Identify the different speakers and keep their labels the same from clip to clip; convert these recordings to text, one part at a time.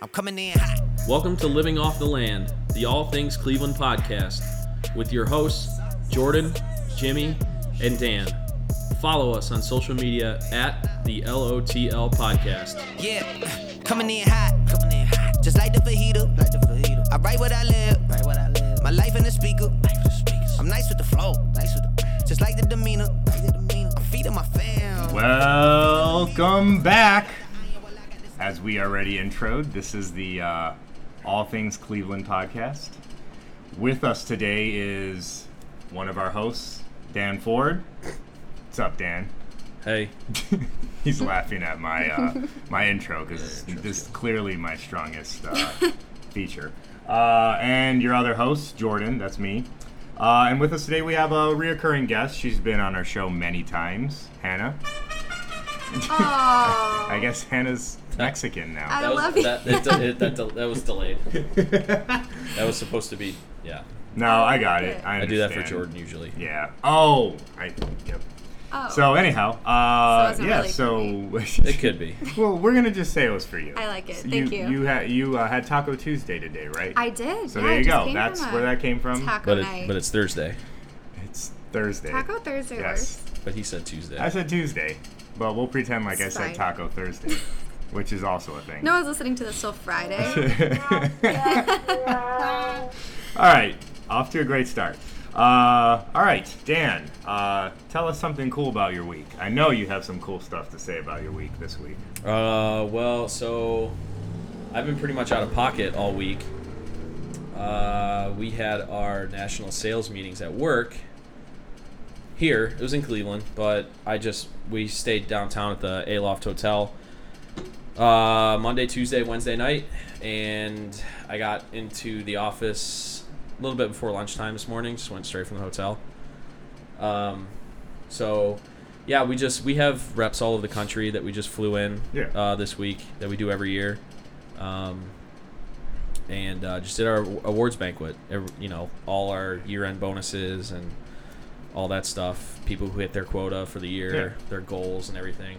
Speaker 1: I'm coming in hot.
Speaker 2: Welcome to Living Off the Land, the All Things Cleveland podcast, with your hosts, Jordan, Jimmy, and Dan. Follow us on social media at the LOTL Podcast.
Speaker 1: Yeah, coming in hot. Coming in hot. Just like the fajita. Like the fajita. I write what I live. Write what I live. My life in the speaker. Life the speakers. I'm nice with the flow. Nice with the. Just like the demeanor. Like the demeanor. I'm feeding my fam.
Speaker 3: Welcome back. As we already introed, this is the uh, All Things Cleveland podcast. With us today is one of our hosts, Dan Ford. What's up, Dan?
Speaker 2: Hey,
Speaker 3: He's laughing at my uh, my intro because this is clearly my strongest uh, feature. Uh, and your other host, Jordan, that's me. Uh, and with us today, we have a reoccurring guest. She's been on our show many times, Hannah. I guess Hannah's Mexican now.
Speaker 4: Oh, I
Speaker 2: that was,
Speaker 4: love you.
Speaker 2: That, that, that, that, that was delayed. that was supposed to be, yeah.
Speaker 3: No, I got it. I,
Speaker 2: I do that for
Speaker 3: understand.
Speaker 2: Jordan usually.
Speaker 3: Yeah. Oh, I. Yep.
Speaker 4: Oh,
Speaker 3: So anyhow, uh,
Speaker 4: So it wasn't
Speaker 3: yeah.
Speaker 4: really
Speaker 3: so
Speaker 2: It could be.
Speaker 3: well, we're gonna just say it was for you.
Speaker 4: I like it. Thank you.
Speaker 3: You had you uh, had Taco Tuesday today, right?
Speaker 4: I did.
Speaker 3: So
Speaker 4: yeah,
Speaker 3: there
Speaker 4: I
Speaker 3: you
Speaker 4: just
Speaker 3: go.
Speaker 4: came
Speaker 3: That's
Speaker 4: from a
Speaker 3: where that came from.
Speaker 4: Taco
Speaker 2: But, it,
Speaker 4: night.
Speaker 2: but it's Thursday.
Speaker 3: It's Thursday.
Speaker 4: Taco Thursday
Speaker 3: Yes.
Speaker 4: works.
Speaker 2: But he said Tuesday.
Speaker 3: I said Tuesday, but we'll pretend like I
Speaker 4: It's
Speaker 3: said
Speaker 4: fine.
Speaker 3: Taco Thursday, which is also a thing.
Speaker 4: No one's listening to this till Friday.
Speaker 3: all right, off to a great start. Uh, all right, Dan, uh, tell us something cool about your week. I know you have some cool stuff to say about your week this week.
Speaker 2: Uh, well, so I've been pretty much out of pocket all week. Uh, we had our national sales meetings at work here. It was in Cleveland, but I just we stayed downtown at the Aloft Hotel uh, Monday, Tuesday, Wednesday night, and I got into the office a little bit before lunchtime this morning. Just went straight from the hotel. Um, so yeah, we just we have reps all over the country that we just flew in
Speaker 3: Yeah.
Speaker 2: uh, this week that we do every year, um, and uh, just did our awards banquet. Every, you know, all our year-end bonuses and all that stuff. People who hit their quota for the year,
Speaker 3: Yeah.
Speaker 2: their goals and everything.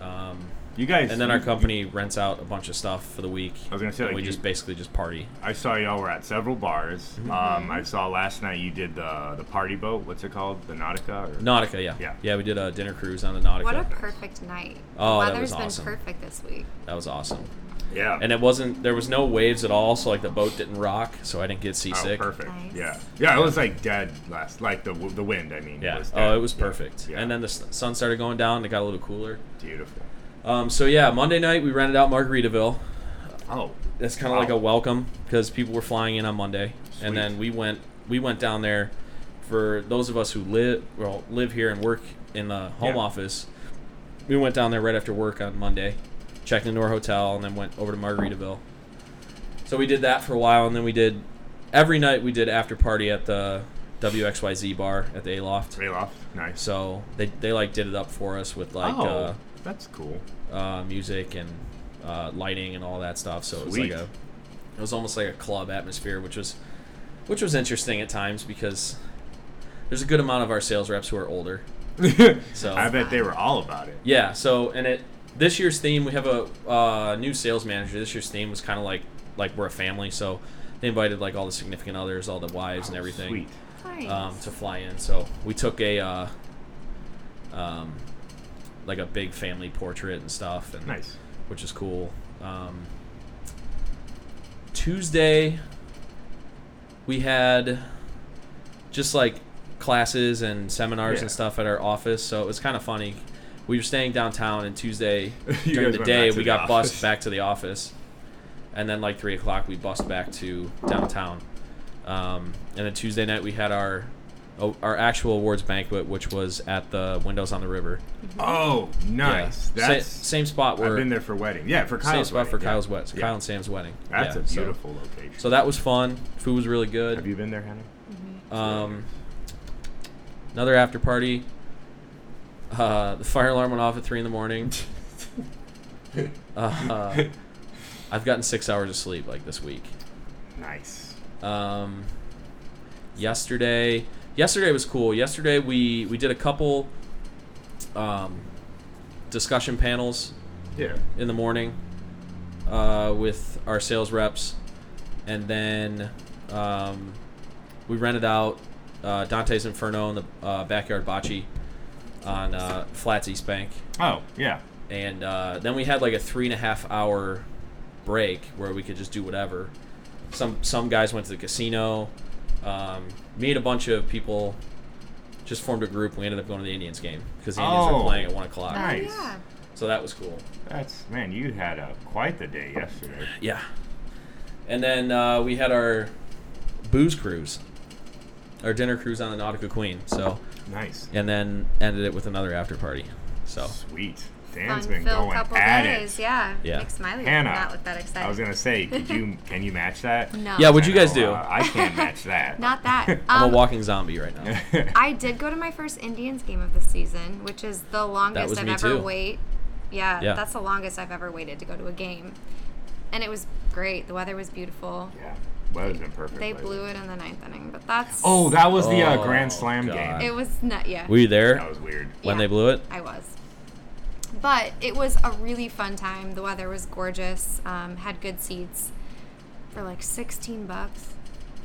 Speaker 2: Um,
Speaker 3: You guys.
Speaker 2: and then our
Speaker 3: you-
Speaker 2: company rents out a bunch of stuff for the week.
Speaker 3: I was gonna say,
Speaker 2: and
Speaker 3: like,
Speaker 2: we
Speaker 3: you-
Speaker 2: just basically just party.
Speaker 3: I saw y'all were at several bars.
Speaker 2: Mm-hmm.
Speaker 3: Um, I saw last night you did the the party boat. What's it called? The Nautica. Or,
Speaker 2: Nautica, yeah,
Speaker 3: Yeah.
Speaker 2: we did a dinner cruise on the Nautica.
Speaker 4: what a perfect night.
Speaker 2: Oh,
Speaker 4: the
Speaker 2: that
Speaker 4: weather's
Speaker 2: was awesome.
Speaker 4: been perfect this week.
Speaker 2: that was awesome.
Speaker 3: Yeah.
Speaker 2: And it wasn't there was no waves at all, so like the boat didn't rock, so I didn't get
Speaker 3: oh,
Speaker 2: seasick.
Speaker 3: perfect.
Speaker 4: Nice.
Speaker 3: Yeah. Yeah. It was like dead last. Like the w- the wind. I mean.
Speaker 2: Yeah.
Speaker 3: dead.
Speaker 2: oh, it was perfect.
Speaker 3: Yeah.
Speaker 2: And then the s- sun started going down. and It got a little cooler.
Speaker 3: Beautiful.
Speaker 2: Um, so yeah, Monday night we rented out Margaritaville.
Speaker 3: Oh.
Speaker 2: That's kind of
Speaker 3: Wow.
Speaker 2: like a welcome because people were flying in on Monday,
Speaker 3: Sweet.
Speaker 2: and then we went we went down there. For those of us who live well live here and work in the home
Speaker 3: Yeah.
Speaker 2: office, we went down there right after work on Monday, checked into our hotel, and then went over to Margaritaville. So we did that for a while, and then we did every night we did after party at the WXYZ bar at the Aloft.
Speaker 3: Ray Loft. Nice.
Speaker 2: So they, they like did it up for us with like
Speaker 3: oh, that's cool.
Speaker 2: uh, uh, music and uh, lighting and all that stuff. So it was like
Speaker 3: Sweet.
Speaker 2: a it was almost like a club atmosphere, which was which was interesting at times because there's a good amount of our sales reps who are older. So
Speaker 3: I bet they were all about it.
Speaker 2: Oh, yeah, so and it this year's theme we have a uh, new sales manager. This year's theme was kind of like like we're a family, so they invited like all the significant others, all the wives and everything
Speaker 3: Oh, Sweet.
Speaker 4: Nice.
Speaker 2: um, to fly in. So we took a uh, um, like a big family portrait and stuff, and
Speaker 3: Nice.
Speaker 2: which is cool. Um, Tuesday we had just like classes and seminars and
Speaker 3: Yeah.
Speaker 2: stuff at our office, so it was kind of funny. We were staying downtown, and Tuesday
Speaker 3: You
Speaker 2: during
Speaker 3: guys
Speaker 2: the
Speaker 3: went
Speaker 2: day
Speaker 3: back to
Speaker 2: we
Speaker 3: the
Speaker 2: got
Speaker 3: office.
Speaker 2: bussed back to the office, and then like three o'clock we bussed back to downtown. Um, and then Tuesday night we had our oh, our actual awards banquet, which was at the Windows on the River.
Speaker 3: Oh, nice.
Speaker 2: Yeah. Sa-
Speaker 3: That's
Speaker 2: same spot where
Speaker 3: I've been there for wedding. Yeah, for Kyle's
Speaker 2: same spot
Speaker 3: wedding.
Speaker 2: for
Speaker 3: yeah.
Speaker 2: Kyle's wedding.
Speaker 3: Yeah.
Speaker 2: Kyle and Sam's wedding.
Speaker 3: That's
Speaker 2: Yeah,
Speaker 3: a
Speaker 2: so-
Speaker 3: beautiful location.
Speaker 2: So, that was fun. Food was really good.
Speaker 3: have you been there, Hannah?
Speaker 2: Um, another after party. Uh, the fire alarm went off at three in the morning. uh, I've gotten six hours of sleep like this week.
Speaker 3: Nice.
Speaker 2: Um, yesterday, yesterday was cool. Yesterday we we did a couple um, discussion panels
Speaker 3: Yeah.
Speaker 2: in the morning. Uh, uh, with our sales reps, and then um, we rented out uh, Dante's Inferno in the uh, backyard bocce on uh, Flats East Bank,
Speaker 3: Oh, yeah.
Speaker 2: and uh, then we had like a three and a half hour break where we could just do whatever. Some some guys went to the casino. Um, me and a bunch of people just formed a group. We ended up going to the Indians game because the Indians
Speaker 3: Oh.
Speaker 2: were playing at one o'clock.
Speaker 3: Nice.
Speaker 4: Oh, yeah.
Speaker 2: So that was cool.
Speaker 3: That's man, you had a quite the day yesterday.
Speaker 2: Yeah. And then uh, we had our booze cruise, our dinner cruise on the Nautica Queen. So,
Speaker 3: Nice.
Speaker 2: and then ended it with another after party. So,
Speaker 3: Sweet.
Speaker 4: Fun
Speaker 3: Dan's been
Speaker 4: filled
Speaker 3: going
Speaker 4: couple
Speaker 3: at
Speaker 4: days.
Speaker 3: it.
Speaker 4: Yeah.
Speaker 2: Yeah.
Speaker 4: Makes Miley
Speaker 3: Hannah,
Speaker 4: not look that excited.
Speaker 3: I was gonna say, could you can you match that?
Speaker 4: no.
Speaker 2: yeah, would
Speaker 3: I
Speaker 2: you guys
Speaker 3: know,
Speaker 2: do?
Speaker 3: uh, I can't match that.
Speaker 4: Not that. Um,
Speaker 2: I'm a walking zombie right now.
Speaker 4: I did go to my first Indians game of the season, which is the longest
Speaker 2: was
Speaker 4: I've
Speaker 2: me
Speaker 4: ever
Speaker 2: too.
Speaker 4: wait. Yeah,
Speaker 2: Yeah.
Speaker 4: that's the longest I've ever waited to go to a game, and it was great. The weather was beautiful.
Speaker 3: yeah, weather's been perfect.
Speaker 4: They
Speaker 3: lately.
Speaker 4: blew it in the ninth inning, but that's
Speaker 3: Oh, that was the uh,
Speaker 2: Oh,
Speaker 3: Grand Slam
Speaker 2: God.
Speaker 3: game.
Speaker 4: it was not yeah.
Speaker 2: Were you there
Speaker 3: That was weird.
Speaker 2: when
Speaker 4: Yeah.
Speaker 2: they blew it?
Speaker 4: I was. But it was a really fun time. The weather was gorgeous. Um, had good seats for like 16 bucks.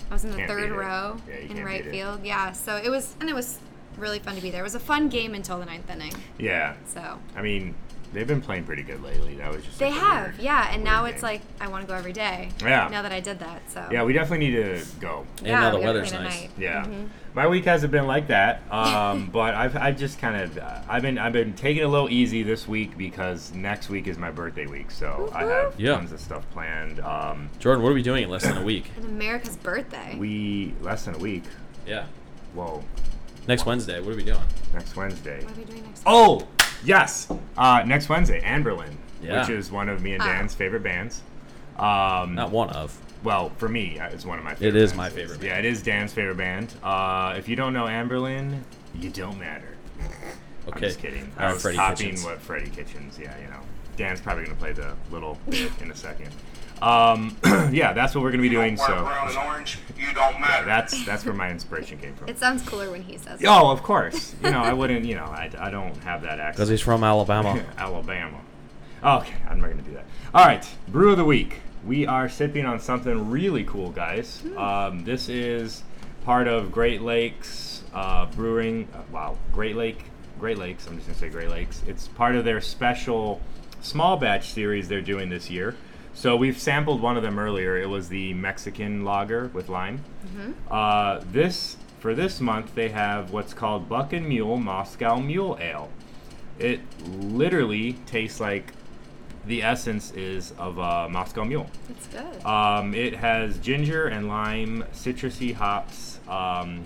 Speaker 4: I was in the
Speaker 3: Can't
Speaker 4: third
Speaker 3: beat it.
Speaker 4: row
Speaker 3: Yeah, you
Speaker 4: in
Speaker 3: can't
Speaker 4: right
Speaker 3: beat it.
Speaker 4: field. Yeah, so it was, and it was really fun to be there. It was a fun game until the ninth inning.
Speaker 3: Yeah,
Speaker 4: So
Speaker 3: I mean, they've been playing pretty good lately. That was just
Speaker 4: they
Speaker 3: like a
Speaker 4: have,
Speaker 3: weird-
Speaker 4: yeah. And now
Speaker 3: weird
Speaker 4: it's
Speaker 3: game.
Speaker 4: like I want to go every day.
Speaker 3: Yeah.
Speaker 4: Now that I did that, so
Speaker 3: yeah, we definitely need to go.
Speaker 2: And now the
Speaker 4: we gotta
Speaker 2: weather's
Speaker 4: plan a
Speaker 2: nice.
Speaker 4: night.
Speaker 3: Yeah, my week hasn't been like that, um, but I've I've just kind of uh, I've been I've been taking it a little easy this week because next week is my birthday week, so I have
Speaker 2: Yeah.
Speaker 3: tons of stuff planned. Um,
Speaker 2: Jordan, what are we doing in less than a week?
Speaker 4: And America's birthday.
Speaker 3: we less than a week.
Speaker 2: Yeah.
Speaker 3: Whoa,
Speaker 2: Next Wednesday, what are we doing?
Speaker 3: next Wednesday.
Speaker 4: what are we doing next?
Speaker 3: Oh yes, uh, next Wednesday, Amberlin,
Speaker 2: Yeah.
Speaker 3: which is one of me and
Speaker 4: Ah.
Speaker 3: Dan's favorite bands. Um,
Speaker 2: Not one of.
Speaker 3: well, for me, uh, it's one of my favorite
Speaker 2: is
Speaker 3: bands.
Speaker 2: my favorite
Speaker 3: Yeah, it is Dan's favorite band. Uh, if you don't know Amberlin, you don't matter.
Speaker 2: Okay.
Speaker 3: I'm just kidding.
Speaker 2: All
Speaker 3: I
Speaker 2: right,
Speaker 3: was
Speaker 2: Freddie
Speaker 3: copying
Speaker 2: Kitchens.
Speaker 3: what Freddie Kitchens. Yeah, you know, Dan's probably gonna play the little bit in a second. Um, yeah, that's what we're gonna be
Speaker 5: You
Speaker 3: doing.
Speaker 5: don't wear
Speaker 3: So
Speaker 5: brown and orange, you don't matter.
Speaker 3: that's that's where my inspiration came from.
Speaker 4: It sounds cooler when he says. it.
Speaker 3: oh, of course. You know, I wouldn't. You know, I, I don't have that
Speaker 2: Because
Speaker 3: accent.
Speaker 2: he's from Alabama.
Speaker 3: Alabama. Okay, I'm not gonna do that. All right, brew of the week. We are sipping on something really cool, guys. Um, this is part of Great Lakes uh, Brewing. Uh, wow, Great Lake, Great Lakes. I'm just gonna say Great Lakes. It's part of their special small batch series they're doing this year. So we've sampled one of them earlier. It was the Mexican lager with lime. Uh, this for this month they have what's called Buck and Mule Moscow Mule Ale. It literally tastes like the essence is of a Moscow Mule.
Speaker 4: It's good.
Speaker 3: Um, it has ginger and lime, citrusy hops. Um,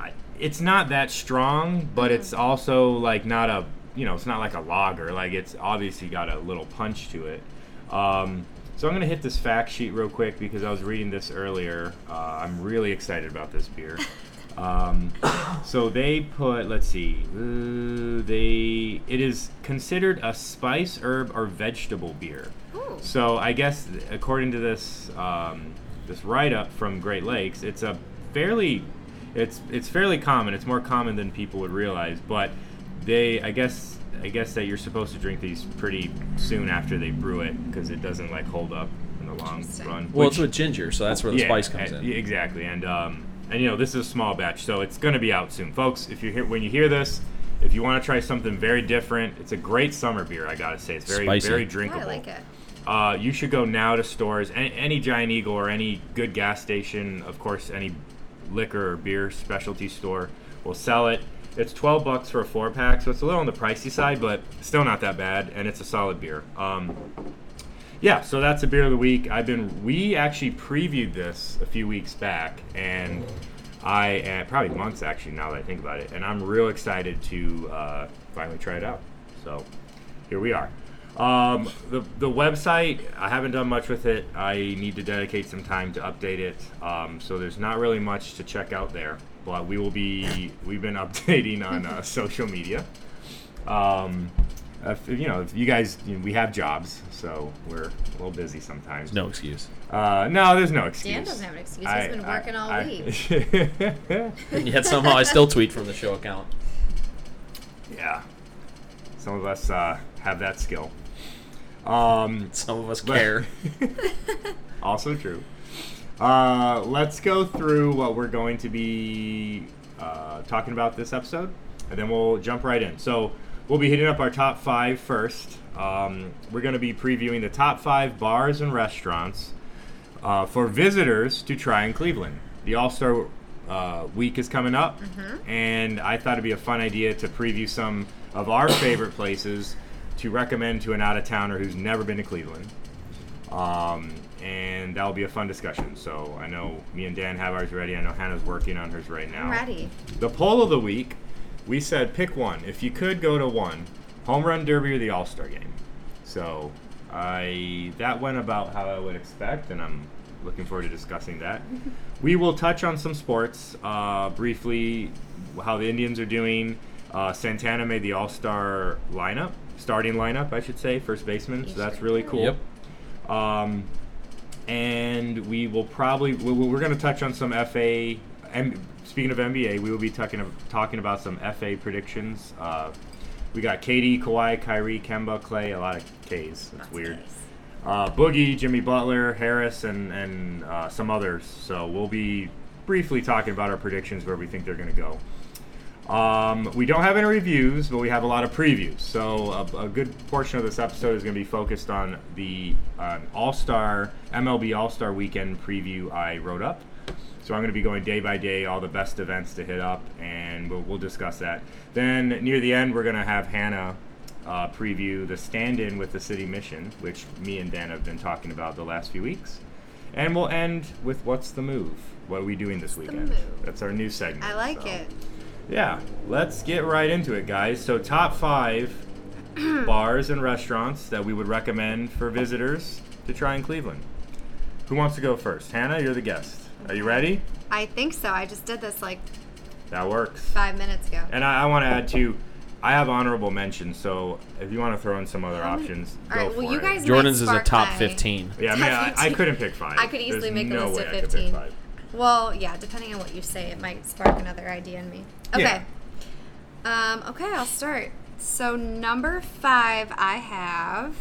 Speaker 3: I, it's not that strong, but it's also like not a you know it's not like a lager. Like it's obviously got a little punch to it. Um, so I'm gonna hit this fact sheet real quick because I was reading this earlier. Uh, I'm really excited about this beer. Um, so they put, let's see, uh, they it is considered a spice, herb, or vegetable beer.
Speaker 4: Ooh.
Speaker 3: So I guess th- according to this um, this write up from Great Lakes, it's a fairly it's it's fairly common. It's more common than people would realize, but they I guess I guess that you're supposed to drink these pretty soon after they brew it because it doesn't like hold up in the long
Speaker 4: Interesting.
Speaker 3: run.
Speaker 2: well, it's
Speaker 3: Which-
Speaker 2: with ginger, so that's where the spice comes
Speaker 3: and-
Speaker 2: in.
Speaker 3: yeah, Exactly, and um, and you know this is a small batch, so it's going to be out soon, folks. If you hear when you hear this, if you want to try something very different, it's a great summer beer. I gotta say, it's very
Speaker 2: Spicy.
Speaker 3: very
Speaker 4: Yeah,
Speaker 3: drinkable.
Speaker 4: I like it.
Speaker 3: Uh, you should go now to stores, any, any Giant Eagle or any good gas station, of course, any liquor or beer specialty store will sell it. It's 12 bucks for a four pack, so it's a little on the pricey side, but still not that bad, and it's a solid beer. Um, yeah, so that's the beer of the week. I've been we actually previewed this a few weeks back, and I uh, probably months actually now that I think about it, and I'm real excited to uh, finally try it out. So here we are. Um, the the website I haven't done much with it. I need to dedicate some time to update it. Um, so there's not really much to check out there, but we will be we've been updating on uh, social media um, if, you know, if you guys, you know, we have jobs, so we're a little busy sometimes.
Speaker 2: No excuse.
Speaker 3: uh, no, there's no excuse.
Speaker 4: Dan doesn't have an excuse. He's been working all week.
Speaker 3: week.
Speaker 2: Yet somehow I still tweet from the show account.
Speaker 3: yeah, some of us uh, have that skill. Um,
Speaker 2: Some of us care.
Speaker 3: also true. Uh, let's go through what we're going to be uh, talking about this episode, and then we'll jump right in. So we'll be hitting up our top five first. Um, we're going to be previewing the top five bars and restaurants uh, for visitors to try in Cleveland. The All Star uh, Week is coming up, and I thought it'd be a fun idea to preview some of our favorite places to recommend to an out of towner who's never been to Cleveland. Um, and that'll be a fun discussion. So I know me and Dan have ours ready. I know Hannah's working on hers right now.
Speaker 4: Ready.
Speaker 3: The poll of the week, we said pick one. If you could go to one, home run derby or the All Star game. So I that went about how I would expect, and I'm looking forward to discussing that. we will touch on some sports uh, briefly, how the Indians are doing. Uh, Santana made the All Star lineup, starting lineup, I should say, first baseman. So that's really cool.
Speaker 2: Yep.
Speaker 3: Um, and we will probably we- we- we're going to touch on some FA. M, speaking of NBA, we will be talking ab- talking about some FA predictions. Uh, we got KD, Kawhi, Kyrie, Kemba, Clay, a lot of K's. That's weird. Uh, Boogie, Jimmy Butler, Harris, and and uh, some others. So we'll be briefly talking about our predictions where we think they're going to go. Um, we don't have any reviews, but we have a lot of previews. So a, a good portion of this episode is going to be focused on the uh, All Star MLB All Star Weekend preview I wrote up. So I'm going to be going day by day, all the best events to hit up, and we'll, we'll discuss that. Then near the end, we're going to have Hannah uh, preview the stand-in with the city mission, which me and Dan have been talking about the last few weeks. And we'll end with what's the move? What are we doing this weekend?
Speaker 4: move?
Speaker 3: That's our new segment.
Speaker 4: I like
Speaker 3: so-
Speaker 4: it.
Speaker 3: yeah, let's get right into it, guys. So, top five bars and restaurants that we would recommend for visitors to try in Cleveland. Who wants to go first? Hannah, you're the guest. Are you ready?
Speaker 4: I think so. I just did this like
Speaker 3: That works.
Speaker 4: five minutes ago.
Speaker 3: And I, I want to add to, I have honorable mentions, so if you want to throw in some other options,
Speaker 4: All
Speaker 3: go
Speaker 4: right.
Speaker 3: for
Speaker 4: Well, you
Speaker 3: it.
Speaker 4: guys.
Speaker 2: Jordan's
Speaker 4: might
Speaker 2: is a
Speaker 4: spark
Speaker 2: top
Speaker 4: my-
Speaker 2: 15.
Speaker 3: Yeah, I mean, I, I couldn't pick five.
Speaker 4: I could easily
Speaker 3: There's
Speaker 4: make a
Speaker 3: no
Speaker 4: list
Speaker 3: way
Speaker 4: of
Speaker 3: I could pick
Speaker 4: 15.
Speaker 3: five.
Speaker 4: Well, yeah. Depending on what you say, it might spark another idea in me. Okay.
Speaker 3: Yeah.
Speaker 4: Um, okay, I'll start. So number five, I have,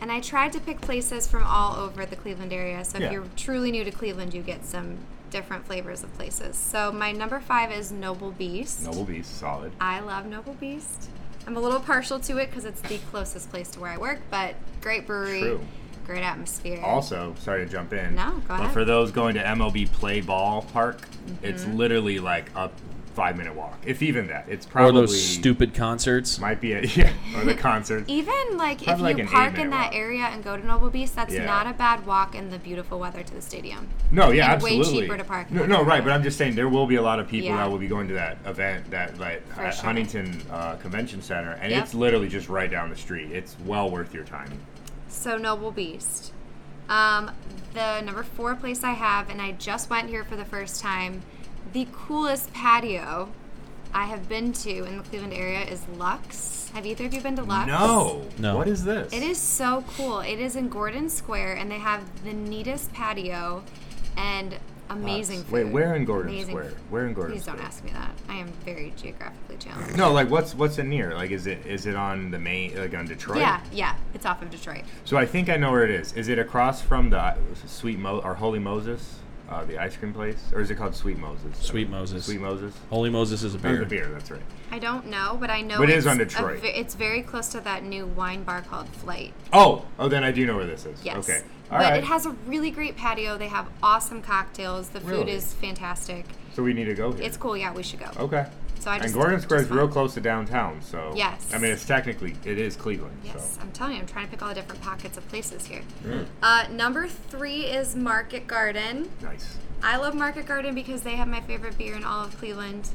Speaker 4: and I tried to pick places from all over the Cleveland area. So if
Speaker 3: Yeah.
Speaker 4: you're truly new to Cleveland, you get some different flavors of places. So my number five is Noble Beast.
Speaker 3: Noble Beast, solid.
Speaker 4: I love Noble Beast. I'm a little partial to it because it's the closest place to where I work, but great brewery,
Speaker 3: True.
Speaker 4: great atmosphere.
Speaker 3: Also, sorry to jump in.
Speaker 4: No, go
Speaker 3: but
Speaker 4: ahead.
Speaker 3: for those going to MLB Play Ball Park, it's
Speaker 4: Mm-hmm.
Speaker 3: literally like a five minute walk, if even that. It's
Speaker 2: Or
Speaker 3: probably
Speaker 2: those stupid concerts.
Speaker 3: might be a yeah or the concert.
Speaker 4: Even like if you
Speaker 3: Probably like an
Speaker 4: park
Speaker 3: eight-minute
Speaker 4: in that
Speaker 3: walk.
Speaker 4: area and go to Noble Beast, that's
Speaker 3: Yeah.
Speaker 4: not a bad walk in the beautiful weather to the stadium.
Speaker 3: No, yeah,
Speaker 4: and way
Speaker 3: absolutely.
Speaker 4: cheaper to park
Speaker 3: No,
Speaker 4: than
Speaker 3: no,
Speaker 4: that.
Speaker 3: right. But I'm just saying there will be a lot of people
Speaker 4: Yeah.
Speaker 3: that will be going to that event, that like
Speaker 4: For
Speaker 3: at
Speaker 4: sure.
Speaker 3: Huntington uh, Convention Center, and
Speaker 4: Yep.
Speaker 3: it's literally just right down the street. It's well worth your time.
Speaker 4: So Noble Beast. Um, the number four place I have, and I just went here for the first time, the coolest patio I have been to in the Cleveland area is Lux. Have either of you been to Lux?
Speaker 3: No,
Speaker 2: No.
Speaker 3: What is this?
Speaker 4: It is so cool. It is in Gordon Square, and they have the neatest patio and amazing food.
Speaker 3: Wait, where in Gordon
Speaker 4: Amazing
Speaker 3: Square?
Speaker 4: food.
Speaker 3: Where in Gordon
Speaker 4: Please don't
Speaker 3: Square?
Speaker 4: ask me that. I am very geographically challenged.
Speaker 3: No, like what's what's it near? Like is it is it on the main like on Detroit?
Speaker 4: Yeah, yeah. It's off of Detroit.
Speaker 3: So I think I know where it is. Is it across from the uh, Sweet Mo or Holy Moses, uh, the ice cream place, or is it called Sweet Moses?
Speaker 2: Sweet Moses.
Speaker 3: Sweet Moses.
Speaker 2: Holy Moses is a
Speaker 3: Or
Speaker 2: beer.
Speaker 3: the beer. That's right.
Speaker 4: I don't know, but I know
Speaker 3: But it
Speaker 4: it's
Speaker 3: is on
Speaker 4: a
Speaker 3: Detroit.
Speaker 4: ve- it's very close to that new wine bar called Flight.
Speaker 3: Oh, oh, then I do know where this is.
Speaker 4: Yes.
Speaker 3: Okay. All
Speaker 4: but
Speaker 3: right.
Speaker 4: it has a really great patio. They have awesome cocktails. The food
Speaker 3: Really? Oh,
Speaker 4: is fantastic.
Speaker 3: so we need to go here.
Speaker 4: It's cool. Yeah, we should go.
Speaker 3: Okay.
Speaker 4: So I
Speaker 3: and
Speaker 4: just-
Speaker 3: Gordon Square is
Speaker 4: just
Speaker 3: real
Speaker 4: went.
Speaker 3: close to downtown, so
Speaker 4: Yes.
Speaker 3: I mean it's technically it is Cleveland.
Speaker 4: Yes,
Speaker 3: So.
Speaker 4: I'm telling you, I'm trying to pick all the different pockets of places here.
Speaker 3: Mm.
Speaker 4: Uh, number three is Market Garden.
Speaker 3: Nice.
Speaker 4: I love Market Garden because they have my favorite beer in all of Cleveland,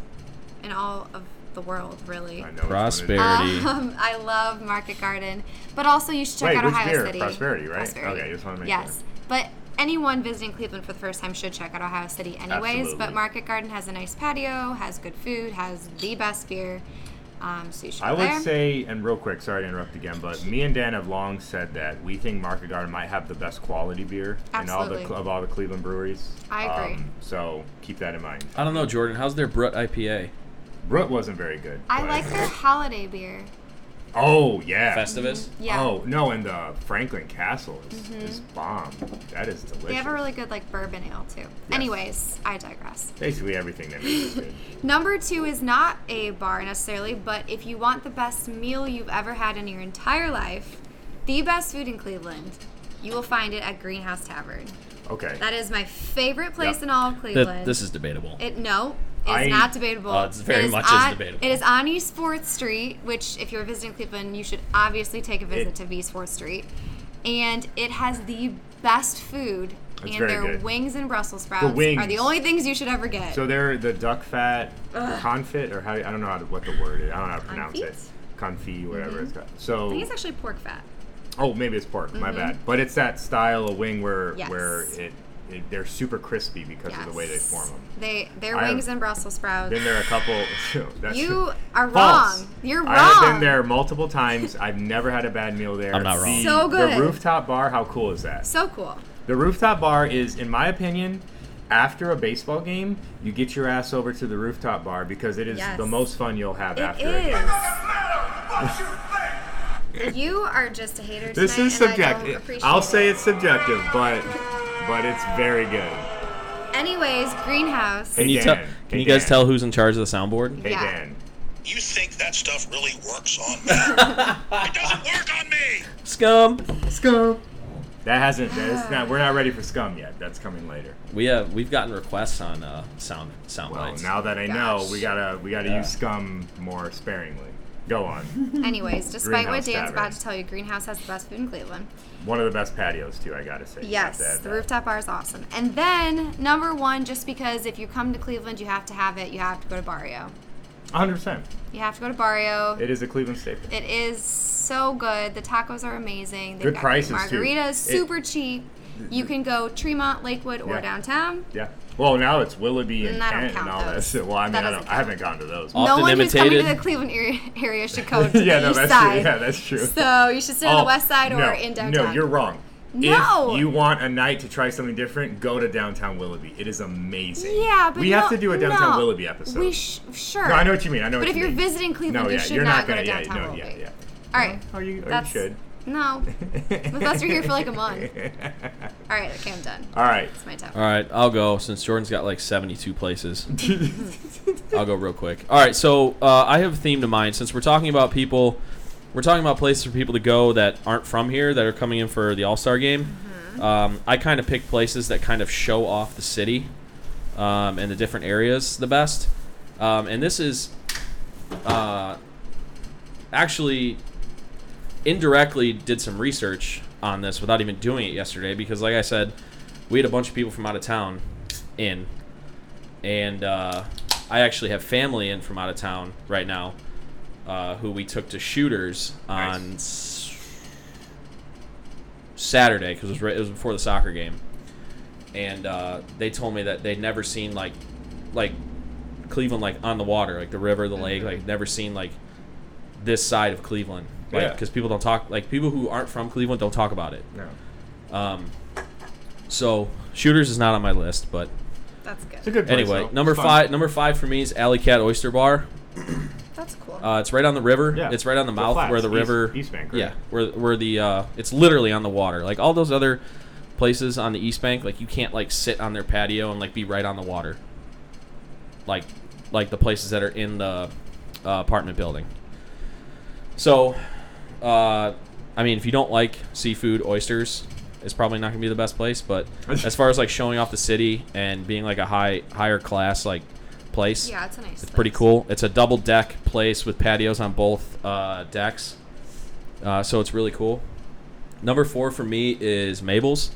Speaker 4: in all of the world, really.
Speaker 3: I know. which one it is.
Speaker 2: Prosperity.
Speaker 4: Um, I love Market Garden, but also you should check
Speaker 3: Wait,
Speaker 4: out
Speaker 3: which
Speaker 4: Ohio
Speaker 3: beer?
Speaker 4: City.
Speaker 3: Prosperity, right? Okay, just wanna make
Speaker 4: yes.
Speaker 3: sure.
Speaker 4: but anyone visiting Cleveland for the first time should check out Ohio City, anyways.
Speaker 3: Absolutely.
Speaker 4: But Market Garden has a nice patio, has good food, has the best beer. Um, so you should
Speaker 3: I
Speaker 4: go there.
Speaker 3: would say, and real quick, sorry to interrupt again, but me and Dan have long said that we think Market Garden might have the best quality beer in all the
Speaker 4: Absolutely.
Speaker 3: of all the Cleveland breweries. Um,
Speaker 4: I agree.
Speaker 3: so keep that in mind.
Speaker 2: I don't know, Jordan. How's their Brut IPA?
Speaker 3: Brut wasn't very good.
Speaker 4: I
Speaker 3: but-
Speaker 4: like their holiday beer.
Speaker 3: Oh yeah.
Speaker 2: Festivus.
Speaker 4: Yeah. Mm-hmm.
Speaker 3: Oh no, and the Franklin Castle is, is bomb. That is delicious.
Speaker 4: They have a really good like bourbon ale too. Anyways, I digress.
Speaker 3: Basically everything that makes it good.
Speaker 4: Number two is not a bar necessarily, but if you want the best meal you've ever had in your entire life, the best food in Cleveland, you will find it at Greenhouse Tavern.
Speaker 3: Okay.
Speaker 4: That is my favorite place
Speaker 3: Yep.
Speaker 4: in all of
Speaker 2: Th-
Speaker 4: Cleveland.
Speaker 2: this is debatable.
Speaker 4: It no, it's
Speaker 3: I- uh,
Speaker 4: not debatable.
Speaker 2: Oh, it's very
Speaker 4: It is
Speaker 2: much is
Speaker 4: on-
Speaker 2: debatable.
Speaker 4: It is on East Fourth Street, which if you're visiting Cleveland, you should obviously take a visit
Speaker 3: It-
Speaker 4: to East Fourth Street, and it has the best food.
Speaker 3: It's
Speaker 4: and
Speaker 3: very
Speaker 4: their
Speaker 3: good.
Speaker 4: wings and Brussels sprouts are the
Speaker 3: wings.
Speaker 4: only things you should ever get.
Speaker 3: so they're the duck fat confit or how I don't know how to, what the word is. I don't know how to pronounce it. Confit, whatever it's got. So
Speaker 4: Mm-hmm. I think it's actually pork fat.
Speaker 3: Oh, maybe it's pork. My bad. But it's that style of wing where
Speaker 4: Mm-hmm. Yes.
Speaker 3: where it, it they're super crispy because
Speaker 4: Yes.
Speaker 3: of the way they form them.
Speaker 4: They their
Speaker 3: I have
Speaker 4: wings and Brussels sprouts.
Speaker 3: Been there a couple. that's
Speaker 4: You are wrong.
Speaker 3: false.
Speaker 4: You're wrong.
Speaker 3: I have been there multiple times. I've never had a bad meal there.
Speaker 2: I'm not wrong.
Speaker 3: The-
Speaker 4: So good.
Speaker 3: The rooftop bar. How cool is that?
Speaker 4: So cool.
Speaker 3: The rooftop bar is, in my opinion, after a baseball game, you get your ass over to the rooftop bar because it is
Speaker 4: Yes.
Speaker 3: the most fun you'll have
Speaker 4: It
Speaker 3: after a game.
Speaker 4: is.
Speaker 5: What you think?
Speaker 4: You are just a hater.
Speaker 3: This
Speaker 4: tonight,
Speaker 3: is
Speaker 4: and I don't
Speaker 3: subjective.
Speaker 4: appreciate
Speaker 3: I'll
Speaker 4: it.
Speaker 3: say it's subjective, but but it's very good.
Speaker 4: Anyways, greenhouse.
Speaker 2: Can
Speaker 3: Hey,
Speaker 2: you tell?
Speaker 3: Dan.
Speaker 2: Can
Speaker 3: Hey,
Speaker 2: you guys
Speaker 3: Dan.
Speaker 2: tell who's in charge of the soundboard?
Speaker 3: Hey
Speaker 4: Yeah.
Speaker 3: Dan.
Speaker 5: You think that stuff really works on me? it doesn't work on me.
Speaker 2: Scum.
Speaker 3: Scum. That hasn't. That is not. We're not ready for scum yet. That's coming later.
Speaker 2: We have we've gotten requests on uh, sound sound
Speaker 3: Well,
Speaker 2: bites.
Speaker 3: now that I know, we
Speaker 4: Gosh.
Speaker 3: gotta we gotta use scum more sparingly. Go on.
Speaker 4: Anyways, despite what
Speaker 3: Greenhouse
Speaker 4: Dan's
Speaker 3: Tavern.
Speaker 4: about to tell you, Greenhouse has the best food in Cleveland.
Speaker 3: One of the best patios too. I gotta say. You have to
Speaker 4: Yes,
Speaker 3: add
Speaker 4: the
Speaker 3: that. uh,
Speaker 4: rooftop bar is awesome. And then number one, just because if you come to Cleveland, you have to have it. You have to go to Barrio.
Speaker 3: 100%.
Speaker 4: You have to go to Barrio.
Speaker 3: It is a Cleveland staple.
Speaker 4: it is so good. The tacos are amazing. They've
Speaker 3: Good
Speaker 4: got
Speaker 3: prices, too.
Speaker 4: Margaritas,
Speaker 3: It-
Speaker 4: super cheap. You can go Tremont, Lakewood, or
Speaker 3: Yeah.
Speaker 4: downtown.
Speaker 3: Yeah. Well, now it's Willoughby and
Speaker 4: Mm, I don't
Speaker 3: Kent and
Speaker 4: count
Speaker 3: all that.
Speaker 4: those.
Speaker 3: shit. Well, I mean,
Speaker 4: That
Speaker 3: I,
Speaker 4: doesn't
Speaker 3: don't, I haven't gone to those.
Speaker 2: All- Often
Speaker 4: no one who's coming to
Speaker 2: imitated.
Speaker 4: the Cleveland area, area should go to
Speaker 3: yeah,
Speaker 4: the
Speaker 3: no,
Speaker 4: east
Speaker 3: that's
Speaker 4: side.
Speaker 3: true. Yeah, that's true.
Speaker 4: So you should sit on
Speaker 3: Oh,
Speaker 4: the west side
Speaker 3: no,
Speaker 4: or in downtown.
Speaker 3: No, you're wrong.
Speaker 4: No!
Speaker 3: If you want a night to try something different, go to downtown Willoughby. It is amazing.
Speaker 4: Yeah, but
Speaker 3: we have
Speaker 4: no-
Speaker 3: to do a downtown
Speaker 4: no.
Speaker 3: Willoughby episode.
Speaker 4: We sh- sure.
Speaker 3: No, I know what you mean. I know
Speaker 4: But
Speaker 3: what
Speaker 4: if
Speaker 3: you
Speaker 4: you're
Speaker 3: mean.
Speaker 4: visiting Cleveland,
Speaker 3: no,
Speaker 4: you
Speaker 3: yeah,
Speaker 4: should
Speaker 3: you're not,
Speaker 4: not, go
Speaker 3: gonna.
Speaker 4: to
Speaker 3: yeah,
Speaker 4: downtown
Speaker 3: no,
Speaker 4: Willoughby.
Speaker 3: yeah,
Speaker 4: All right.
Speaker 3: yeah. Are Oh, you? Are you
Speaker 4: That's-
Speaker 3: should.
Speaker 4: No. With us, you're here for like a month. All right. Okay, I'm done.
Speaker 3: All right.
Speaker 4: That's my time.
Speaker 2: All right, I'll go since Jordan's got like 72 places. I'll go real quick. All right, so uh, I have a theme to mind since we're talking about people, we're talking about places for people to go that aren't from here that are coming in for the All Star game. Um, I kind of pick places that kind of show off the city um, and the different areas the best. Um, and this is uh, actually indirectly did some research on this without even doing it yesterday because, like I said, we had a bunch of people from out of town in, and uh, I actually have family in from out of town right now uh, who we took to shooters on s- Saturday because it, was right- it was before the soccer game, and uh, they told me that they'd never seen like like Cleveland like on the water, like the river, the
Speaker 3: Mm-hmm.
Speaker 2: lake, like never seen like this side of Cleveland, like
Speaker 3: Yeah.
Speaker 2: because people don't talk like people who aren't from Cleveland don't talk about it.
Speaker 3: No.
Speaker 2: So shooters is not on my list, but
Speaker 4: That's good.
Speaker 3: It's a good. Place,
Speaker 2: anyway,
Speaker 3: though.
Speaker 2: number
Speaker 3: It's fun.
Speaker 2: five, number five for me is Alley Cat Oyster Bar.
Speaker 4: That's cool.
Speaker 2: Uh, it's right on the river.
Speaker 3: Yeah.
Speaker 2: It's right on the
Speaker 3: The
Speaker 2: mouth
Speaker 3: flats,
Speaker 2: where the
Speaker 3: East-
Speaker 2: river.
Speaker 3: East Bank, right?
Speaker 2: Yeah, where where the uh, it's literally on the water. Like all those other places on the East Bank, like you can't like sit on their patio and like be right on the water. Like, like the places that are in the uh, apartment building. So, uh, I mean, if you don't like seafood, oysters is probably not gonna be the best place. But as far as like showing off the city and being like a high higher class like place,
Speaker 4: yeah, it's a nice.
Speaker 2: it's pretty cool. It's a double deck place with patios on both uh, decks, uh, so it's really cool. Number four for me is Mabel's.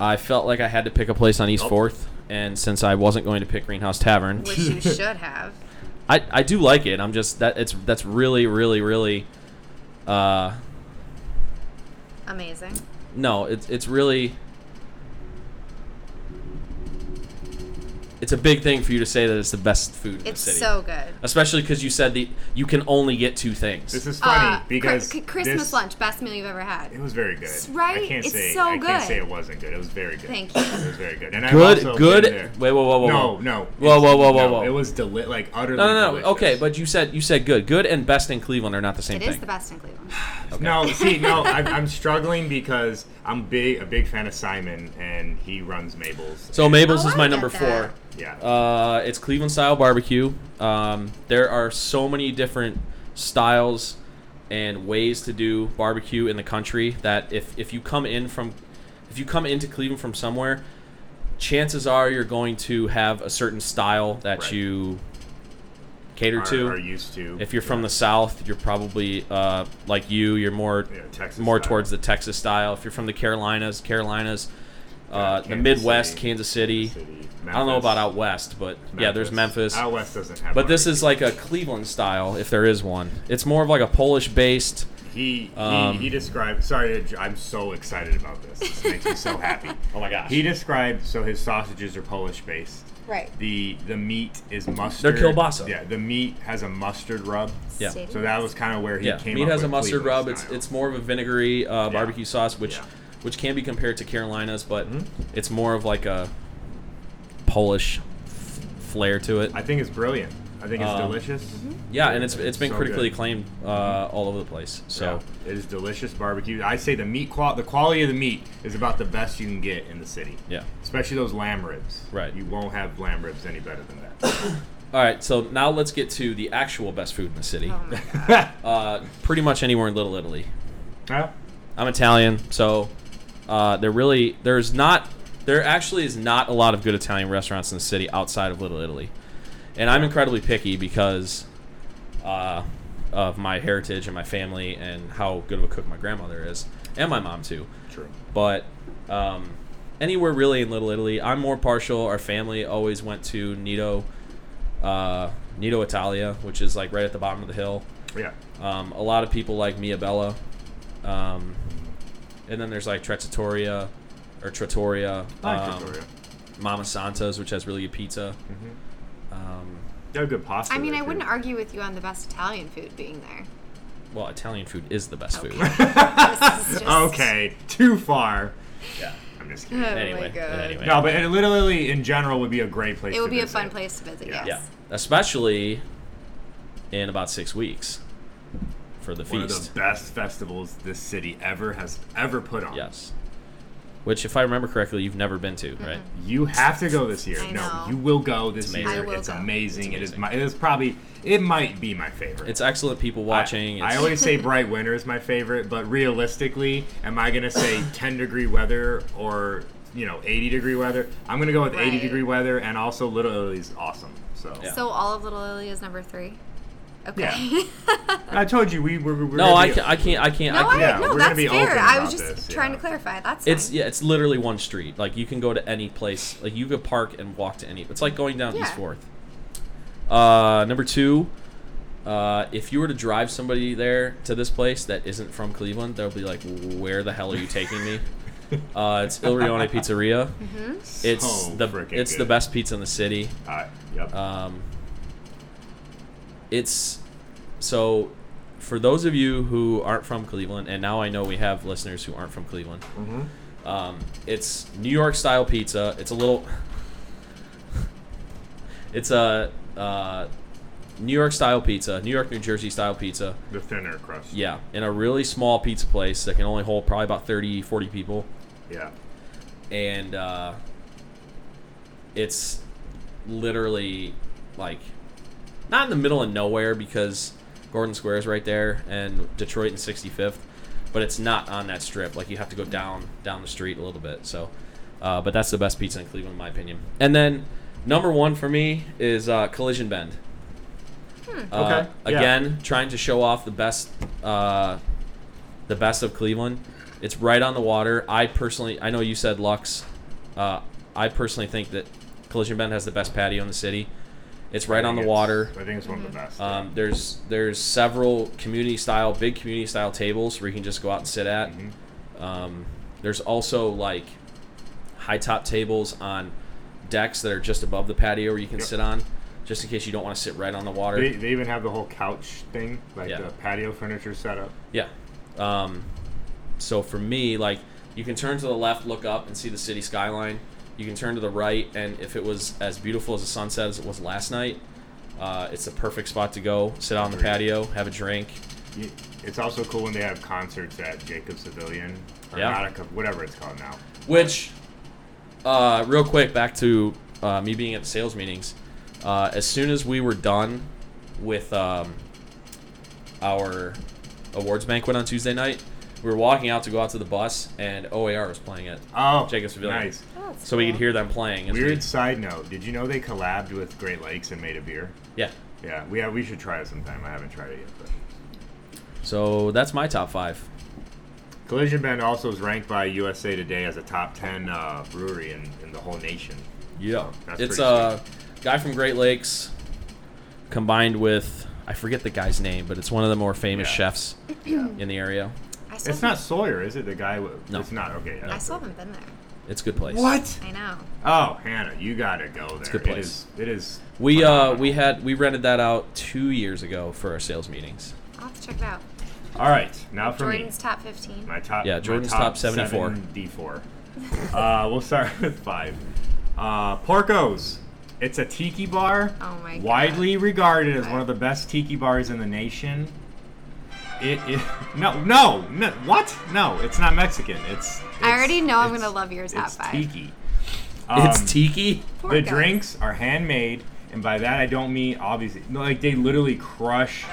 Speaker 2: I felt like I had to pick a place on East
Speaker 3: Nope.
Speaker 2: Fourth, and since I wasn't going to pick Greenhouse Tavern,
Speaker 4: Which you should have.
Speaker 2: I, I do like it. I'm just that it's that's really really really, uh,
Speaker 4: Amazing.
Speaker 2: no, it's it's really. It's a big thing for you to say that it's the best food in
Speaker 4: It's
Speaker 2: the city.
Speaker 4: so good.
Speaker 2: Especially because you said the you can only get two things.
Speaker 3: This is
Speaker 4: Uh,
Speaker 3: funny
Speaker 4: cr-
Speaker 3: because
Speaker 4: cr- Christmas
Speaker 3: this-
Speaker 4: lunch, best meal you've ever had.
Speaker 3: It was very good.
Speaker 4: right?
Speaker 3: I can't
Speaker 4: It's
Speaker 3: say
Speaker 4: so
Speaker 3: I
Speaker 4: good.
Speaker 3: can't say it wasn't good. It was very good.
Speaker 4: Thank you.
Speaker 3: It was very good. And I've
Speaker 2: good,
Speaker 3: also
Speaker 2: good.
Speaker 3: been there.
Speaker 2: Wait, whoa, whoa, whoa,
Speaker 3: No,
Speaker 2: whoa.
Speaker 3: no. it's-
Speaker 2: Whoa, whoa, whoa, whoa,
Speaker 3: no,
Speaker 2: whoa.
Speaker 3: It was deli- like utterly
Speaker 2: no, no, no.
Speaker 3: delicious.
Speaker 2: Okay, but you said you said good, good, and best in Cleveland are not the same
Speaker 4: It
Speaker 2: thing.
Speaker 4: is the best in Cleveland.
Speaker 3: No, see, no, I'm, I'm struggling because I'm big, a big fan of Simon, and he runs Mabel's.
Speaker 2: So Mabel's
Speaker 4: Oh,
Speaker 2: is
Speaker 4: I
Speaker 2: my
Speaker 4: get
Speaker 2: number
Speaker 4: that.
Speaker 2: four.
Speaker 3: yeah,
Speaker 2: Uh, it's Cleveland style barbecue. Um, there are so many different styles and ways to do barbecue in the country that if, if you come in from if you come into Cleveland from somewhere, chances are you're going to have a certain style that
Speaker 3: Right.
Speaker 2: you cater
Speaker 3: are,
Speaker 2: to.
Speaker 3: are used to.
Speaker 2: if you're from the South, you're probably uh, like you. You're more
Speaker 3: Yeah, Texas
Speaker 2: more
Speaker 3: style.
Speaker 2: towards the Texas style. If you're from the Carolinas, Carolinas, uh, the
Speaker 3: Kansas
Speaker 2: Midwest,
Speaker 3: City,
Speaker 2: Kansas City.
Speaker 3: City,
Speaker 2: I don't know
Speaker 3: Memphis,
Speaker 2: about out west, but yeah, there's Memphis.
Speaker 3: Out west doesn't have.
Speaker 2: But this
Speaker 3: barbecue.
Speaker 2: is like a Cleveland style, if there is one. It's more of like a Polish based.
Speaker 3: He he,
Speaker 2: Um,
Speaker 3: he described. Sorry, to- I'm so excited about this. This makes me so happy.
Speaker 2: Oh my gosh.
Speaker 3: He described so his sausages are Polish based.
Speaker 4: Right.
Speaker 3: The the meat is mustard.
Speaker 2: kielbasa.
Speaker 3: Yeah, the meat has a mustard rub.
Speaker 2: Yeah.
Speaker 4: Stated.
Speaker 3: So that was kind of where he
Speaker 2: yeah,
Speaker 3: came.
Speaker 2: meat
Speaker 3: up
Speaker 2: has a
Speaker 3: with
Speaker 2: mustard
Speaker 3: Cleveland
Speaker 2: rub. It's
Speaker 3: style.
Speaker 2: it's more of a vinegary uh, barbecue sauce, which
Speaker 3: Yeah. Mm-hmm.
Speaker 2: which can be compared to Carolinas, but it's more of like a Polish f- flair to it.
Speaker 3: I think it's brilliant. I think it's
Speaker 2: Um,
Speaker 3: delicious.
Speaker 2: Yeah, and it's it's been
Speaker 3: So
Speaker 2: critically
Speaker 3: good.
Speaker 2: acclaimed uh, all over the place. So
Speaker 3: Yeah, it is delicious barbecue. I say the meat qual the quality of the meat is about the best you can get in the city.
Speaker 2: yeah.
Speaker 3: Especially those lamb ribs.
Speaker 2: Right.
Speaker 3: You won't have lamb ribs any better than that.
Speaker 2: All right, so now let's get to the actual best food in the city.
Speaker 4: Oh my God.
Speaker 2: Uh, pretty much anywhere in Little Italy.
Speaker 3: Huh?
Speaker 2: I'm Italian, so uh, there really there's not there actually is not a lot of good Italian restaurants in the city outside of Little Italy, and I'm incredibly picky because uh, of my heritage and my family and how good of a cook my grandmother is and my mom too.
Speaker 3: True.
Speaker 2: but um, anywhere really in Little Italy, I'm more partial. Our family always went to Nido, uh, Nido Italia, which is like right at the bottom of the hill.
Speaker 3: Yeah.
Speaker 2: Um, a lot of people like Mia Bella, um, and then there's like Trattoria or Trattoria,
Speaker 3: I like
Speaker 2: um,
Speaker 3: Trattoria.
Speaker 2: Mama Santa's, which has really good pizza. Um,
Speaker 3: They have good pasta.
Speaker 4: I mean,
Speaker 3: there,
Speaker 4: I
Speaker 3: too.
Speaker 4: wouldn't argue with you on the best Italian food being there.
Speaker 2: well, Italian food is the best
Speaker 4: Okay.
Speaker 2: food.
Speaker 4: This is just-
Speaker 3: Okay, too far.
Speaker 2: Yeah.
Speaker 3: I'm just
Speaker 4: Oh
Speaker 3: kidding.
Speaker 4: my
Speaker 2: Anyway,
Speaker 4: God.
Speaker 2: anyway.
Speaker 3: No, but it literally in general would be a great place.
Speaker 4: It would
Speaker 3: to
Speaker 4: be a
Speaker 3: visit.
Speaker 4: fun place to visit.
Speaker 3: Yeah.
Speaker 4: Yes.
Speaker 2: Yeah, especially in about six weeks for the
Speaker 3: One
Speaker 2: feast.
Speaker 3: of the best festivals this city ever has ever put on.
Speaker 2: Yes. Which, if I remember correctly, you've never been to, right?
Speaker 3: You have to go this year.
Speaker 4: I
Speaker 3: no,
Speaker 4: know.
Speaker 3: you will go this
Speaker 2: amazing.
Speaker 3: year.
Speaker 4: I will
Speaker 3: it's,
Speaker 4: go.
Speaker 3: amazing. It is
Speaker 2: amazing.
Speaker 3: my. It is probably. It might be my favorite.
Speaker 2: It's excellent people watching.
Speaker 3: I, I
Speaker 2: it's,
Speaker 3: always say bright winter is my favorite, but realistically, am I gonna say 10 degree weather or you know 80 degree weather? I'm gonna go with 80
Speaker 4: Right.
Speaker 3: degree weather, and also Little Italy's awesome. So
Speaker 2: Yeah.
Speaker 4: So all of Little Italy is number three. Okay.
Speaker 3: Yeah. And I told you we were. we were
Speaker 2: no,
Speaker 3: gonna
Speaker 2: I
Speaker 3: be-
Speaker 2: can't. I can't. I can't.
Speaker 4: no,
Speaker 2: I
Speaker 4: I,
Speaker 2: can't.
Speaker 3: Yeah,
Speaker 4: no,
Speaker 3: we're gonna
Speaker 4: that's
Speaker 3: be
Speaker 4: fair.
Speaker 3: open
Speaker 4: I was
Speaker 3: about
Speaker 4: just
Speaker 3: this,
Speaker 4: trying to
Speaker 3: yeah.
Speaker 4: clarify. That's
Speaker 2: It's
Speaker 4: fine.
Speaker 2: yeah. It's literally one street. Like you can go to any place. Like you could park and walk to any. It's like going down
Speaker 4: Yeah.
Speaker 2: East Fourth. Uh, number two, uh, if you were to drive somebody there to this place that isn't from Cleveland, they'll be like, "Where the hell are you taking me?" uh, it's Il Rione Pizzeria.
Speaker 4: Mm-hmm.
Speaker 2: It's
Speaker 3: So
Speaker 2: the
Speaker 3: frickin'
Speaker 2: it's the
Speaker 3: good.
Speaker 2: best pizza in the city.
Speaker 3: Uh, yep.
Speaker 2: Um, it's so for those of you who aren't from Cleveland, and now I know we have listeners who aren't from Cleveland. Um, it's New York style pizza. It's a little. it's a uh, New York style pizza, New York, New Jersey style pizza.
Speaker 3: the thinner crust.
Speaker 2: Yeah, in a really small pizza place that can only hold probably about 30, 40 people
Speaker 3: Yeah.
Speaker 2: and uh, it's literally like not in the middle of nowhere because Gordon Square is right there and Detroit and 65th, but it's not on that strip. Like you have to go down down the street a little bit. So, uh, but that's the best pizza in Cleveland, in my opinion. And then number one for me is uh, Collision Bend. Uh,
Speaker 3: Okay, yeah.
Speaker 2: Again, trying to show off the best, uh, the best of Cleveland. It's right on the water. I personally, I know you said Lux. Uh, I personally think that Collision Bend has the best patio in the city. It's right
Speaker 3: I
Speaker 2: on the
Speaker 3: think it's-
Speaker 2: water.
Speaker 3: I think it's one of the best. yeah.
Speaker 2: Um, there's there's several community style, big community style tables where you can just go out and sit at.
Speaker 3: Mm-hmm.
Speaker 2: Um, there's also like high top tables on decks that are just above the patio where you can
Speaker 3: Yep.
Speaker 2: sit on, just in case you don't want to sit right on the water.
Speaker 3: They, they even have the whole couch thing, like
Speaker 2: Yeah.
Speaker 3: the patio furniture setup.
Speaker 2: Yeah. Um, so for me, like you can turn to the left, look up, and see the city skyline. You can turn to the right, and if it was as beautiful as a sunset as it was last night, uh, it's the perfect spot to go. Sit out on the patio, have a drink.
Speaker 3: You- It's also cool when they have concerts at Jacob Pavilion or
Speaker 2: Yeah.
Speaker 3: Nautica, whatever it's called now.
Speaker 2: Which, uh, real quick, back to uh, me being at the sales meetings. Uh, as soon as we were done with um, our awards banquet on Tuesday night, we were walking out to go out to the bus, and OAR was playing it.
Speaker 3: Oh,
Speaker 2: Jacob's Pavilion.
Speaker 3: Nice.
Speaker 4: Oh, that's
Speaker 2: so we
Speaker 4: cool.
Speaker 2: could hear them playing. as we-
Speaker 3: Weird side note: Did you know they collabed with Great Lakes and made a beer?
Speaker 2: yeah.
Speaker 3: Yeah, we have, we should try it sometime. I haven't tried it yet. But.
Speaker 2: So that's my top five.
Speaker 3: Collision Bend also is ranked by USA Today as a top ten uh, brewery in, in the whole nation.
Speaker 2: Yeah.
Speaker 3: That's
Speaker 2: it's
Speaker 3: pretty
Speaker 2: a guy from Great Lakes combined with I forget the guy's name, but it's one of the more famous
Speaker 3: Yeah.
Speaker 2: chefs in the area.
Speaker 4: I still
Speaker 3: It's not Sawyer, is it? The guy? With,
Speaker 2: No.
Speaker 3: It's not. Okay.
Speaker 4: haven't- I still haven't been there.
Speaker 2: It's a good place.
Speaker 3: What?
Speaker 4: I know.
Speaker 3: Oh, Hannah, you gotta go there. It's
Speaker 2: a good
Speaker 3: It
Speaker 2: place.
Speaker 3: is. It is
Speaker 2: We uh
Speaker 3: phenomenal.
Speaker 2: we had we rented that out two years ago for our sales meetings.
Speaker 4: I'll have to check it out.
Speaker 3: All right, now for
Speaker 4: Jordan's
Speaker 3: me.
Speaker 4: top 15.
Speaker 3: My top.
Speaker 2: Yeah,
Speaker 3: my
Speaker 2: Jordan's top 74.
Speaker 3: 74. uh, we'll start with five. Uh, Porcos. It's a tiki bar.
Speaker 4: Oh my God.
Speaker 3: Widely regarded as one of the best tiki bars in the nation. It, it no no no what no it's not Mexican it's,
Speaker 4: I
Speaker 3: it's-
Speaker 4: already know I'm
Speaker 3: it's-
Speaker 4: gonna love your top
Speaker 3: it's
Speaker 4: five.
Speaker 3: tiki Um,
Speaker 2: it's tiki.
Speaker 4: Poor
Speaker 3: the
Speaker 4: guys.
Speaker 3: drinks are handmade, and by that I don't mean obviously. No, like they literally crush.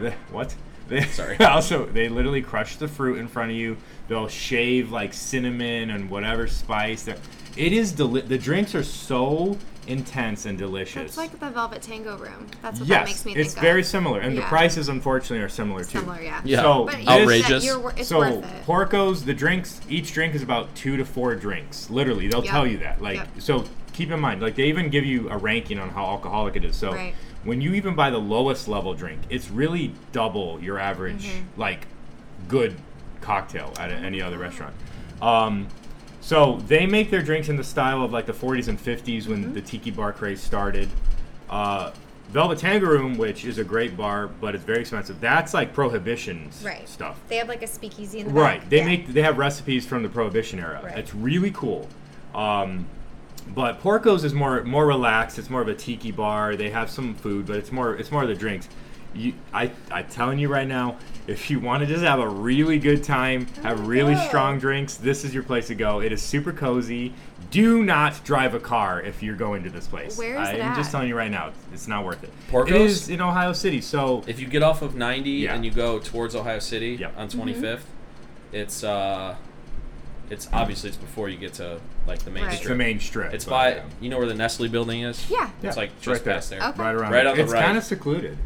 Speaker 3: The, what? They,
Speaker 2: Sorry.
Speaker 3: Also, they literally crush the fruit in front of you. They'll shave like cinnamon and whatever spice. That it is deli- The drinks are so intense and delicious.
Speaker 4: It's like the Velvet Tango Room. That's what
Speaker 3: yes,
Speaker 4: that makes me think
Speaker 3: it's
Speaker 4: of.
Speaker 3: very similar, and the
Speaker 4: Yeah.
Speaker 3: prices unfortunately are similar too.
Speaker 4: similar, yeah.
Speaker 2: Yeah.
Speaker 3: So
Speaker 4: But
Speaker 3: this-
Speaker 2: Outrageous.
Speaker 4: You're, wor- it's
Speaker 3: so
Speaker 4: worth it.
Speaker 3: Porcos, the drinks, each drink is about two to four drinks. Literally, they'll
Speaker 4: Yep.
Speaker 3: tell you that. Like,
Speaker 4: Yep.
Speaker 3: so keep in mind, like they even give you a ranking on how alcoholic it is. So
Speaker 4: Right.
Speaker 3: when you even buy the lowest level drink, it's really double your average
Speaker 4: Mm-hmm.
Speaker 3: like good cocktail at a- any other restaurant. Um, so they make their drinks in the style of like the 40s and 50s when
Speaker 4: Mm-hmm.
Speaker 3: the tiki bar craze started. Uh, Velvet Tango Room, which is a great bar, but it's very expensive. That's like prohibitions
Speaker 4: right.
Speaker 3: stuff.
Speaker 4: They have like a speakeasy in the
Speaker 3: Right.
Speaker 4: back.
Speaker 3: They
Speaker 4: Yeah.
Speaker 3: make they have recipes from the Prohibition era.
Speaker 4: Right.
Speaker 3: It's really cool. Um, but Porco's is more more relaxed. It's more of a tiki bar. They have some food, but it's more it's more of the drinks. You, I I'm telling you right now, if you want to just have a really good time, have really
Speaker 4: God.
Speaker 3: strong drinks, this is your place to go. It is super cozy. Do not drive a car if you're going to this place.
Speaker 4: Where is
Speaker 3: I'm
Speaker 4: it
Speaker 3: just
Speaker 4: at?
Speaker 3: telling you right now, it's not worth it. It
Speaker 2: Porco's?
Speaker 3: is in Ohio City, so
Speaker 2: If you get off of 90
Speaker 3: Yeah.
Speaker 2: and you go towards Ohio City
Speaker 3: Yep.
Speaker 2: on 25th, it's uh it's obviously it's before you get to like the main
Speaker 4: Right.
Speaker 3: it's
Speaker 2: street.
Speaker 3: the main strip.
Speaker 2: It's
Speaker 3: but,
Speaker 2: by
Speaker 3: yeah.
Speaker 2: you know where the Nestle building is?
Speaker 4: Yeah.
Speaker 2: It's
Speaker 3: Yeah,
Speaker 2: like
Speaker 3: it's
Speaker 2: just
Speaker 3: right
Speaker 2: past there.
Speaker 4: Okay.
Speaker 3: Right around.
Speaker 2: Right
Speaker 3: there.
Speaker 2: on the
Speaker 3: it's
Speaker 2: right.
Speaker 3: kind of secluded.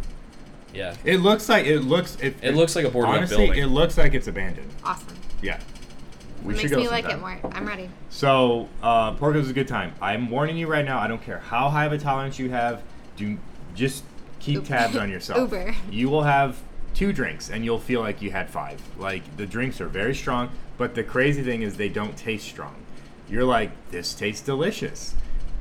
Speaker 2: Yeah.
Speaker 3: It looks like it looks. It,
Speaker 2: It looks like a boardwalk
Speaker 3: honestly,
Speaker 2: building.
Speaker 3: it looks like it's abandoned.
Speaker 4: Awesome.
Speaker 3: Yeah. We
Speaker 4: It
Speaker 3: should
Speaker 4: makes
Speaker 3: go
Speaker 4: me like it
Speaker 3: sometime.
Speaker 4: more. I'm ready.
Speaker 3: So, uh, Porco's is a good time. I'm warning you right now. I don't care how high of a tolerance you have. Do just keep
Speaker 4: Uber.
Speaker 3: tabs on yourself.
Speaker 4: Uber.
Speaker 3: You will have two drinks and you'll feel like you had five. Like the drinks are very strong, but the crazy thing is they don't taste strong. You're like, this tastes delicious.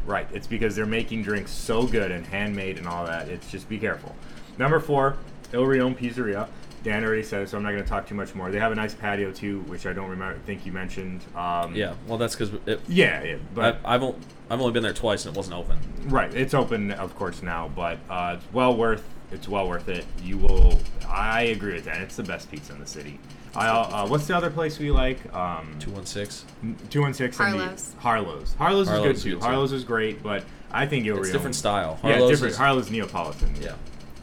Speaker 3: Right. It's because they're making drinks so good and handmade and all that. It's just be careful. Number four, El Rion Pizzeria. Dan already said it, so I'm not going to talk too much more. They have a nice patio too, which I don't remember. Think you mentioned. Um,
Speaker 2: Yeah. Well, that's cuz it
Speaker 3: yeah, yeah,
Speaker 2: I,
Speaker 3: but
Speaker 2: I've only, I've only been there twice and it wasn't open.
Speaker 3: right, it's open of course now, but uh, it's well worth it's well worth it. You will. I agree with that. It's the best pizza in the city. I, uh, what's the other place we like? Um,
Speaker 2: 216.
Speaker 3: two one six
Speaker 4: Harlow's.
Speaker 3: Harlow's. Harlow's is good
Speaker 2: Harlow's
Speaker 3: too.
Speaker 2: good, too.
Speaker 3: Harlow's is great, but I think Ilrion.
Speaker 2: It's different style.
Speaker 3: Yeah,
Speaker 2: Harlow's
Speaker 3: different.
Speaker 2: is-
Speaker 3: Harlow's Neapolitan.
Speaker 2: Yeah.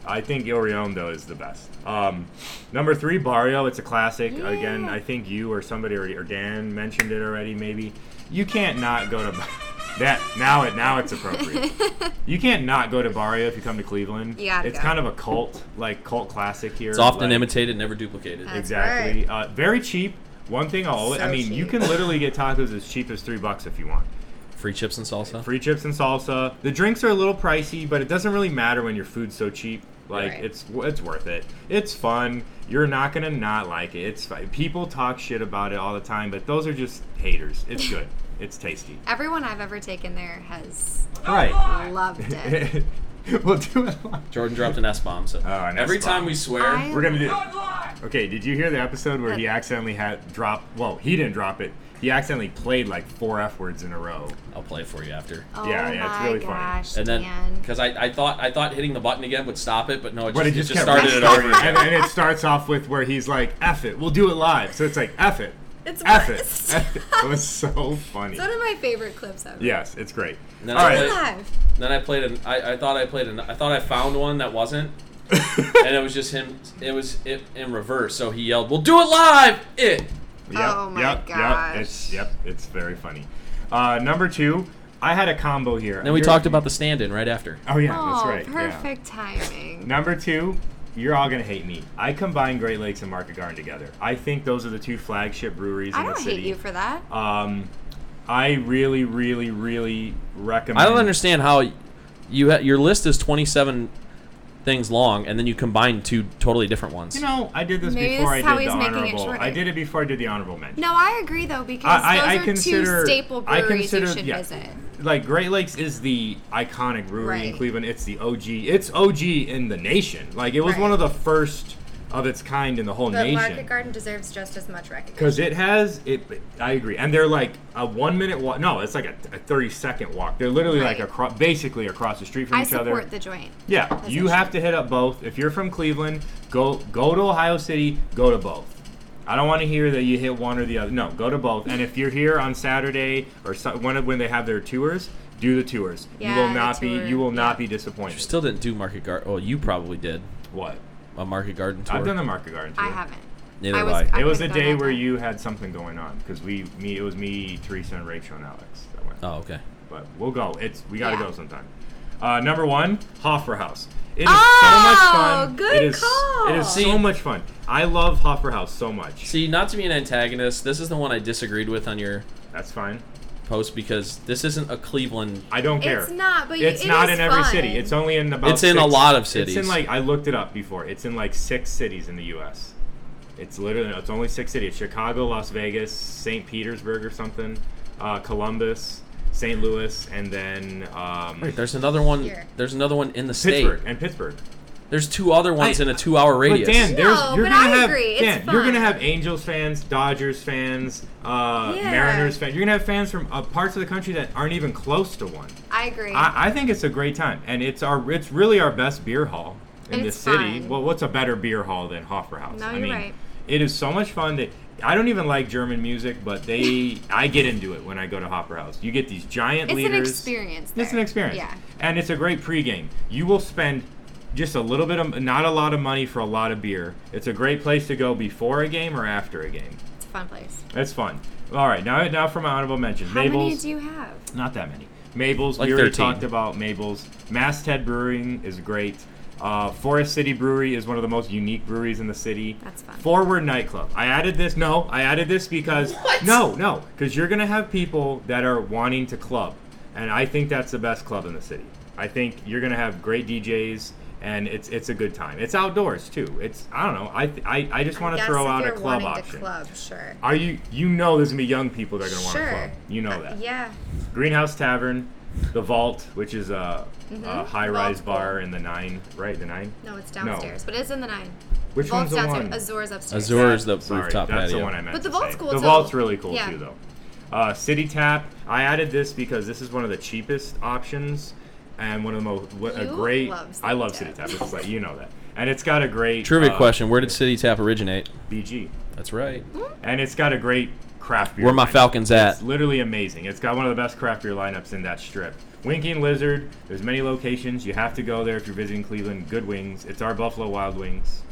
Speaker 3: I think Il Rione though is the best. Um, number three, Barrio. It's a classic. Again,
Speaker 4: Yeah.
Speaker 3: I think you or somebody already, or Dan mentioned it already. Maybe you can't not go to that now. It now it's appropriate. you can't not go to Barrio if you come to Cleveland.
Speaker 4: You gotta
Speaker 3: it's
Speaker 4: go.
Speaker 3: kind of a cult, like cult classic here.
Speaker 2: It's often
Speaker 3: like-
Speaker 2: imitated, never duplicated.
Speaker 4: That's
Speaker 3: Exactly. Uh, very cheap. One thing I'll always, I
Speaker 4: So
Speaker 3: mean, you
Speaker 4: cheap.
Speaker 3: can literally get tacos as cheap as three bucks if you want.
Speaker 2: Free chips and salsa.
Speaker 3: Free chips and salsa. The drinks are a little pricey, but it doesn't really matter when your food's so cheap. Like
Speaker 6: Right.
Speaker 3: it's it's worth it. It's fun. You're not gonna not like it. It's fine. people talk shit about it all the time, but those are just haters. It's good. it's tasty.
Speaker 4: Everyone I've ever taken there has
Speaker 3: All right.
Speaker 4: loved it.
Speaker 3: we'll do it. live.
Speaker 2: Jordan dropped an S bomb. So
Speaker 3: Oh, an
Speaker 2: every
Speaker 3: S-bomb.
Speaker 2: time we swear,
Speaker 4: I-
Speaker 3: We're gonna do. Okay, did you hear the episode where he
Speaker 4: Uh,
Speaker 3: accidentally had drop? Well, he didn't drop it. He accidentally played like four f words in a row.
Speaker 2: I'll play it for you after.
Speaker 4: Oh
Speaker 3: Yeah, yeah, it's
Speaker 4: my
Speaker 3: really funny.
Speaker 4: gosh,
Speaker 2: And then
Speaker 4: Dan.
Speaker 2: because I, I thought I thought hitting the button again would stop it, but no, it just,
Speaker 3: But it
Speaker 2: it
Speaker 3: just,
Speaker 2: just
Speaker 3: kept
Speaker 2: started it
Speaker 3: restarting.
Speaker 2: over. again.
Speaker 3: and, and it starts off with where he's like, "F it, we'll do it live." So it's like, "F it,
Speaker 6: It's
Speaker 3: F it."
Speaker 6: worst.
Speaker 3: F it. It was so funny.
Speaker 4: It's one of my favorite clips ever.
Speaker 3: Yes, it's great.
Speaker 2: And then
Speaker 3: All
Speaker 2: I
Speaker 3: right,
Speaker 4: Live.
Speaker 2: Then I played an. I, I thought I played an. I thought I found one that wasn't, and it was just him. It was it in reverse. So he yelled, "We'll do it live!" It.
Speaker 3: Yep,
Speaker 4: Oh my
Speaker 3: yep,
Speaker 4: gosh.
Speaker 3: Yep, it's, yep, it's very funny. Uh, number two, I had a combo here.
Speaker 2: Then we
Speaker 3: You're-
Speaker 2: talked about the stand-in right after.
Speaker 3: Oh yeah,
Speaker 4: Oh,
Speaker 3: that's right. yeah.
Speaker 4: perfect timing.
Speaker 3: Number two, you're all gonna hate me. I combine Great Lakes and Market Garden together. I think those are the two flagship breweries
Speaker 4: I
Speaker 3: in the
Speaker 4: don't
Speaker 3: city.
Speaker 4: hate you for that.
Speaker 3: um, I really, really, really recommend.
Speaker 2: I don't understand how you ha- your list is 27 things long, and then you combine two totally different ones.
Speaker 3: You know, I did this
Speaker 4: Maybe
Speaker 3: before
Speaker 4: this is
Speaker 3: I
Speaker 4: how
Speaker 3: did
Speaker 4: he's
Speaker 3: the
Speaker 4: making it
Speaker 3: honorable.
Speaker 4: shorter.
Speaker 3: I did it before I did the honorable mention.
Speaker 4: no, I agree though because
Speaker 3: I- I-
Speaker 4: those
Speaker 3: I
Speaker 4: are
Speaker 3: consider-
Speaker 4: two staple
Speaker 3: I
Speaker 4: breweries you
Speaker 3: consider-
Speaker 4: should
Speaker 3: yeah.
Speaker 4: visit.
Speaker 3: Like Great Lakes is the iconic brewery in
Speaker 4: Right.
Speaker 3: Cleveland. It's the OG. It's OG in the nation. Like it was
Speaker 4: Right.
Speaker 3: one of the first of its kind in the whole
Speaker 6: But
Speaker 3: nation.
Speaker 6: Market Garden deserves just as much recognition.
Speaker 3: Because it has it. I agree, and they're like a one minute walk. No, it's like a, a thirty second walk. They're literally like
Speaker 4: Right.
Speaker 3: across, basically across the street from
Speaker 4: I
Speaker 3: each other.
Speaker 4: support the joint.
Speaker 3: yeah, you
Speaker 4: what
Speaker 3: have to hit up both. If you're from Cleveland, go go to Ohio City. Go to both. I don't want to hear that you hit one or the other. No, go to both. And if you're here on Saturday or so, when when they have their tours, do the tours. you
Speaker 4: Yeah,
Speaker 3: will
Speaker 4: the
Speaker 3: not be
Speaker 4: tour.
Speaker 3: you will not
Speaker 4: Yeah.
Speaker 3: be disappointed.
Speaker 2: You still didn't do market garden. Oh, you probably did
Speaker 3: what?
Speaker 2: a market garden tour.
Speaker 3: I've done the Market Garden tour.
Speaker 4: I haven't.
Speaker 2: Neither
Speaker 4: I
Speaker 2: have
Speaker 4: was,
Speaker 2: I.
Speaker 4: I
Speaker 3: It was a
Speaker 4: could've
Speaker 3: day
Speaker 4: gone
Speaker 3: where
Speaker 4: that
Speaker 3: you had something going on because we me it was me Teresa and Rachel and Alex that went.
Speaker 2: Oh, okay.
Speaker 3: But we'll go. It's we gotta
Speaker 4: Yeah.
Speaker 3: go sometime. Uh, number one, Hofferhaus. It is
Speaker 6: Oh,
Speaker 3: so much fun.
Speaker 6: good
Speaker 3: it is,
Speaker 6: call.
Speaker 3: It is
Speaker 2: See-
Speaker 3: so much fun. I love Hofferhaus so much.
Speaker 2: See, not to be an antagonist, this is the one I disagreed with on your
Speaker 3: That's fine.
Speaker 2: post because this isn't a Cleveland.
Speaker 3: I don't care.
Speaker 4: It's not, but
Speaker 3: it's
Speaker 4: it
Speaker 3: not
Speaker 4: is
Speaker 3: in every
Speaker 4: fun.
Speaker 3: city. It's only in about.
Speaker 2: It's in a
Speaker 3: six-
Speaker 2: lot of
Speaker 3: It's
Speaker 2: cities.
Speaker 3: in like I looked it up before. It's in like six cities in the U.S. It's literally it's only six cities: Chicago, Las Vegas, St. Petersburg or something, uh, Columbus, St. Louis, and then um,
Speaker 2: Wait, there's another one.
Speaker 6: Here.
Speaker 2: There's another one in the state.
Speaker 3: Pittsburgh and Pittsburgh.
Speaker 2: There's two other ones
Speaker 3: I-
Speaker 2: in a two-hour radius.
Speaker 3: But Dan, there's
Speaker 4: No,
Speaker 3: you're
Speaker 4: but
Speaker 3: gonna
Speaker 4: I
Speaker 3: have
Speaker 4: agree. It's
Speaker 3: Dan, you're gonna
Speaker 4: fun.
Speaker 3: have Angels fans, Dodgers fans, uh,
Speaker 6: Yeah.
Speaker 3: Mariners fans. You're gonna have fans from uh, parts of the country that aren't even close to one.
Speaker 4: night. I agree.
Speaker 3: I, I think it's a great time, and it's our it's really our best beer hall in
Speaker 4: And
Speaker 3: the
Speaker 4: it's
Speaker 3: city.
Speaker 4: fun.
Speaker 3: Well, what's a better beer hall than Hofferhaus?
Speaker 4: No,
Speaker 3: I
Speaker 4: you're
Speaker 3: mean,
Speaker 4: right.
Speaker 3: it is so much fun that I don't even like German music, but they I get into it when I go to Hofferhaus. You get these giant
Speaker 4: it's
Speaker 3: leaders.
Speaker 4: an experience.
Speaker 3: It's an
Speaker 4: there.
Speaker 3: experience.
Speaker 4: Yeah.
Speaker 3: And it's a great pregame. You will spend just a little bit of not a lot of money for a lot of beer. It's a great place to go before a game or after a game.
Speaker 4: It's a fun place.
Speaker 3: It's fun. All right, now now for my honorable mention.
Speaker 4: How
Speaker 3: Mabel's
Speaker 4: many do you have?
Speaker 3: not that many. Mabel's,
Speaker 2: Like
Speaker 3: we already
Speaker 2: 13.
Speaker 3: talked about Mabel's. Masthead Brewing is great. Uh, Forest City Brewery is one of the most unique breweries in the city.
Speaker 4: That's fun.
Speaker 3: Forward Nightclub. I added this. No, I added this because no, no, because you're gonna have people that are wanting to club, and I think that's the best club in the city. I think you're gonna have great DJs, and it's it's a good time. It's outdoors too. It's I don't know. I I, I just want to
Speaker 6: Guess
Speaker 3: throw
Speaker 6: if
Speaker 3: out a
Speaker 6: you're
Speaker 3: club
Speaker 6: wanting
Speaker 3: option.
Speaker 6: To club, sure.
Speaker 3: Are you you know there's gonna be young people that are gonna
Speaker 6: Sure.
Speaker 3: want to club? You know
Speaker 6: Uh,
Speaker 3: that.
Speaker 6: yeah.
Speaker 3: Greenhouse Tavern, the Vault, which is a, a high-rise
Speaker 4: Vault's
Speaker 3: bar in the nine, right? The nine.
Speaker 4: Mm-hmm. No, it's downstairs, but it's in the nine.
Speaker 3: Which one's
Speaker 4: Vault's
Speaker 3: the
Speaker 4: downstairs.
Speaker 3: one?
Speaker 4: Azores upstairs.
Speaker 2: Azores, the
Speaker 3: Sorry,
Speaker 2: rooftop
Speaker 3: that's
Speaker 2: patio.
Speaker 3: the one I meant.
Speaker 4: But the
Speaker 3: to
Speaker 4: Vault's
Speaker 3: say.
Speaker 4: cool
Speaker 3: The
Speaker 4: too.
Speaker 3: Vault's really cool
Speaker 4: Yeah.
Speaker 3: too, though. Uh, City Tap. I added this because this is one of the cheapest options and one of the most what, a
Speaker 4: You
Speaker 3: great.
Speaker 4: love City
Speaker 3: I love
Speaker 4: Tap.
Speaker 3: City Tap. It's like you know that, and it's got a great
Speaker 2: Trivia
Speaker 3: uh,
Speaker 2: question: Where did City Tap originate?
Speaker 3: BG,
Speaker 2: That's right.
Speaker 3: and it's got a great craft beer.
Speaker 2: Where my
Speaker 3: lineup.
Speaker 2: Falcons at?
Speaker 3: It's literally amazing. It's got one of the best craft beer lineups in that strip. Winking Lizard, there's many locations. You have to go there if you're visiting Cleveland. Good wings. It's our Buffalo Wild Wings.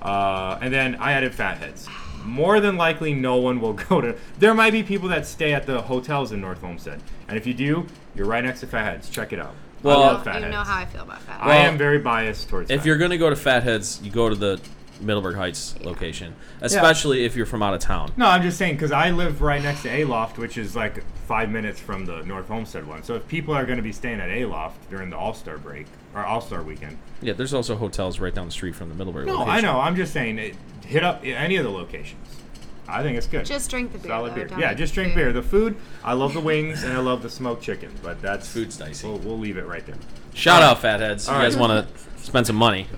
Speaker 3: Uh, and then I added Fatheads. More than likely, no one will go to. There might be people that stay at the hotels in North Olmsted. And if you do, you're right next to Fatheads. Check it out.
Speaker 2: Well-
Speaker 3: I
Speaker 4: You
Speaker 3: love
Speaker 4: know- you know
Speaker 3: Fatheads.
Speaker 4: how I feel about that.
Speaker 3: I
Speaker 2: Well,
Speaker 3: am very biased
Speaker 2: If
Speaker 3: towards Fatheads.
Speaker 2: you're gonna go to Fatheads, you go to the Middleburg Heights location, especially if you're from out of town.
Speaker 3: No, I'm just saying because I live right next to Aloft, which is like five minutes from the North Homestead one. So if people are going to be staying at Aloft during the All Star break or All Star weekend,
Speaker 2: Yeah, there's also hotels right down the street from the Middleburg.
Speaker 3: no,
Speaker 2: location.
Speaker 3: I know. I'm just saying, it, hit up any of the locations. I think it's good.
Speaker 4: Just drink the beer.
Speaker 3: solid
Speaker 4: though,
Speaker 3: beer.
Speaker 4: don't
Speaker 3: Yeah, just drink
Speaker 4: food.
Speaker 3: beer. The food, I love the wings and I love the smoked chicken, but that's
Speaker 2: Food's dicey.
Speaker 3: We'll, we'll leave it right there.
Speaker 2: Shout out, fatheads! you
Speaker 3: All
Speaker 2: guys
Speaker 3: right.
Speaker 2: want to spend some money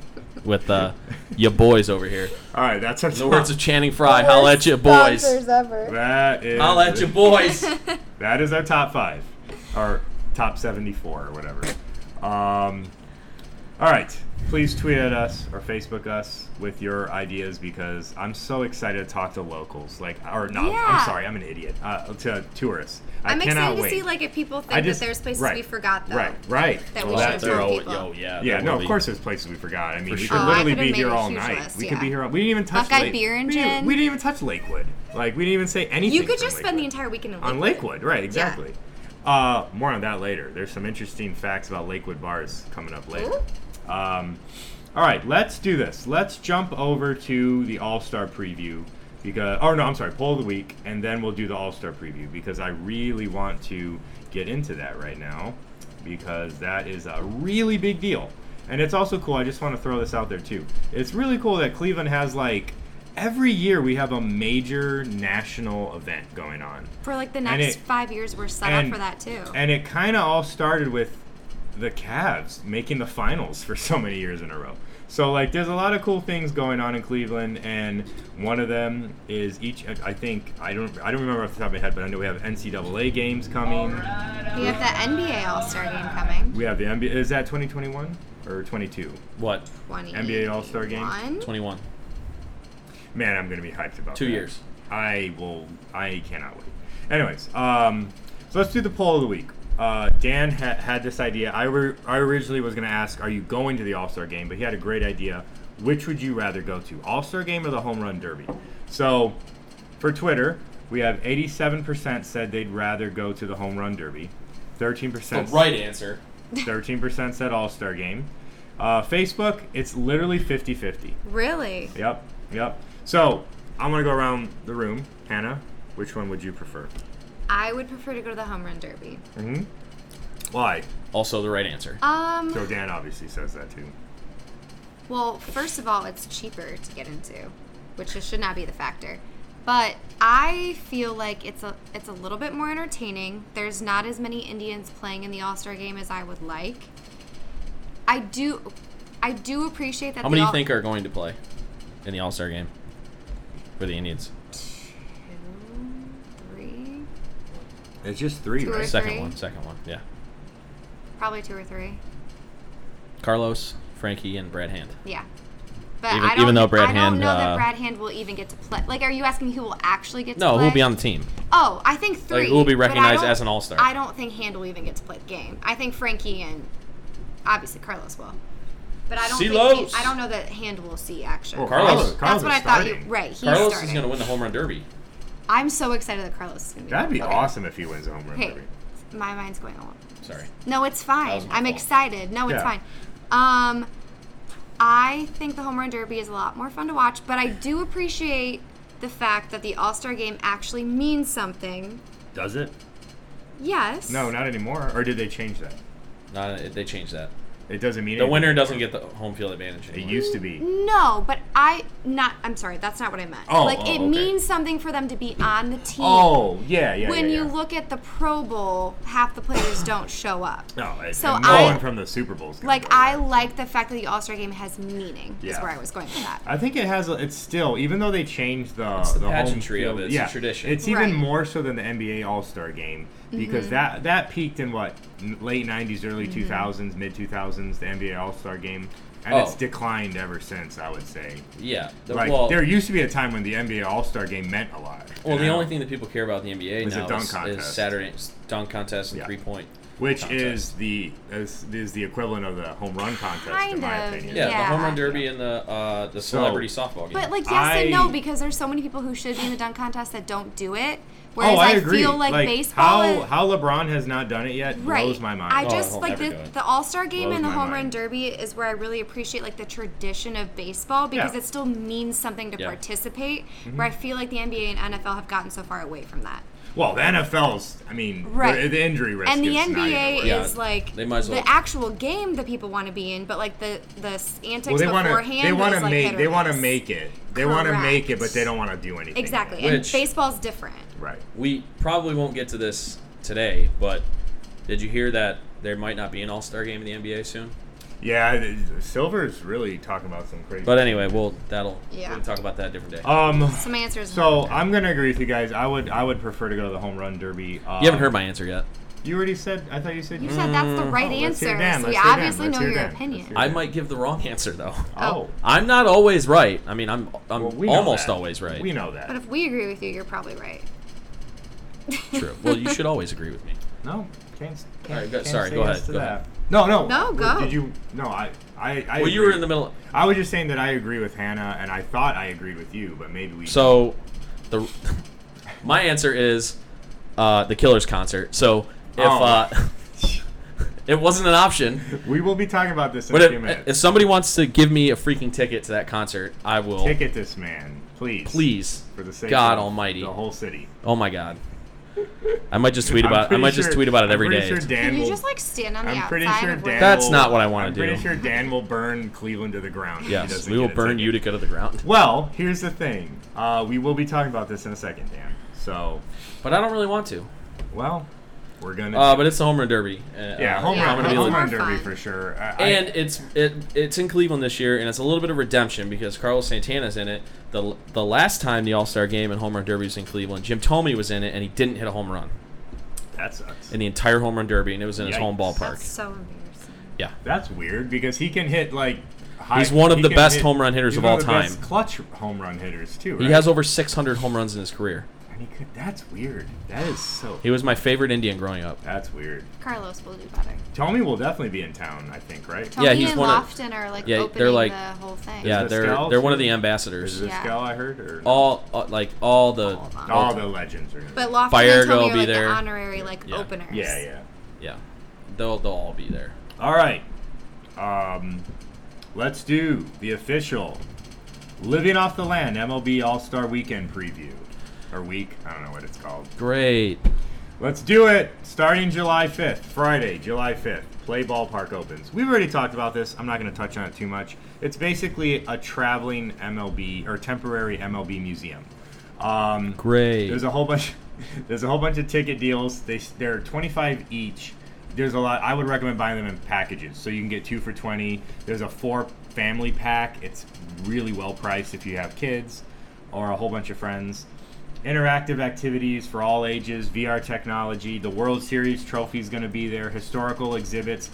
Speaker 2: with uh, your boys over here?
Speaker 3: All right, that's our
Speaker 2: In the words of Channing Frye, holla at your boys.
Speaker 6: Sponsors ever.
Speaker 3: that is
Speaker 2: Holla at your boys.
Speaker 3: That is our top five, or top 74, or whatever. Um, all right. Please tweet at us or Facebook us with your ideas because I'm so excited to talk to locals. Like, or no,
Speaker 4: Yeah.
Speaker 3: I'm sorry, I'm an idiot. Uh, to tourists. I
Speaker 4: I'm
Speaker 3: cannot
Speaker 4: excited to
Speaker 3: wait.
Speaker 4: see like if people
Speaker 3: I
Speaker 4: think
Speaker 3: just,
Speaker 4: that there's places
Speaker 3: right,
Speaker 4: we forgot though.
Speaker 3: Right, right.
Speaker 4: That we
Speaker 3: Well,
Speaker 4: should
Speaker 3: that's-
Speaker 4: have
Speaker 2: They're
Speaker 4: told
Speaker 2: all-
Speaker 4: people.
Speaker 2: yo, yeah.
Speaker 3: yeah,
Speaker 2: there
Speaker 3: no,
Speaker 2: will
Speaker 3: of
Speaker 2: be.
Speaker 3: course there's places we forgot. I mean, we
Speaker 2: sure.
Speaker 3: could
Speaker 2: Oh, I
Speaker 3: literally
Speaker 4: could've
Speaker 3: be
Speaker 4: made
Speaker 3: here
Speaker 4: a
Speaker 3: all
Speaker 4: huge
Speaker 3: night.
Speaker 4: list,
Speaker 3: we could
Speaker 4: yeah.
Speaker 3: be here all We didn't even touch
Speaker 4: Buckeye
Speaker 3: Lake-
Speaker 4: beer and
Speaker 3: we didn't-
Speaker 4: gin.
Speaker 3: We didn't even touch Lakewood. Like, we didn't even say anything.
Speaker 4: You could
Speaker 3: from
Speaker 4: just spend the
Speaker 3: Lakewood.
Speaker 4: entire weekend in
Speaker 3: on
Speaker 4: Lakewood.
Speaker 3: Lakewood, right? Exactly. Uh, more on that later. There's some interesting facts about Lakewood bars coming up later. Um, all right, let's do this. Let's jump over to the All Star preview because, oh no, I'm sorry, poll of the week, and then we'll do the All Star preview because I really want to get into that right now because that is a really big deal. And it's also cool. I just want to throw this out there too. It's really cool that Cleveland has like every year we have a major national event going on.
Speaker 4: For like the
Speaker 3: And
Speaker 4: next
Speaker 3: it-
Speaker 4: five years, we're set
Speaker 3: and-
Speaker 4: up for that too.
Speaker 3: And it kind of all started with the Cavs making the finals for so many years in a row. So like, there's a lot of cool things going on in Cleveland, and one of them is each. I think I don't. I don't remember off the top of my head, but I know we have NCAA games coming.
Speaker 4: we have the NBA All Star game coming.
Speaker 3: We have the NBA. Is that 2021 or 22?
Speaker 2: What?
Speaker 4: 20
Speaker 3: NBA All-Star game?
Speaker 2: 21.
Speaker 3: Man, I'm gonna be hyped about
Speaker 2: Two
Speaker 3: that.
Speaker 2: years.
Speaker 3: I will. I cannot wait. Anyways, um, so let's do the poll of the week. Uh, Dan ha- had this idea. I, re- I originally was going to ask, are you going to the All Star game? But he had a great idea. Which would you rather go to, All Star game or the Home Run Derby? So for Twitter, we have 87% said they'd rather go to the Home Run Derby. 13%
Speaker 2: The right answer.
Speaker 3: Thirteen percent said All Star Game. Uh, Facebook, it's literally 50-50.
Speaker 4: Really?
Speaker 3: Yep, yep. So I'm gonna go around the room. Hannah, which one would you prefer?
Speaker 4: I would prefer to go to the home run derby.
Speaker 3: Mm-hmm. Why?
Speaker 2: Also the right answer.
Speaker 4: Um.
Speaker 3: So Dan obviously says that too.
Speaker 4: Well, first of all, it's cheaper to get into, which just should not be the factor. But I feel like it's a it's a little bit more entertaining. There's not as many Indians playing in the All Star game as I would like. I do, I do appreciate that.
Speaker 2: How
Speaker 4: the
Speaker 2: many do you
Speaker 4: All-
Speaker 2: think are going to play in the All Star game for the Indians?
Speaker 4: Two, three,
Speaker 3: It's just three,
Speaker 4: Two or
Speaker 3: right?
Speaker 4: three.
Speaker 2: Second one, second one, yeah.
Speaker 4: probably two or three.
Speaker 2: Carlos, Frankie, and Brad Hand.
Speaker 4: Yeah. But
Speaker 2: Even-
Speaker 4: I don't,
Speaker 2: even though Brad
Speaker 4: I don't
Speaker 2: Hand,
Speaker 4: know
Speaker 2: uh,
Speaker 4: that Brad Hand will even get to play. Like, are you asking who will actually get to
Speaker 2: No,
Speaker 4: play?
Speaker 2: who'll be on the team?
Speaker 4: Oh, I think three.
Speaker 2: Like, who will be
Speaker 4: but I
Speaker 2: recognized
Speaker 4: don't-
Speaker 2: as an all-star?
Speaker 4: I don't think Hand will even get to play the game. I think Frankie and obviously Carlos will. But I don't think
Speaker 2: Carlos.
Speaker 4: I don't know that Hand will see action.
Speaker 3: Well,
Speaker 2: Carlos-
Speaker 4: That's-
Speaker 3: Carlos
Speaker 4: That's what
Speaker 3: is
Speaker 4: I thought you
Speaker 3: starting.
Speaker 4: right. He's
Speaker 2: Carlos
Speaker 4: starting.
Speaker 2: is going to win the home run derby.
Speaker 4: I'm so excited that Carlos is going to be.
Speaker 3: That'd be
Speaker 4: okay.
Speaker 3: awesome if he wins the home run
Speaker 4: Hey,
Speaker 3: derby.
Speaker 4: my mind's going on.
Speaker 2: Sorry.
Speaker 4: No, it's
Speaker 2: That
Speaker 4: fine.
Speaker 2: was my
Speaker 4: I'm
Speaker 2: fault.
Speaker 4: excited. No, it's
Speaker 3: Yeah.
Speaker 4: fine. Um, I think the home run derby is a lot more fun to watch, but I do appreciate the fact that the All Star game actually means something.
Speaker 3: Does it?
Speaker 4: Yes.
Speaker 3: No, not anymore. Or did they change that?
Speaker 2: Not, they changed that.
Speaker 3: It doesn't mean
Speaker 2: The
Speaker 3: anything.
Speaker 2: winner doesn't get the home field advantage
Speaker 3: It
Speaker 2: anymore.
Speaker 3: used to be.
Speaker 4: No, but I not. I'm sorry. That's not what I meant.
Speaker 3: Oh,
Speaker 4: like
Speaker 3: oh,
Speaker 4: it
Speaker 3: okay.
Speaker 4: means something for them to be on the team.
Speaker 3: Oh, yeah, yeah.
Speaker 4: when
Speaker 3: yeah,
Speaker 4: you
Speaker 3: yeah.
Speaker 4: look at the Pro Bowl, half the players don't show up.
Speaker 3: no, it,
Speaker 4: So
Speaker 3: and no
Speaker 4: I-
Speaker 3: one from the Super Bowl's
Speaker 4: Like
Speaker 3: I.
Speaker 4: I like the fact that the All Star game has meaning. Is
Speaker 3: Yeah.
Speaker 4: where I was going with that.
Speaker 3: I think it has. A, it's still, even though they changed the
Speaker 2: the
Speaker 3: home
Speaker 2: pageantry of
Speaker 3: field-
Speaker 2: it, it's a tradition.
Speaker 3: It's
Speaker 4: Right. Mm-hmm.
Speaker 3: even more so than the NBA All Star Game because that that peaked in what n- late '90s, early 2000s, mid 2000s. The NBA All Star Game, and it's
Speaker 2: Oh.
Speaker 3: declined ever since. I would say.
Speaker 2: Yeah. The-
Speaker 3: Like
Speaker 2: well,
Speaker 3: there used to be a time when the NBA All Star Game meant a lot.
Speaker 2: well, the
Speaker 3: Now-
Speaker 2: only thing that people care about in the NBA
Speaker 3: It's a
Speaker 2: now
Speaker 3: dunk
Speaker 2: is, is
Speaker 3: contest.
Speaker 2: Saturday dunk contest and
Speaker 3: Yeah.
Speaker 2: three point.
Speaker 3: which
Speaker 2: contest.
Speaker 3: is the is, is the equivalent of the home run contest, in
Speaker 4: Kind
Speaker 3: my
Speaker 4: of,
Speaker 3: opinion.
Speaker 2: Yeah,
Speaker 4: Yeah.
Speaker 2: the home run derby and the uh, the celebrity softball game.
Speaker 4: But like yes and no
Speaker 3: I-
Speaker 4: because there's so many people who should be in the dunk contest that don't do it. Whereas
Speaker 3: oh, I, agree.
Speaker 4: feel like, baseball
Speaker 3: how
Speaker 4: is,
Speaker 3: how LeBron has not done it yet
Speaker 4: right.
Speaker 3: blows my mind.
Speaker 4: I
Speaker 2: Oh,
Speaker 4: just
Speaker 2: he'll
Speaker 4: like
Speaker 2: never
Speaker 4: the,
Speaker 2: do it.
Speaker 4: the All Star Game
Speaker 3: Blows
Speaker 4: and the
Speaker 3: my
Speaker 4: Home Run
Speaker 3: mind.
Speaker 4: Derby is where I really appreciate like the tradition of baseball because
Speaker 3: Yeah. Mm-hmm.
Speaker 4: it still means something to
Speaker 2: Yeah.
Speaker 4: participate. Where I feel like the NBA and NFL have gotten so far away from that.
Speaker 3: well, the NFL's. I mean,
Speaker 4: Right.
Speaker 3: the, the injury risk.
Speaker 4: and
Speaker 3: is
Speaker 4: the
Speaker 3: not even
Speaker 4: NBA
Speaker 3: worth
Speaker 4: is
Speaker 3: it.
Speaker 2: Yeah,
Speaker 4: like
Speaker 2: they might as well-
Speaker 4: the actual game that people want to be in, but like the the s- antics
Speaker 3: Well, they want to.
Speaker 4: beforehand.
Speaker 3: They
Speaker 4: want to
Speaker 3: make. They
Speaker 4: want
Speaker 3: want to make it. They want to make it,
Speaker 4: Correct.
Speaker 3: but they don't want to do anything.
Speaker 4: exactly.
Speaker 3: with it.
Speaker 4: And
Speaker 2: Which-
Speaker 4: baseball's different.
Speaker 3: Right.
Speaker 2: we probably won't get to this today, but did you hear that there might not be an All Star game in the NBA soon?
Speaker 3: Yeah. th- Silver's really talking about some crazy.
Speaker 2: But anyway, we'll that'll
Speaker 4: Yeah.
Speaker 2: we'll talk about that a different day.
Speaker 3: um.
Speaker 4: So my answer is
Speaker 3: So I'm gonna agree with you guys. I would. I would prefer to go to the home run derby. Um,
Speaker 2: you haven't heard my answer yet.
Speaker 3: You already said. I thought you said.
Speaker 4: You said that's
Speaker 2: Mm.
Speaker 4: the right
Speaker 3: let's hear
Speaker 4: answer.
Speaker 3: Dan, let's
Speaker 4: so we
Speaker 3: hear Dan,
Speaker 4: obviously
Speaker 3: let's
Speaker 4: know
Speaker 3: hear
Speaker 4: your
Speaker 3: Dan,
Speaker 4: opinion.
Speaker 3: let's hear
Speaker 2: I might give the wrong answer though.
Speaker 3: oh.
Speaker 2: I'm not always right. I mean, I'm I'm
Speaker 3: Well, we know
Speaker 2: almost
Speaker 3: that.
Speaker 2: always right.
Speaker 3: We know that.
Speaker 4: But if we agree with you, you're probably right.
Speaker 2: True. Well, you should always agree with me.
Speaker 3: No, can't. can't
Speaker 2: All right, go-
Speaker 3: can't
Speaker 2: sorry,
Speaker 3: say
Speaker 2: go
Speaker 3: yes
Speaker 2: ahead,
Speaker 3: to
Speaker 2: go
Speaker 3: that.
Speaker 2: ahead.
Speaker 3: No, no.
Speaker 4: No,
Speaker 3: w-
Speaker 4: go.
Speaker 3: Did you? No, I. I. I
Speaker 2: Well, you were
Speaker 3: agree.
Speaker 2: in the middle.
Speaker 3: I was just saying that I agree with Hannah, and I thought I agreed with you, but maybe we.
Speaker 2: So, the my answer is uh, the Killers concert. So if
Speaker 3: Oh.
Speaker 2: uh, it wasn't an option,
Speaker 3: we will be talking about this in
Speaker 2: but
Speaker 3: a few
Speaker 2: if,
Speaker 3: minutes.
Speaker 2: if somebody wants to give me a freaking ticket to that concert, I will.
Speaker 3: Ticket this man, please.
Speaker 2: Please,
Speaker 3: For the sake
Speaker 2: God
Speaker 3: of
Speaker 2: Almighty.
Speaker 3: the whole city.
Speaker 2: Oh my God. I might just tweet about. I
Speaker 3: I'm
Speaker 2: might
Speaker 3: pretty
Speaker 2: just
Speaker 3: sure-
Speaker 2: tweet about it
Speaker 3: I'm
Speaker 2: every
Speaker 3: pretty
Speaker 2: day.
Speaker 3: Sure Dan
Speaker 4: Can you
Speaker 3: will,
Speaker 4: just like stand on the
Speaker 3: I'm pretty
Speaker 4: outside
Speaker 3: sure
Speaker 4: of
Speaker 3: Dan.
Speaker 4: where
Speaker 2: That's
Speaker 3: will-
Speaker 2: not what I wanna
Speaker 3: I'm Pretty
Speaker 2: do.
Speaker 3: sure Dan will burn Cleveland to the ground. if he
Speaker 2: Yes,
Speaker 3: doesn't
Speaker 2: we will
Speaker 3: get a
Speaker 2: burn
Speaker 3: ticket.
Speaker 2: Utica to the ground.
Speaker 3: Well, here's the thing. Uh, we will be talking about this in a second, Dan. So,
Speaker 2: But I don't really want to.
Speaker 3: well, we're gonna.
Speaker 2: Uh, but it's the home run derby. Uh,
Speaker 3: Yeah, home
Speaker 4: Yeah,
Speaker 3: run,
Speaker 2: I'm gonna be
Speaker 3: home
Speaker 2: like-
Speaker 3: run
Speaker 4: More
Speaker 3: derby
Speaker 4: fun.
Speaker 3: for sure. I, I-
Speaker 2: and it's it it's in Cleveland this year, and it's a little bit of redemption because Carlos Santana's in it. the The last time the All Star Game and home run derby was in Cleveland, Jim Tomey was in it, and he didn't hit a home run
Speaker 3: that sucks.
Speaker 2: in the entire home run derby, and it was in his home
Speaker 3: Yikes.
Speaker 2: ballpark.
Speaker 4: That's so embarrassing.
Speaker 2: yeah,
Speaker 3: That's weird because he can hit like. High,
Speaker 2: He's one of
Speaker 3: he
Speaker 2: the
Speaker 3: can
Speaker 2: best
Speaker 3: hit-
Speaker 2: home run hitters
Speaker 3: he's
Speaker 2: of
Speaker 3: one
Speaker 2: all
Speaker 3: the best
Speaker 2: time.
Speaker 3: clutch home run hitters too.
Speaker 2: he
Speaker 3: right?
Speaker 2: has over 600 home runs in his career.
Speaker 3: And he could, that's weird. That is so.
Speaker 2: He was my favorite Indian growing up.
Speaker 3: That's weird.
Speaker 4: Carlos will do better.
Speaker 3: Tommy will definitely be in town, I think, right?
Speaker 4: Tony
Speaker 2: Yeah, he's
Speaker 4: and
Speaker 2: one of-
Speaker 4: Lofton are like
Speaker 2: yeah, they're,
Speaker 4: opening
Speaker 2: like-
Speaker 4: the whole thing.
Speaker 2: Yeah,
Speaker 3: it
Speaker 2: they're
Speaker 3: Scal,
Speaker 2: they're one of
Speaker 3: too?
Speaker 2: the
Speaker 3: Is
Speaker 2: ambassadors.
Speaker 3: this
Speaker 4: Yeah.
Speaker 3: Gal I heard? Or
Speaker 2: All uh, like all the
Speaker 4: All of them.
Speaker 3: all the legends are.
Speaker 4: But Lofton
Speaker 2: Fire
Speaker 4: and
Speaker 2: Girl
Speaker 4: Tony are
Speaker 2: will be
Speaker 4: like
Speaker 2: there.
Speaker 4: the honorary like
Speaker 2: Yeah.
Speaker 4: openers.
Speaker 3: yeah, yeah.
Speaker 2: yeah, they'll they'll all be there.
Speaker 3: All right. Um, let's do the official Living Off the Land MLB All Star Weekend preview. Or week. I don't know what it's called.
Speaker 2: Great.
Speaker 3: Let's do it. Starting July 5th, Friday, July 5th, Play Ballpark opens. We've already talked about this. I'm not going to touch on it too much. It's basically a traveling MLB or temporary MLB museum. Um,
Speaker 2: Great.
Speaker 3: there's a whole bunch. There's a whole bunch of ticket deals. They s- they're 25 each. There's a lot. I would recommend buying them in packages, so you can get two for 20. There's a four family pack. It's really well priced if you have kids or a whole bunch of friends. Interactive activities for all ages, VR technology. The World Series trophy is going to be there. Historical exhibits.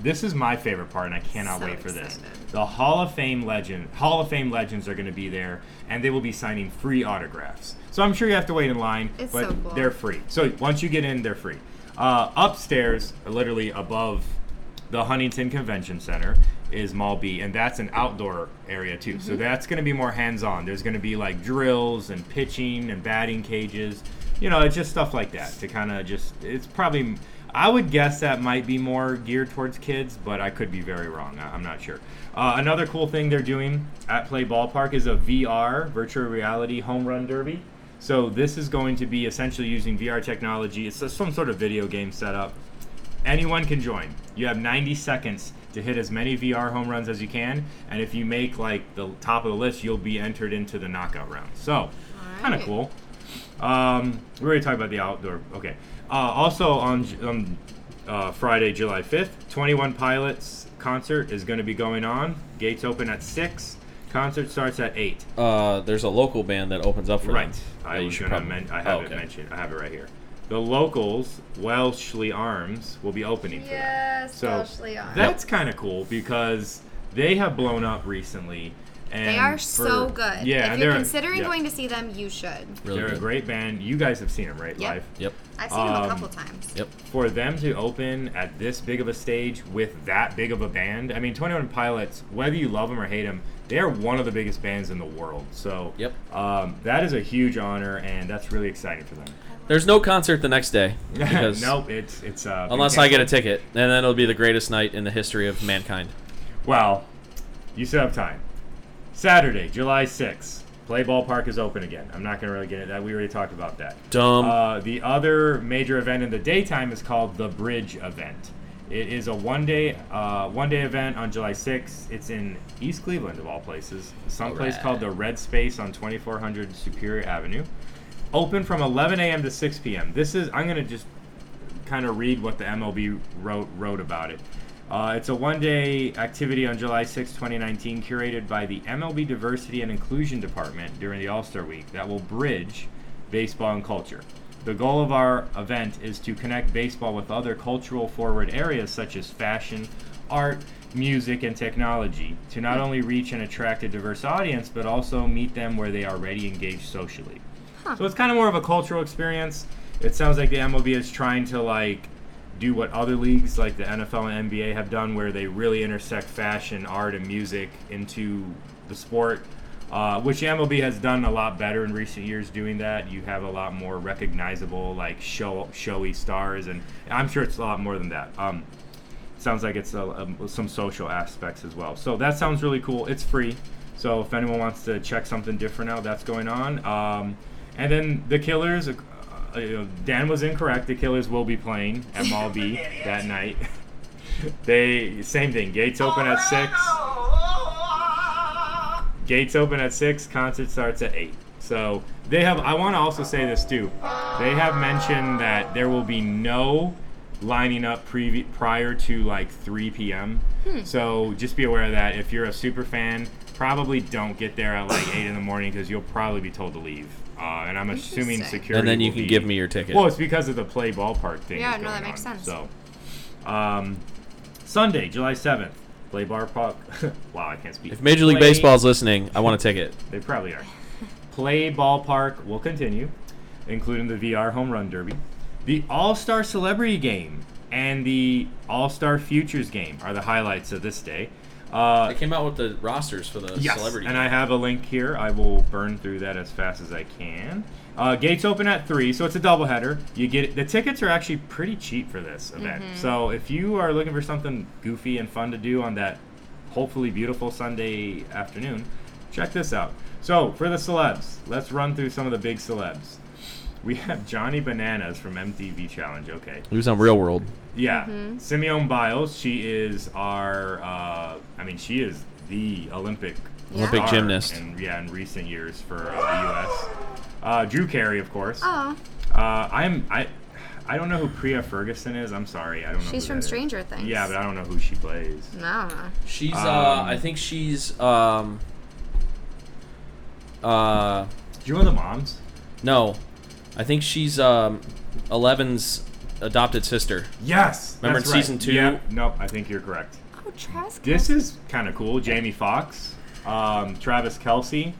Speaker 3: This is my favorite part, and I cannot
Speaker 4: So
Speaker 3: wait for this.
Speaker 4: excited.
Speaker 3: The Hall of Fame legend, Hall of Fame legends are going to be there, and they will be signing free autographs. So I'm sure you have to wait in line,
Speaker 4: It's
Speaker 3: but
Speaker 4: so cool.
Speaker 3: they're free. So once you get in, they're free. Uh, upstairs, literally above the Huntington Convention Center, is Mall B, and that's an outdoor area too. So that's going to be more hands-on. There's going to be like drills and pitching and batting cages. You know, it's just stuff like that to kind of just. It's probably. I would guess that might be more geared towards kids, but I could be very wrong. I- I'm not sure. Uh, another cool thing they're doing at Play Ballpark is a VR, virtual reality home run derby. So this is going to be essentially using VR technology. It's some sort of video game setup. Anyone can join. You have 90 seconds to hit as many VR home runs as you can, and if you make like the top of the list, you'll be entered into the knockout round. So, kind of
Speaker 4: Alright.
Speaker 3: cool. Um, we already talked about the outdoor. Okay. Uh, also on J- um, uh, Friday, July 5th, 21 Pilots concert is going to be going on. Gates open at 6. Concert starts at 8.
Speaker 2: Uh, there's a local band that opens up for them.
Speaker 3: Right. I
Speaker 2: Yeah, you
Speaker 3: was
Speaker 2: should
Speaker 3: gonna
Speaker 2: probably-
Speaker 3: men- I
Speaker 2: Oh,
Speaker 3: have
Speaker 2: okay.
Speaker 3: it mentioned. I have it right here. The locals, Welshly Arms, will be opening for them.
Speaker 6: Yes,
Speaker 3: So
Speaker 6: Welshly Arms.
Speaker 3: that's kind of cool because they have blown up recently. And
Speaker 4: They are
Speaker 3: for-
Speaker 4: so good.
Speaker 3: Yeah,
Speaker 4: if
Speaker 3: and
Speaker 4: you're
Speaker 3: they're-
Speaker 4: considering
Speaker 3: yeah.
Speaker 4: going to see them, you should.
Speaker 2: Really
Speaker 3: they're
Speaker 2: good.
Speaker 3: a great band. You guys have seen them, right?
Speaker 4: Yep.
Speaker 3: Live.
Speaker 2: Yep.
Speaker 4: I've seen them
Speaker 3: Um,
Speaker 4: a couple times.
Speaker 2: Yep.
Speaker 3: for them to open at this big of a stage with that big of a band, I mean, 21 Pilots, whether you love them or hate them, they're one of the biggest bands in the world. So
Speaker 2: Yep.
Speaker 3: um, that is a huge honor, and that's really exciting for them.
Speaker 2: There's no concert the next day because
Speaker 3: nope, it's it's uh, been
Speaker 2: unless I get a
Speaker 3: canceled.
Speaker 2: ticket, and then it'll be the greatest night in the history of mankind.
Speaker 3: Well, you still have time. Saturday, July 6th. Play ballpark is open again. I'm not gonna really get into that. We already talked about that.
Speaker 2: Dumb.
Speaker 3: Uh, the other major event in the daytime is called the Bridge Event. It is a one-day, uh, one-day event on July 6th. It's in East Cleveland, of all places, someplace
Speaker 2: Alright.
Speaker 3: called the Red Space on 2400 Superior Avenue. Open from 11 a.m. to 6 p.m. This is I'm gonna just kind of read what the MLB wrote wrote about it. Uh, it's a one-day activity on July 6, 2019, curated by the MLB Diversity and Inclusion Department during the All-Star Week that will bridge baseball and culture. The goal of our event is to connect baseball with other cultural forward areas such as fashion, art, music, and technology to not only reach and attract a diverse audience but also meet them where they are already engaged socially. So it's kind of more of a cultural experience. It sounds like the MLB is trying to like do what other leagues like the NFL and NBA have done, where they really intersect fashion, art, and music into the sport. Uh, which the MLB has done a lot better in recent years doing that. You have a lot more recognizable, like show showy stars, and I'm sure it's a lot more than that. Um, sounds like it's a, a- some social aspects as well. So that sounds really cool. It's free. So if anyone wants to check something different out, that's going on. Um, and then the Killers. Uh, uh, you know, Dan was incorrect. The Killers will be playing at Mall B that night. they same thing. Gates open
Speaker 7: Oh,
Speaker 3: at six. Gates open at six. Concert starts at eight. So they have. I want to also say this too. They have mentioned that there will be no lining up previ- prior to like 3 p.m.
Speaker 4: Hmm.
Speaker 3: So just be aware of that. If you're a super fan, probably don't get there at like 8 in the morning because you'll probably be told to leave. Uh, and I'm assuming
Speaker 4: Interesting.
Speaker 3: security.
Speaker 2: and then you
Speaker 3: will
Speaker 2: can
Speaker 3: be-
Speaker 2: give me your ticket.
Speaker 3: Well, it's because of the play ballpark thing.
Speaker 4: Yeah,
Speaker 3: that's
Speaker 4: no, that
Speaker 3: going
Speaker 4: makes
Speaker 3: on.
Speaker 4: sense.
Speaker 3: So, um, Sunday, July 7th, play ballpark. wow, I can't speak.
Speaker 2: if Major League
Speaker 3: Play-
Speaker 2: Baseball's listening, I want a ticket.
Speaker 3: They probably are. Play ballpark will continue, including the VR home run derby, the All Star Celebrity Game, and the All Star Futures Game are the highlights of this day. Uh,
Speaker 2: I came out with the rosters for the
Speaker 3: yes,
Speaker 2: celebrity.
Speaker 3: and I have a link here. I will burn through that as fast as I can. Uh, gates open at three, so it's a doubleheader. You get the tickets are actually pretty cheap for this event. So if you are looking for something goofy and fun to do on that hopefully beautiful Sunday afternoon, check this out. So for the celebs, let's run through some of the big celebs. We have Johnny Bananas from MTV Challenge. Okay.
Speaker 2: he was on Real World.
Speaker 3: Yeah,
Speaker 4: Mm-hmm.
Speaker 3: Simeone Biles. She is our. Uh, I mean, she is the Olympic
Speaker 2: Olympic
Speaker 3: star
Speaker 2: gymnast.
Speaker 3: In, yeah, in recent years for uh, the U.S. Uh, Drew Carey, of course.
Speaker 4: Oh,
Speaker 3: Uh, I'm I. I don't know who Priya Ferguson is. I'm sorry, I don't know.
Speaker 4: she's
Speaker 3: who
Speaker 4: from
Speaker 3: that is.
Speaker 4: Stranger Things.
Speaker 3: Yeah, but I don't know who she plays.
Speaker 4: I don't know.
Speaker 2: She's. uh,
Speaker 3: Um,
Speaker 2: I think she's. Um, uh,
Speaker 3: Do you know the moms?
Speaker 2: no, I think she's um, Eleven's adopted sister.
Speaker 3: Yes.
Speaker 2: Remember
Speaker 3: that's
Speaker 2: in
Speaker 3: right.
Speaker 2: season two?
Speaker 3: Yeah. Nope. I think you're correct.
Speaker 4: Oh, Travis.
Speaker 3: This
Speaker 4: Kelce.
Speaker 3: is kind of cool. Jamie Foxx, um, Travis Kelsey,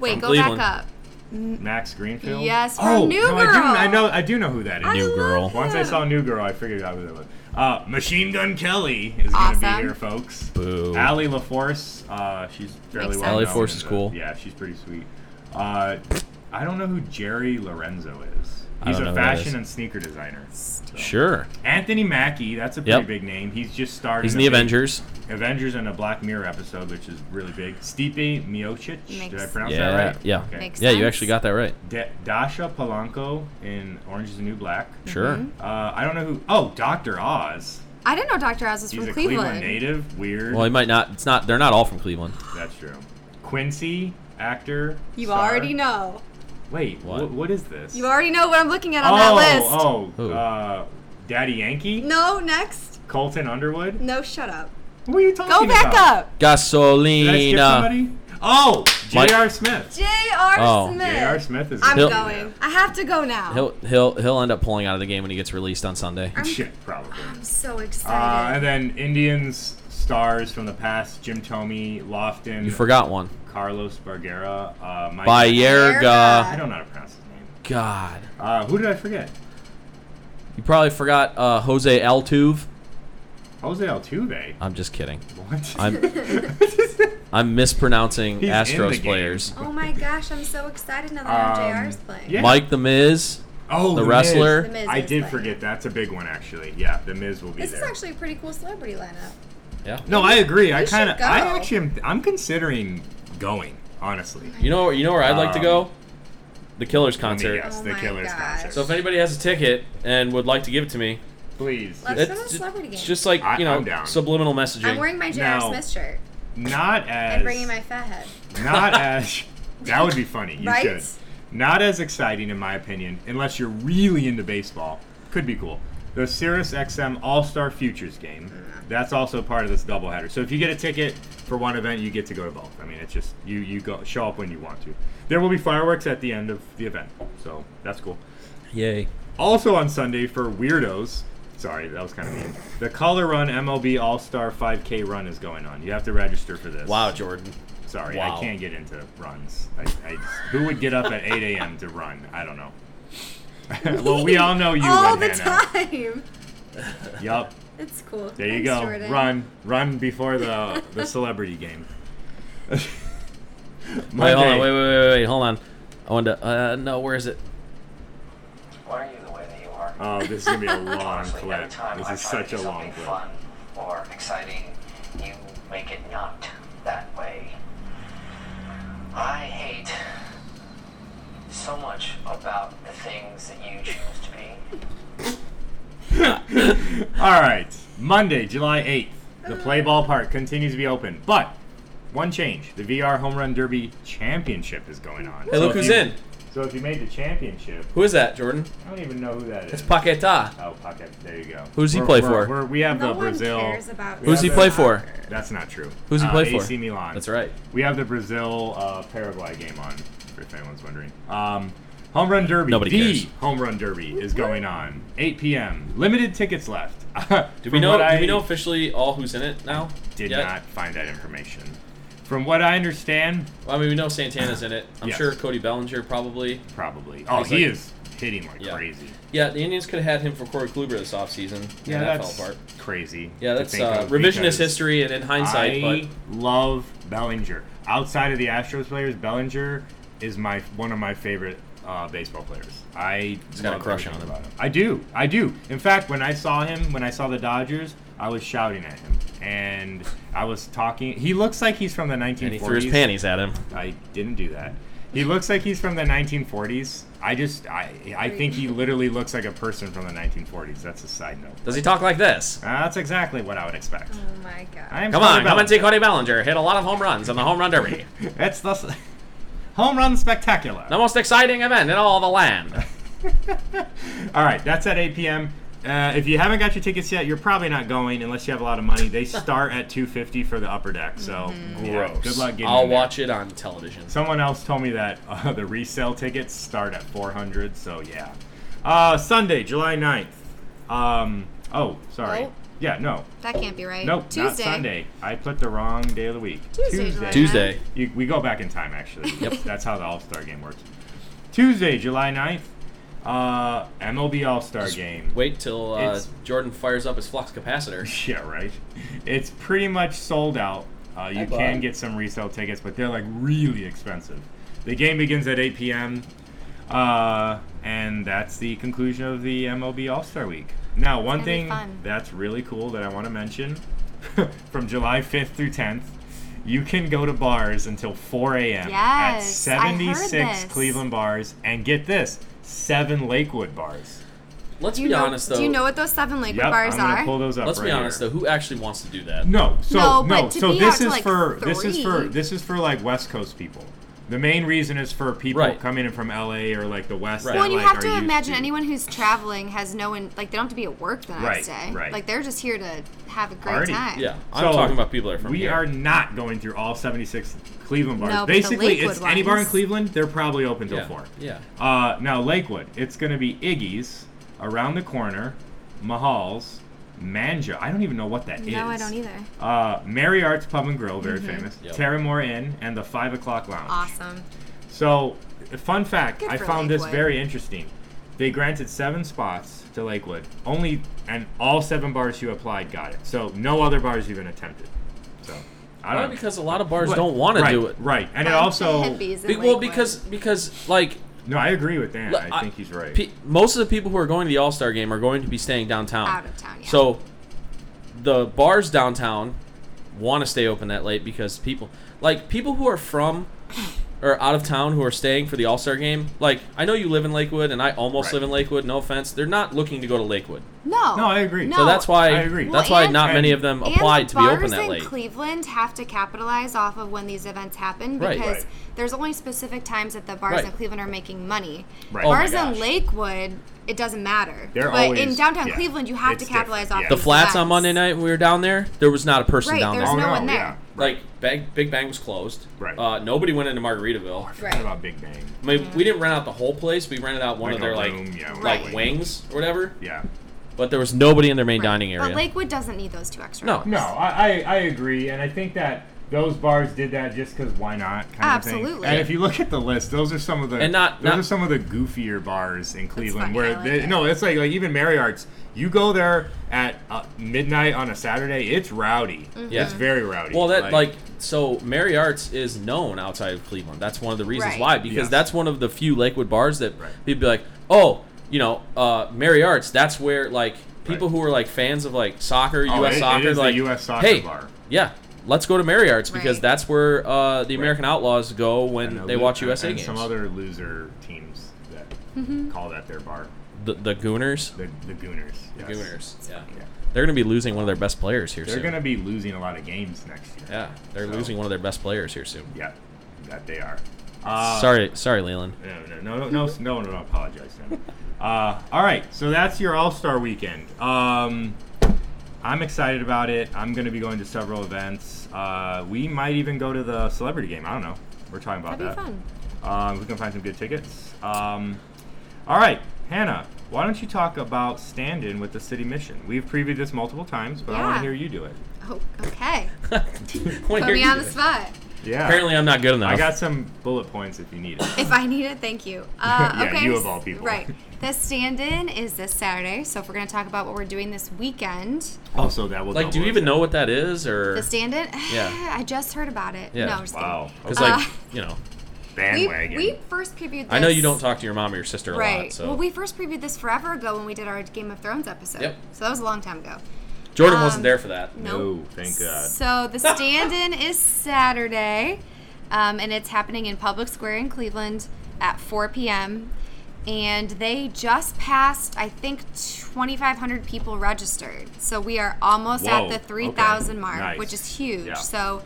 Speaker 4: Wait,
Speaker 2: from
Speaker 4: go
Speaker 2: Cleveland.
Speaker 4: back up.
Speaker 3: Max Greenfield.
Speaker 4: Yes, from
Speaker 3: Oh
Speaker 4: New
Speaker 3: no, I do.
Speaker 4: Girl.
Speaker 3: I know. I do know who that is.
Speaker 4: I
Speaker 2: New
Speaker 4: love
Speaker 2: Girl.
Speaker 4: him.
Speaker 3: Once I saw New Girl, I figured out who that was. Uh, Machine Gun Kelly is gonna
Speaker 4: Awesome.
Speaker 3: be here, folks.
Speaker 2: Boo.
Speaker 3: Allie LaForce, uh, she's fairly
Speaker 4: Makes
Speaker 3: well
Speaker 4: sense.
Speaker 2: Ally
Speaker 3: known
Speaker 2: Force
Speaker 3: in
Speaker 2: is
Speaker 3: the-
Speaker 2: cool.
Speaker 3: Yeah, she's pretty sweet. Uh, I don't know who Jerry Lorenzo is.
Speaker 2: I
Speaker 3: He's
Speaker 2: don't know
Speaker 3: a
Speaker 2: who that is.
Speaker 3: fashion and sneaker designer.
Speaker 2: Sure,
Speaker 3: Anthony Mackie, that's a pretty
Speaker 2: Yep.
Speaker 3: big name. He's just started.
Speaker 2: he's in
Speaker 3: in
Speaker 2: the
Speaker 3: a big-
Speaker 2: Avengers.
Speaker 3: Avengers and a Black Mirror episode, which is really big. Stipe Miocic, did I
Speaker 4: Makes-
Speaker 3: pronounce
Speaker 2: Yeah,
Speaker 3: that right?
Speaker 2: yeah,
Speaker 3: Okay.
Speaker 4: Makes
Speaker 2: yeah. You
Speaker 4: sense.
Speaker 2: actually got that right.
Speaker 3: Da- Dasha Polanco in Orange Is the New Black.
Speaker 2: Sure.
Speaker 3: Uh, I don't know who. Oh, Doctor Oz.
Speaker 4: I didn't know Dr. Oz was
Speaker 3: He's
Speaker 4: from
Speaker 3: a
Speaker 4: Cleveland.
Speaker 3: Cleveland. native. Weird.
Speaker 2: Well, he might not. It's not. They're not all from Cleveland.
Speaker 3: That's true. Quincy, actor.
Speaker 4: You
Speaker 3: star.
Speaker 4: already know.
Speaker 3: Wait, wh-
Speaker 2: What?
Speaker 3: what is this?
Speaker 4: You already know what I'm looking at on
Speaker 3: oh,
Speaker 4: that list.
Speaker 3: Oh,
Speaker 2: Who?
Speaker 3: uh, Daddy Yankee.
Speaker 4: No, next.
Speaker 3: Colton Underwood.
Speaker 4: No, shut up.
Speaker 3: What are you talking
Speaker 4: Go
Speaker 3: about?
Speaker 4: back up.
Speaker 3: Did I skip
Speaker 2: Gasolina.
Speaker 3: somebody? Oh,
Speaker 2: uh, Mike-
Speaker 3: J.R. Smith.
Speaker 4: J.R.
Speaker 2: Oh.
Speaker 4: Smith.
Speaker 3: J.R. Smith is.
Speaker 4: I'm
Speaker 2: He'll-
Speaker 4: going. I have to go now.
Speaker 2: He'll he'll he'll end up pulling out of the game when he gets released on Sunday.
Speaker 3: Shit, probably.
Speaker 6: I'm so
Speaker 3: Uh, and
Speaker 6: excited.
Speaker 3: then Indians stars from the past: Jim Tomey, Lofton,
Speaker 2: You forgot one.
Speaker 3: Carlos Barguera, uh, Mike. I
Speaker 2: Bayerga.
Speaker 3: don't know how to pronounce his name.
Speaker 2: God.
Speaker 3: Uh, who did I forget?
Speaker 2: You probably forgot uh, Jose Altuve.
Speaker 3: Jose Altuve.
Speaker 2: I'm just kidding.
Speaker 3: What?
Speaker 2: I'm I'm mispronouncing
Speaker 3: He's in the
Speaker 2: Astros
Speaker 3: game.
Speaker 2: players.
Speaker 6: oh my gosh, I'm so excited now that I know
Speaker 3: Um,
Speaker 6: JR's playing.
Speaker 3: yeah.
Speaker 2: Mike the Miz.
Speaker 3: Oh,
Speaker 2: The wrestler.
Speaker 3: Miz.
Speaker 6: The Miz
Speaker 3: I
Speaker 6: is
Speaker 3: did
Speaker 6: playing.
Speaker 3: forget. That's a big one, actually. Yeah, the Miz will be
Speaker 6: This
Speaker 3: there.
Speaker 6: is actually a pretty cool celebrity lineup.
Speaker 2: Yeah.
Speaker 3: no, I agree. I
Speaker 6: We should
Speaker 3: kind of. I
Speaker 6: go.
Speaker 3: actually am. I'm considering going. Honestly.
Speaker 2: You know, you know where I'd like to
Speaker 3: Um,
Speaker 2: go? The Killers
Speaker 3: Let me
Speaker 2: concert.
Speaker 3: guess,
Speaker 6: Oh
Speaker 3: the
Speaker 6: my
Speaker 3: Killers
Speaker 6: gosh.
Speaker 3: concert.
Speaker 2: So if anybody has a ticket and would like to give it to me,
Speaker 3: please,
Speaker 6: Let's- It's not a
Speaker 2: ju-
Speaker 6: celebrity
Speaker 2: it's
Speaker 6: game.
Speaker 2: just like
Speaker 3: I-
Speaker 2: you know,
Speaker 3: I'm down.
Speaker 2: subliminal messaging.
Speaker 6: I'm wearing my J.R.
Speaker 3: Now-
Speaker 6: Smith shirt
Speaker 3: not as.
Speaker 6: and bringing my fat head.
Speaker 3: Not as that would be funny. You
Speaker 6: Right?
Speaker 3: should. Not as exciting in my opinion, unless you're really into baseball. Could be cool. The Sirius XM All Star Futures game. That's also part of this doubleheader. So if you get a ticket for one event, you get to go to both. I mean, it's just you you go show up when you want to. There will be fireworks at the end of the event, so that's cool.
Speaker 2: Yay!
Speaker 3: Also on Sunday for weirdos. Sorry, that was kind of mean. The Color Run MLB All Star 5K Run is going on. You have to register for this.
Speaker 2: Wow, Jordan.
Speaker 3: Sorry,
Speaker 2: Wow.
Speaker 3: I can't get into runs. I, I, who would get up at 8 a.m. to run? I don't know. well, we all know you
Speaker 6: All
Speaker 3: would,
Speaker 6: the
Speaker 3: Hannah.
Speaker 6: time.
Speaker 3: Yup.
Speaker 6: It's cool.
Speaker 3: There you
Speaker 6: Thanks,
Speaker 3: go.
Speaker 6: Jordan.
Speaker 3: Run, run before the the celebrity game.
Speaker 2: Wait, hold on.
Speaker 3: Monday.
Speaker 2: Wait, wait, wait, wait. Hold on. I wanted to. Uh, no, where is it?
Speaker 7: Why are you the way that you are?
Speaker 3: Oh, this is gonna be a long
Speaker 7: Honestly, every
Speaker 3: clip.
Speaker 7: time
Speaker 3: This
Speaker 7: I
Speaker 3: is
Speaker 7: try to
Speaker 3: such a
Speaker 7: do
Speaker 3: long
Speaker 7: something
Speaker 3: clip.
Speaker 7: fun or exciting, you make it not that way. I hate so much about the things that you choose to be.
Speaker 3: All right, Monday, July 8th, the Play Ball Park continues to be open, but one change: the VR Home Run Derby Championship is going on.
Speaker 2: Hey, look
Speaker 3: if
Speaker 2: who's
Speaker 3: you-
Speaker 2: in.
Speaker 3: So if you made the championship,
Speaker 2: Who is that, Jordan?
Speaker 3: I don't even know who that
Speaker 2: It's
Speaker 3: is.
Speaker 2: Paqueta.
Speaker 3: Oh, Paquet. There you go.
Speaker 2: Who's he
Speaker 3: We're-
Speaker 2: play
Speaker 3: we're-
Speaker 2: for?
Speaker 3: We're, we have
Speaker 6: No
Speaker 3: the
Speaker 6: one
Speaker 3: Brazil.
Speaker 6: cares about
Speaker 2: Who's he
Speaker 3: Yeah,
Speaker 2: play
Speaker 3: but-
Speaker 2: for?
Speaker 3: That's not true.
Speaker 2: Who's he
Speaker 3: Uh,
Speaker 2: play for?
Speaker 3: AC Milan.
Speaker 2: That's right.
Speaker 3: We have the Brazil uh, Paraguay game on, if anyone's wondering. Um, home Run Derby.
Speaker 2: Nobody
Speaker 3: the
Speaker 2: cares.
Speaker 3: Home Run Derby is going on. 8 p.m. Limited tickets left.
Speaker 2: Do we know? Do we know officially all who's in it now?
Speaker 3: Did
Speaker 2: Yet?
Speaker 3: not find that information. From what I understand,
Speaker 2: Well, I mean, we know Santana's in it. I'm
Speaker 3: Yes.
Speaker 2: sure Cody Bellinger probably.
Speaker 3: probably. Oh,
Speaker 2: He's
Speaker 3: he
Speaker 2: like-
Speaker 3: is hitting like
Speaker 2: Yeah.
Speaker 3: crazy.
Speaker 2: Yeah, the Indians could have had him for Corey Kluber this offseason. Yeah, and that
Speaker 3: that's
Speaker 2: fell apart.
Speaker 3: crazy.
Speaker 2: Yeah,
Speaker 3: to
Speaker 2: that's
Speaker 3: think
Speaker 2: uh,
Speaker 3: of
Speaker 2: revisionist
Speaker 3: because-
Speaker 2: history and in hindsight,
Speaker 3: I love Bellinger. Outside of the Astros players, Bellinger is my one of my favorite uh, baseball players. I
Speaker 2: He's got a
Speaker 3: love
Speaker 2: crush
Speaker 3: everything
Speaker 2: on him.
Speaker 3: about I do. I do. In fact, when I saw him, when I saw the Dodgers, I was shouting at him, and I was talking. He looks like he's from the 1940s.
Speaker 2: but and he threw his panties at him.
Speaker 3: I didn't do that. He looks like he's from the 1940s. I just, I, I think he literally looks like a person from the 1940s. That's a side note.
Speaker 2: Does he talk like this?
Speaker 3: Uh, that's exactly what I would expect.
Speaker 6: Oh my god.
Speaker 3: I am
Speaker 2: Come on,
Speaker 3: Tony
Speaker 2: come
Speaker 3: Bellinger.
Speaker 2: and see Cody Bellinger hit a lot of home runs in the home run derby,
Speaker 3: It's the s- home run spectacular.
Speaker 2: the most exciting event in all the land.
Speaker 3: All right, that's at 8 p.m. Uh, if you haven't got your tickets yet, you're probably not going unless you have a lot of money. They start at 250 for the upper deck, so
Speaker 4: Mm-hmm.
Speaker 3: yeah, good luck getting.
Speaker 2: I'll
Speaker 3: in there.
Speaker 2: watch it on television.
Speaker 3: Someone else told me that uh, the resale tickets start at 400, so yeah. Uh, Sunday, July 9th. Um, oh, sorry.
Speaker 4: Oh.
Speaker 3: Yeah, no,
Speaker 4: That can't be right.
Speaker 3: nope,
Speaker 4: Tuesday.
Speaker 3: not Sunday. I put the wrong day of the week.
Speaker 4: Tuesday, July
Speaker 2: Tuesday.
Speaker 3: You, we go back in time, actually.
Speaker 2: Yep.
Speaker 3: That's how the All Star game works. Tuesday, July 9th, uh, MLB All Star game.
Speaker 2: Wait till uh,
Speaker 3: It's-
Speaker 2: Jordan fires up his flux capacitor.
Speaker 3: Yeah, right. It's pretty much sold out. Uh, you
Speaker 2: bought
Speaker 3: can
Speaker 2: it.
Speaker 3: get some resale tickets, but they're like really expensive. The game begins at 8 p.m., uh, and that's the conclusion of the MLB All Star Week. Now, one
Speaker 4: gonna be
Speaker 3: thing
Speaker 4: fun.
Speaker 3: that's really cool that I want to mention from July 5th through 10th. You can go to bars until 4 a.m. at
Speaker 4: Yes, I heard
Speaker 3: 76
Speaker 4: this.
Speaker 3: Cleveland bars, and get this, seven Lakewood bars.
Speaker 2: Let's
Speaker 4: Do
Speaker 2: be
Speaker 4: you know-
Speaker 2: honest though.
Speaker 4: Do you know what those seven Lakewood
Speaker 3: Yep,
Speaker 4: bars
Speaker 3: I'm gonna
Speaker 4: are?
Speaker 3: pull those up.
Speaker 2: Let's be
Speaker 3: right
Speaker 2: honest
Speaker 3: here.
Speaker 2: though. Who actually wants to do that?
Speaker 3: No, so no,
Speaker 4: No, but to
Speaker 3: so
Speaker 4: be
Speaker 3: this
Speaker 4: out till,
Speaker 3: is
Speaker 4: like,
Speaker 3: for this is for
Speaker 4: three.
Speaker 3: this is for like West Coast people. The main reason is for people
Speaker 2: Right.
Speaker 3: coming in from LA or like the West.
Speaker 2: Right.
Speaker 3: that,
Speaker 2: Well,
Speaker 4: Well, and you
Speaker 3: like,
Speaker 4: have
Speaker 3: are
Speaker 4: to
Speaker 3: used
Speaker 4: imagine anyone who's traveling has no one like they don't have to be at work the next
Speaker 3: Right,
Speaker 4: day.
Speaker 3: right.
Speaker 4: Like they're just here to have a great
Speaker 3: Party.
Speaker 4: time.
Speaker 2: Yeah, I'm
Speaker 3: So,
Speaker 2: talking about people that are from
Speaker 3: We
Speaker 2: here.
Speaker 3: are not going through all 76 Cleveland bars.
Speaker 4: No, but the
Speaker 3: Basically,
Speaker 4: Lakewood
Speaker 3: it's any bar in
Speaker 4: ones-
Speaker 3: Cleveland. They're probably open till
Speaker 2: Yeah,
Speaker 3: four.
Speaker 2: yeah.
Speaker 3: Uh, now Lakewood, it's gonna be Iggy's, around the corner, Mahal's, Manja. I don't even know what that is.
Speaker 4: No, I don't either. Mm-hmm.
Speaker 3: Uh, Mary Arts Pub and Grill, very famous.
Speaker 2: Yep.
Speaker 3: Terramore Inn and the Five O'clock Lounge.
Speaker 4: Awesome.
Speaker 3: So, a fun fact,
Speaker 4: Good
Speaker 3: I
Speaker 4: for
Speaker 3: found this
Speaker 4: Lakewood.
Speaker 3: very interesting. They granted seven spots to Lakewood. Only and all seven bars who applied got it. So no other bars even attempted. So I
Speaker 2: Probably
Speaker 3: don't know.
Speaker 2: because a lot of bars
Speaker 3: Right,
Speaker 2: don't want to
Speaker 3: right,
Speaker 2: do it.
Speaker 3: Right, and it
Speaker 4: Bunch of
Speaker 3: also
Speaker 4: hippies in
Speaker 2: Be- well,
Speaker 4: Lakewood.
Speaker 2: because because like
Speaker 3: No, I agree with Dan.
Speaker 2: Look,
Speaker 3: I,
Speaker 2: I-
Speaker 3: think he's right.
Speaker 2: Pe- most of the people who are going to the All Star game are going to be staying downtown.
Speaker 4: Out of town, yeah.
Speaker 2: So the bars downtown want to stay open that late because people, like people who are from or out of town who are staying for the All Star game, like I know you live in Lakewood and I almost
Speaker 3: Right.
Speaker 2: live in Lakewood. No offense, they're not looking to go to Lakewood.
Speaker 4: No.
Speaker 3: No, I agree.
Speaker 4: No.
Speaker 2: So that's why
Speaker 3: I agree.
Speaker 2: that's
Speaker 4: Well,
Speaker 2: why
Speaker 4: and-
Speaker 2: not many
Speaker 3: and-
Speaker 2: of them
Speaker 4: And
Speaker 2: applied
Speaker 4: the
Speaker 2: to be open
Speaker 4: bars
Speaker 2: that
Speaker 4: in
Speaker 2: late.
Speaker 4: Cleveland have to capitalize off of when these events happen
Speaker 2: Right.
Speaker 4: because
Speaker 3: Right.
Speaker 4: there's only specific times that the bars
Speaker 2: Right.
Speaker 4: in Cleveland are making money.
Speaker 3: Right. Oh my
Speaker 4: Bars
Speaker 3: gosh.
Speaker 4: in Lakewood, it doesn't matter.
Speaker 3: They're
Speaker 4: but in
Speaker 3: always-
Speaker 4: downtown
Speaker 3: yeah,
Speaker 4: Cleveland, you have
Speaker 3: it's
Speaker 4: to capitalize
Speaker 3: different,
Speaker 4: off
Speaker 3: yeah.
Speaker 2: the
Speaker 4: these
Speaker 2: flats on
Speaker 4: events.
Speaker 2: Monday night when we were down there, there was not a person
Speaker 4: Right,
Speaker 2: down
Speaker 4: there's
Speaker 2: there.
Speaker 4: no one there.
Speaker 3: Oh, Yeah.
Speaker 2: Like Big, Big Bang was closed.
Speaker 3: Right.
Speaker 2: Uh, nobody went into Margaritaville.
Speaker 3: What about Big Bang?
Speaker 2: I mean, we didn't rent out the whole place. We rented out one of
Speaker 3: Like a
Speaker 2: their
Speaker 3: room,
Speaker 2: like
Speaker 3: yeah, with
Speaker 2: like
Speaker 3: a wing.
Speaker 2: wings or whatever.
Speaker 3: Yeah.
Speaker 2: But there was nobody in their main
Speaker 4: Right.
Speaker 2: dining area.
Speaker 4: But Lakewood doesn't need those two extra.
Speaker 2: No.
Speaker 4: hours.
Speaker 3: No, I, I, I agree, and I think that those bars did that just because why not? Kind Of thing.
Speaker 4: Absolutely.
Speaker 3: And if you look at the list, those are some of the
Speaker 2: And not-
Speaker 3: those
Speaker 2: not-
Speaker 3: are some of the goofier bars in Cleveland
Speaker 6: funny,
Speaker 3: where
Speaker 6: I like
Speaker 3: they,
Speaker 6: it.
Speaker 3: no, it's like like even Marriott's. You go there at uh, midnight on a Saturday, it's rowdy.
Speaker 6: Mm-hmm.
Speaker 2: Yeah.
Speaker 3: it's very rowdy.
Speaker 2: Well, that like, so Mary Arts is known outside of Cleveland. That's one of the reasons
Speaker 4: Right.
Speaker 2: why because
Speaker 3: Yes.
Speaker 2: that's one of the few Lakewood bars that
Speaker 3: Right.
Speaker 2: people be like, oh, you know, uh, Mary Arts. That's where like people
Speaker 3: Right.
Speaker 2: who are like fans of like soccer,
Speaker 3: Oh,
Speaker 2: U.S.
Speaker 3: it- it
Speaker 2: soccer,
Speaker 3: is the
Speaker 2: like
Speaker 3: US soccer
Speaker 2: hey,
Speaker 3: bar."
Speaker 2: yeah, let's go to Mary Arts because
Speaker 4: Right.
Speaker 2: that's where uh, the American Outlaws go
Speaker 3: and
Speaker 2: when
Speaker 3: the
Speaker 2: they
Speaker 3: lo-
Speaker 2: watch
Speaker 3: and-
Speaker 2: USA
Speaker 3: and
Speaker 2: games.
Speaker 3: Some other loser teams that
Speaker 6: Mm-hmm.
Speaker 3: call that their bar,
Speaker 2: the, the Gooners.
Speaker 3: the the Gooners. yes.
Speaker 2: Gooners. Yeah.
Speaker 3: Yeah.
Speaker 2: They're going to be losing one of their best players here
Speaker 3: They're
Speaker 2: soon.
Speaker 3: gonna be losing a lot of games next year.
Speaker 2: yeah, they're
Speaker 3: So-
Speaker 2: losing one of their best players here soon.
Speaker 3: Yeah, that they are. Uh,
Speaker 2: sorry, sorry, Leland.
Speaker 3: No, no, no, no, no, no, no, no apologize. No. Uh, all right, so that's your All Star weekend. Um, I'm excited about it. I'm going to be going to several events. Uh, we might even go to the celebrity game. I don't know. We're talking about
Speaker 4: That'd be
Speaker 3: that.
Speaker 4: fun.
Speaker 3: Um, we can find some good tickets. Um, all right, Hannah, why don't you talk about stand in with the city mission? We've previewed this multiple times, but I want to
Speaker 4: Yeah.
Speaker 3: hear you do it.
Speaker 4: Oh, okay.
Speaker 2: Wait,
Speaker 4: Put
Speaker 2: here
Speaker 4: me
Speaker 2: you
Speaker 4: on
Speaker 2: go.
Speaker 4: the spot.
Speaker 3: Yeah.
Speaker 2: Apparently, I'm not good enough.
Speaker 3: I got some bullet points if you need it.
Speaker 4: If I need it, thank you. Uh,
Speaker 3: Yeah,
Speaker 4: okay,
Speaker 3: you of all people.
Speaker 4: Right. The stand in is this Saturday, so if we're going to talk about what we're doing this weekend,
Speaker 3: Also, Oh, that will
Speaker 2: like, do
Speaker 3: double
Speaker 2: you
Speaker 3: as
Speaker 2: even
Speaker 3: a-
Speaker 2: know what that is, or
Speaker 4: the stand in,
Speaker 2: Yeah.
Speaker 4: I just heard about it.
Speaker 2: Yeah.
Speaker 4: No, I'm just kidding.
Speaker 3: Wow.
Speaker 2: Because,
Speaker 3: Okay.
Speaker 2: like,
Speaker 4: Uh,
Speaker 2: you know,
Speaker 4: We,
Speaker 3: bandwagon.
Speaker 4: we first previewed this.
Speaker 2: I know you don't talk to your mom or your sister a
Speaker 4: Right.
Speaker 2: lot. So
Speaker 4: Well, we first previewed this forever ago when we did our Game of Thrones episode.
Speaker 2: Yep.
Speaker 4: So that was a long time ago.
Speaker 2: Jordan
Speaker 4: um,
Speaker 2: wasn't there for that.
Speaker 4: Nope.
Speaker 3: No, thank God.
Speaker 4: So the stand-in is Saturday, um, and it's happening in Public Square in Cleveland at 4 p.m. And they just passed, I think, 2,500 people registered. So we are almost
Speaker 3: Whoa,
Speaker 4: at the 3,000
Speaker 3: okay.
Speaker 4: mark,
Speaker 3: Nice.
Speaker 4: which is huge.
Speaker 3: Yeah.
Speaker 4: So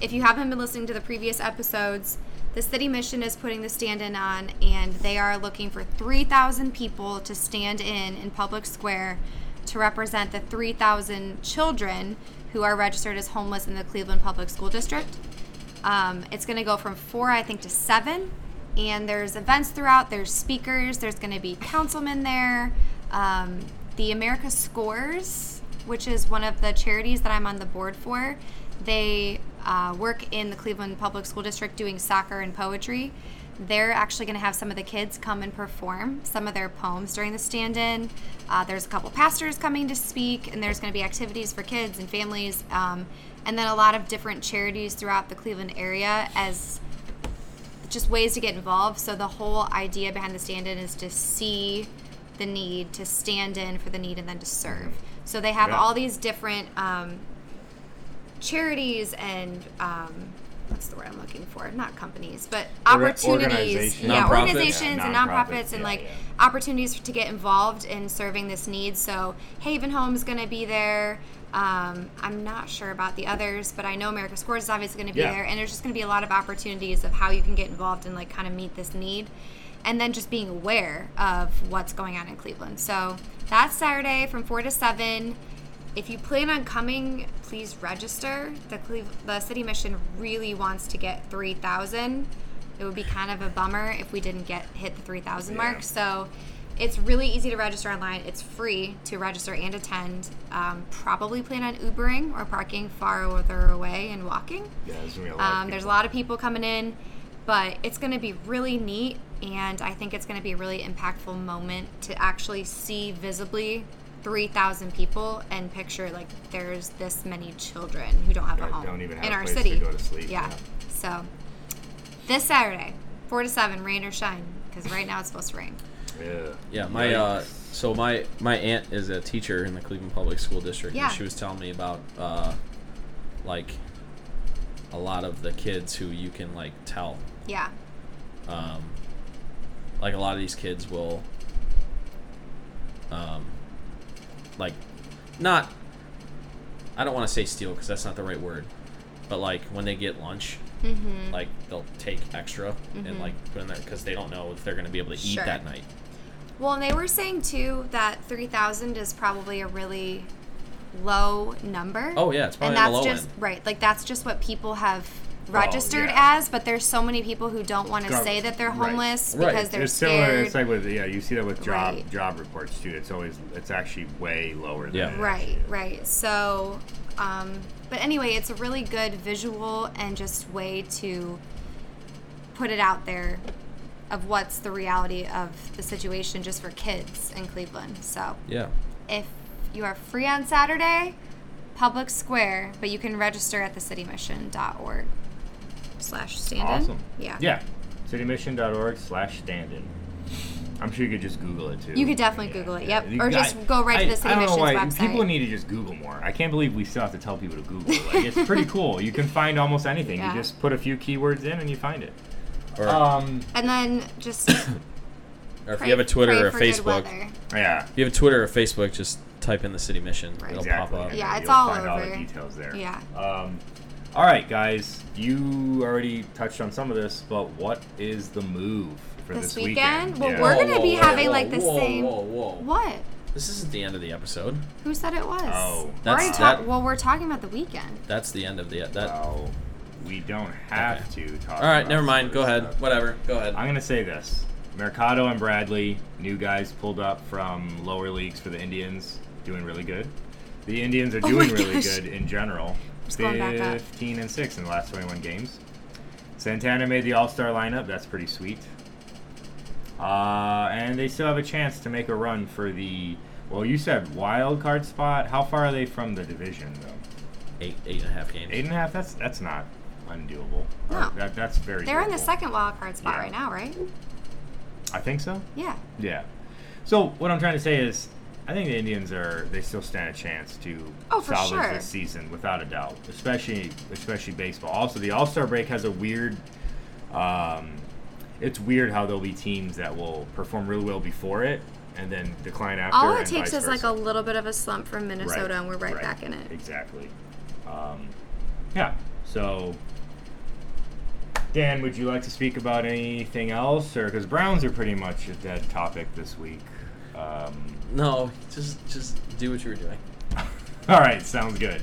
Speaker 4: if you haven't been listening to the previous episodes, the city mission is putting the stand in on, and they are looking for 3,000 people to stand in in public square to represent the 3,000 children who are registered as homeless in the Cleveland Public School District. Um, it's going to go from four, I think, to seven. And there's events throughout. There's speakers. There's going to be councilmen there. Um, the America Scores, which is one of the charities that I'm on the board for, they uh, work in the Cleveland Public School District doing soccer and poetry. They're actually going to have some of the kids come and perform some of their poems during the stand in. Uh, there's a couple pastors coming to speak, and there's going to be activities for kids and families, um, and then a lot of different charities throughout the Cleveland area as just ways to get involved. So the whole idea behind the stand in is to see the need, to stand in for the need, and then to serve. So they have
Speaker 3: Yeah.
Speaker 4: all these different um, charities and um, what's the word I'm looking for? Not companies, but
Speaker 3: Orga-
Speaker 4: opportunities.
Speaker 3: organizations.
Speaker 4: Yeah,
Speaker 2: Nonprofits.
Speaker 4: organizations and
Speaker 3: Yeah, nonprofits.
Speaker 4: nonprofits and
Speaker 3: Yeah,
Speaker 4: like
Speaker 3: yeah.
Speaker 4: opportunities to get involved in serving this need. So Haven Home's going to be there. Um, I'm not sure about the others, but I know America Scores is obviously going to be
Speaker 3: Yeah.
Speaker 4: there, and there's just going to be a lot of opportunities of how you can get involved and like kind of meet this need, and then just being aware of what's going on in Cleveland. So that's Saturday from four to seven. If you plan on coming, please register. The Cleve- the city mission really wants to get three thousand. It would be kind of a bummer if we didn't get hit the three thousand
Speaker 3: Yeah.
Speaker 4: mark. So it's really easy to register online. It's free to register and attend. Um, probably plan on Ubering or parking farther away and walking.
Speaker 3: Yeah, there's gonna be a lot.
Speaker 4: Um,
Speaker 3: of
Speaker 4: there's a
Speaker 3: people.
Speaker 4: lot of people coming in, but it's going to be really neat, and I think it's going to be a really impactful moment to actually see visibly 3,000 people and picture like there's this many children who don't have a
Speaker 3: That
Speaker 4: home
Speaker 3: don't even have
Speaker 4: in
Speaker 3: a
Speaker 4: our
Speaker 3: place to
Speaker 4: city.
Speaker 3: go to sleep,
Speaker 4: Yeah.
Speaker 3: yeah.
Speaker 4: So this Saturday, four to seven, rain or shine, because right now it's supposed to rain.
Speaker 3: Yeah.
Speaker 2: Yeah, my uh, so my my aunt is a teacher in the Cleveland Public School District,
Speaker 4: Yeah.
Speaker 2: and she was telling me about uh, like a lot of the kids who you can like tell,
Speaker 4: Yeah.
Speaker 2: um, like a lot of these kids will, um, like not. I don't want to say steal because that's not the right word, but like when they get lunch,
Speaker 4: Mm-hmm.
Speaker 2: like they'll take extra and
Speaker 4: Mhm.
Speaker 2: like put in there because they don't know if they're gonna be able to eat
Speaker 4: Sure.
Speaker 2: that night.
Speaker 4: Well, and they were saying too that 3,000 is probably a really low number.
Speaker 2: Oh yeah, it's probably
Speaker 4: and
Speaker 2: on
Speaker 4: that's
Speaker 2: the low
Speaker 4: just
Speaker 2: end. Oh,
Speaker 4: right. Like that's just what people have registered
Speaker 3: yeah.
Speaker 4: as, but there's so many people who don't want to
Speaker 3: Got-
Speaker 4: say that they're
Speaker 3: right.
Speaker 4: homeless
Speaker 2: Right.
Speaker 4: because they're
Speaker 3: it's
Speaker 4: scared.
Speaker 3: similar. It's like with yeah, you see that with job
Speaker 4: Right.
Speaker 3: job reports too. It's always it's actually way lower. Than
Speaker 2: Yeah.
Speaker 3: it
Speaker 4: Right,
Speaker 3: actually is.
Speaker 4: right. So, um, but anyway, it's a really good visual and just way to put it out there of what's the reality of the situation just for kids in Cleveland. So,
Speaker 2: Yeah.
Speaker 4: if you are free on Saturday, public square, but you can register at thecitymission.org slash stand
Speaker 3: Awesome.
Speaker 4: Yeah.
Speaker 3: Yeah. Citymission.org slash standin. I'm sure you could just Google it too.
Speaker 4: You could definitely Google it, yep. Or just go right to the City
Speaker 3: I don't know
Speaker 4: Mission's
Speaker 3: why.
Speaker 4: website.
Speaker 3: People need to just Google more. I can't believe we still have to tell people to Google. Like, it's pretty cool. You can find almost anything.
Speaker 4: Yeah.
Speaker 3: You just put a few keywords in and you find it.
Speaker 2: Or,
Speaker 3: Um,
Speaker 4: And then just
Speaker 2: or if
Speaker 4: pray-
Speaker 2: you have a Twitter
Speaker 4: pray
Speaker 2: or a
Speaker 4: for good
Speaker 2: Facebook,
Speaker 4: weather.
Speaker 3: yeah.
Speaker 2: if you have a Twitter or Facebook, just type in the city mission.
Speaker 4: Right.
Speaker 2: It'll
Speaker 3: Exactly.
Speaker 2: pop up.
Speaker 3: And
Speaker 4: Yeah,
Speaker 3: then
Speaker 4: it's
Speaker 3: you'll
Speaker 4: all
Speaker 3: find All
Speaker 4: over.
Speaker 3: the details there.
Speaker 4: Yeah.
Speaker 3: Um, all right, guys. You already touched on some of this, but what is the move for this,
Speaker 4: This weekend? Well, we're
Speaker 2: Whoa,
Speaker 4: gonna be
Speaker 2: whoa,
Speaker 4: having,
Speaker 2: whoa,
Speaker 4: like, the
Speaker 2: whoa,
Speaker 4: same-
Speaker 2: Whoa, whoa,
Speaker 4: What?
Speaker 2: This isn't the end of the episode.
Speaker 4: Who said it was?
Speaker 3: Oh.
Speaker 4: We're already
Speaker 2: That's-
Speaker 4: talk-
Speaker 2: that-
Speaker 4: well, we're talking about the weekend.
Speaker 2: That's the end of the that.
Speaker 3: Well, we don't have to talk.
Speaker 2: all right,
Speaker 3: about
Speaker 2: never mind.
Speaker 3: some
Speaker 2: Go
Speaker 3: of this
Speaker 2: ahead.
Speaker 3: stuff.
Speaker 2: Whatever. Go ahead.
Speaker 3: I'm gonna say this: Mercado and Bradley, new guys pulled up from lower leagues for the Indians, doing really good. The Indians are
Speaker 4: Oh
Speaker 3: doing
Speaker 4: my
Speaker 3: really
Speaker 4: gosh.
Speaker 3: good in general.
Speaker 4: Just going back up.
Speaker 3: 15 and six in the last 21 games. Santana made the All-Star lineup. That's pretty sweet. Uh, and they still have a chance to make a run for the. Well, you said wild card spot. How far are they from the division, though?
Speaker 2: Eight, eight and a half games.
Speaker 3: Eight and a half. That's that's not undoable. Or
Speaker 4: No.
Speaker 3: That, that's very.
Speaker 4: They're in the
Speaker 3: doable.
Speaker 4: second wild card spot
Speaker 3: Yeah.
Speaker 4: right now, right?
Speaker 3: I think so.
Speaker 4: Yeah.
Speaker 3: Yeah. So what I'm trying to say is, I think the Indians are they still stand a chance to
Speaker 4: Oh, for
Speaker 3: salvage
Speaker 4: sure.
Speaker 3: this season without a doubt, especially especially baseball. Also, the All Star break has a weird. Um, it's weird how there'll be teams that will perform really well before it and then decline after.
Speaker 4: All it
Speaker 3: and
Speaker 4: takes
Speaker 3: vice
Speaker 4: is like
Speaker 3: versa.
Speaker 4: a little bit of a slump from
Speaker 3: Right,
Speaker 4: Minnesota, and we're right, back in it.
Speaker 3: Exactly. Um, yeah. So, Dan, would you like to speak about anything else, or because Browns are pretty much a dead topic this week? Um,
Speaker 2: No, just just do what you were doing.
Speaker 3: all right, sounds good.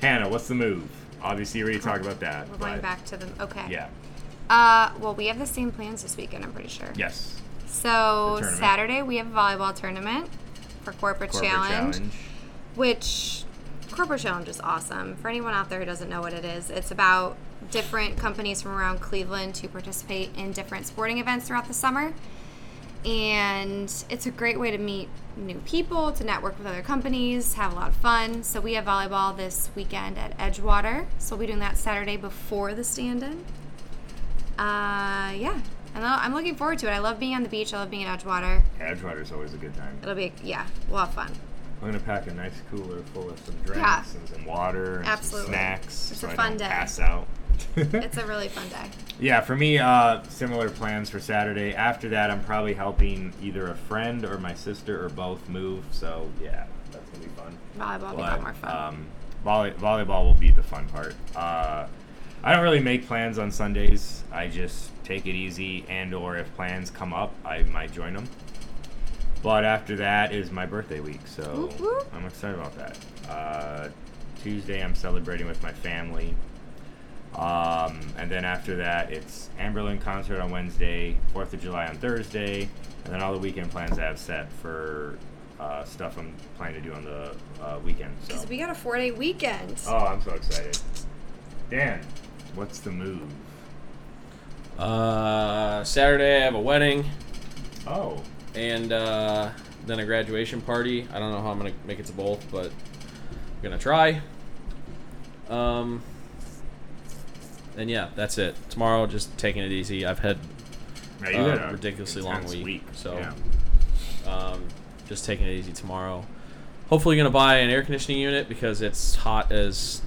Speaker 3: Hannah, what's the move? Obviously, you already talked about that.
Speaker 4: We're
Speaker 3: but-
Speaker 4: going back to them. Okay.
Speaker 3: Yeah.
Speaker 4: Uh, well, we have the same plans this weekend. I'm pretty sure.
Speaker 3: Yes.
Speaker 4: So
Speaker 3: The tournament.
Speaker 4: Saturday we have a volleyball tournament for corporate,
Speaker 3: Corporate
Speaker 4: challenge,
Speaker 3: challenge.
Speaker 4: which corporate challenge is awesome. For anyone out there who doesn't know what it is, it's about different companies from around Cleveland to participate in different sporting events throughout the summer. And it's a great way to meet new people, to network with other companies, have a lot of fun. So we have volleyball this weekend at Edgewater. So we'll be doing that Saturday before the stand-in. Uh, yeah. And I'll- I'm looking forward to it. I love being on the beach. I love being in Edgewater.
Speaker 3: Edgewater's always a good time.
Speaker 4: It'll be, yeah, we'll have fun.
Speaker 3: I'm gonna pack a nice cooler full of some drinks
Speaker 4: Yeah.
Speaker 3: and some water and
Speaker 4: Absolutely.
Speaker 3: some snacks.
Speaker 4: It's
Speaker 3: so
Speaker 4: a
Speaker 3: I
Speaker 4: fun
Speaker 3: don't
Speaker 4: day.
Speaker 3: Pass out.
Speaker 4: It's a really fun day.
Speaker 3: Yeah, for me, uh, similar plans for Saturday. After that, I'm probably helping either a friend or my sister or both move. So yeah, that's gonna be fun.
Speaker 4: Volleyball will be a lot more fun.
Speaker 3: Um, volley- volleyball will be the fun part. Uh, I don't really make plans on Sundays. I just take it easy, and or if plans come up, I might join them. But after that is my birthday week, so
Speaker 4: Whoop, whoop.
Speaker 3: I'm excited about that. Uh, Tuesday, I'm celebrating with my family. Um, and then after that, it's Amberlin concert on Wednesday, Fourth of July on Thursday, and then all the weekend plans I have set for uh, stuff I'm planning to do on the uh, weekend. So.
Speaker 4: Because we got a four day weekend.
Speaker 3: Oh, I'm so excited. Dan, what's the move?
Speaker 2: Uh, Saturday I have a wedding
Speaker 3: Oh,
Speaker 2: and uh, then a graduation party. I don't know how I'm gonna make it to both, but I'm gonna try. Um, and yeah, that's it. Tomorrow, just taking it easy. I've had
Speaker 3: Yeah, you
Speaker 2: uh,
Speaker 3: had a
Speaker 2: ridiculously long
Speaker 3: intense
Speaker 2: week. So
Speaker 3: yeah.
Speaker 2: um, just taking it easy tomorrow. Hopefully, gonna buy an air conditioning unit because it's hot as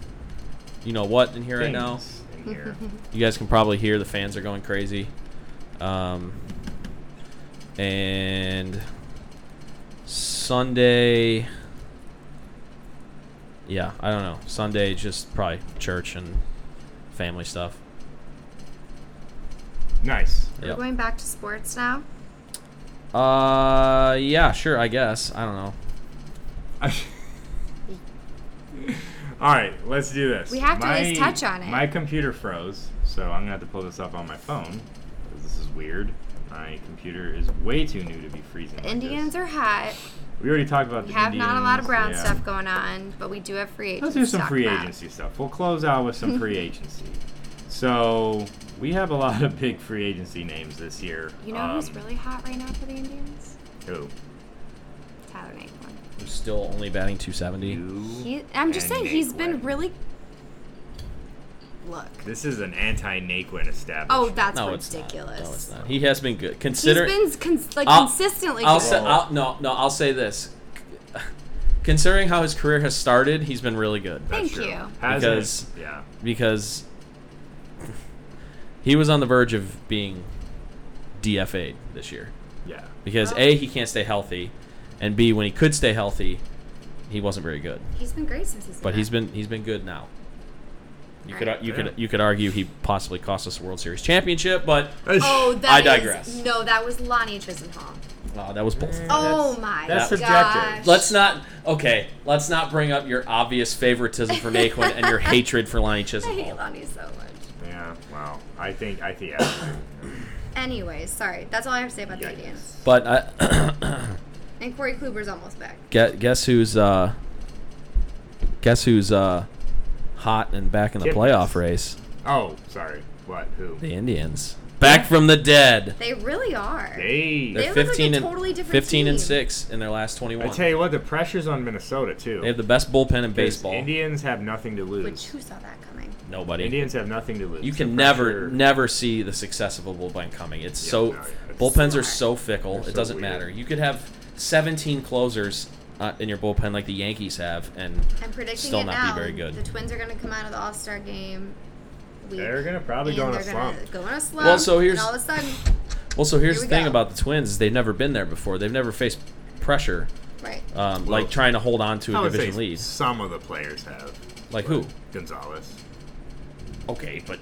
Speaker 2: you know what in here right now.
Speaker 3: Things in here.
Speaker 2: You guys can probably hear the fans are going crazy. Um, and Sunday, yeah, I don't know. Sunday, just probably church and family stuff.
Speaker 3: nice.
Speaker 4: We're
Speaker 2: Yep.
Speaker 4: going back to sports now.
Speaker 2: Uh, yeah, sure, I guess. I don't know.
Speaker 3: All right, let's do this.
Speaker 4: We have to at least touch on it.
Speaker 3: My computer froze, so I'm gonna have to pull this up on my phone. 'cause This is weird. My computer is way too new to be freezing. like
Speaker 4: Indians
Speaker 3: this.
Speaker 4: are hot.
Speaker 3: We already talked about
Speaker 4: We
Speaker 3: the
Speaker 4: have not a lot of
Speaker 3: Indians,
Speaker 4: brown
Speaker 3: yeah.
Speaker 4: stuff going on, but we do have free agency.
Speaker 3: Let's do some
Speaker 4: to talk
Speaker 3: free
Speaker 4: about.
Speaker 3: agency stuff. We'll close out with some free agency. So we have a lot of big free agency names this year.
Speaker 4: You know who's
Speaker 3: Um,
Speaker 4: really hot right now for the Indians?
Speaker 3: who?
Speaker 4: Tyler Naquin.
Speaker 2: I'm still only batting 270.
Speaker 4: He, I'm just
Speaker 3: and
Speaker 4: saying he's been
Speaker 3: Naquin.
Speaker 4: really. Look.
Speaker 3: This is an anti-Naquin establishment.
Speaker 4: Oh, that's
Speaker 2: No, it's
Speaker 4: ridiculous.
Speaker 2: Not. No, it's not. He has been good. Consider
Speaker 4: he's been cons- like
Speaker 2: I'll-
Speaker 4: consistently.
Speaker 2: I'll
Speaker 4: good.
Speaker 2: say I'll, no, no. I'll say this. Considering how his career has started, he's been really good
Speaker 4: Thank
Speaker 3: Sure.
Speaker 4: you.
Speaker 3: Hasn't-
Speaker 2: Because-
Speaker 3: yeah,
Speaker 2: because he was on the verge of being DFA'd this year.
Speaker 3: yeah.
Speaker 2: Because
Speaker 4: Oh.
Speaker 2: a he can't stay healthy, and b when he could stay healthy, he wasn't very good.
Speaker 4: He's been great since he's.
Speaker 2: But he's been he's been good now. You could
Speaker 4: Alright.
Speaker 2: you
Speaker 3: Yeah.
Speaker 2: could you could argue he possibly cost us a World Series championship, but
Speaker 4: Oh, that
Speaker 2: I
Speaker 4: is-
Speaker 2: digress.
Speaker 4: no, that was Lonnie Chisenhall.
Speaker 2: uh, that was both.
Speaker 4: Oh my
Speaker 3: that's subjective.
Speaker 4: gosh.
Speaker 2: Let's not. Okay, let's not bring up your obvious favoritism for Naquin and your hatred for Lonnie
Speaker 4: I hate
Speaker 2: Chisholm.
Speaker 4: Lonnie so much.
Speaker 3: Yeah, wow. I think I think yeah.
Speaker 6: Anyways, sorry. That's all I have to say about the
Speaker 3: Yikes.
Speaker 6: Indians.
Speaker 2: But I,
Speaker 6: And Corey Kluber's almost back.
Speaker 2: guess, guess who's uh, guess who's uh, hot and back in the
Speaker 3: Timbers.
Speaker 2: playoff race?
Speaker 3: oh, sorry. What? Who?
Speaker 2: The Indians back from the dead.
Speaker 6: They really are.
Speaker 3: They.
Speaker 2: They're
Speaker 6: look like a
Speaker 2: fifteen and
Speaker 6: totally different
Speaker 2: fifteen and
Speaker 6: team.
Speaker 2: six in their last
Speaker 3: I
Speaker 2: twenty-one.
Speaker 3: tell you what, the pressure's on Minnesota too.
Speaker 2: they have the best bullpen in
Speaker 3: Because
Speaker 2: baseball.
Speaker 3: Indians have nothing to
Speaker 6: Which
Speaker 3: lose.
Speaker 6: who saw that coming?
Speaker 2: Nobody.
Speaker 3: Indians have nothing to lose.
Speaker 2: You
Speaker 3: The
Speaker 2: can never,
Speaker 3: pressure-
Speaker 2: never see the success of a bullpen coming. It's
Speaker 3: Yeah,
Speaker 2: so
Speaker 3: no, yeah, it's-
Speaker 2: bullpens are so fickle.
Speaker 3: They're
Speaker 2: it
Speaker 3: so
Speaker 2: doesn't
Speaker 3: weird.
Speaker 2: matter. You could have 17 closers uh, in your bullpen like the Yankees have, and
Speaker 6: I'm predicting
Speaker 2: Still
Speaker 6: it
Speaker 2: not be
Speaker 6: now.
Speaker 2: very good.
Speaker 6: The Twins are going to come out of the All Star game. Week,
Speaker 3: They're gonna probably
Speaker 6: and
Speaker 3: go on a
Speaker 6: they're gonna
Speaker 3: slump.
Speaker 6: Go on a slump.
Speaker 2: Well, so here's-
Speaker 6: and all of a sudden,
Speaker 2: well, so here's
Speaker 6: Here
Speaker 2: the
Speaker 6: we
Speaker 2: thing
Speaker 6: go.
Speaker 2: about the Twins: is they've never been there before. They've never faced pressure
Speaker 6: right?
Speaker 2: um,
Speaker 3: Well,
Speaker 2: like trying to hold on to
Speaker 3: I
Speaker 2: a
Speaker 3: would say
Speaker 2: division lead.
Speaker 3: some of the players have.
Speaker 2: Like
Speaker 3: but
Speaker 2: who?
Speaker 3: Gonzalez.
Speaker 2: Okay, but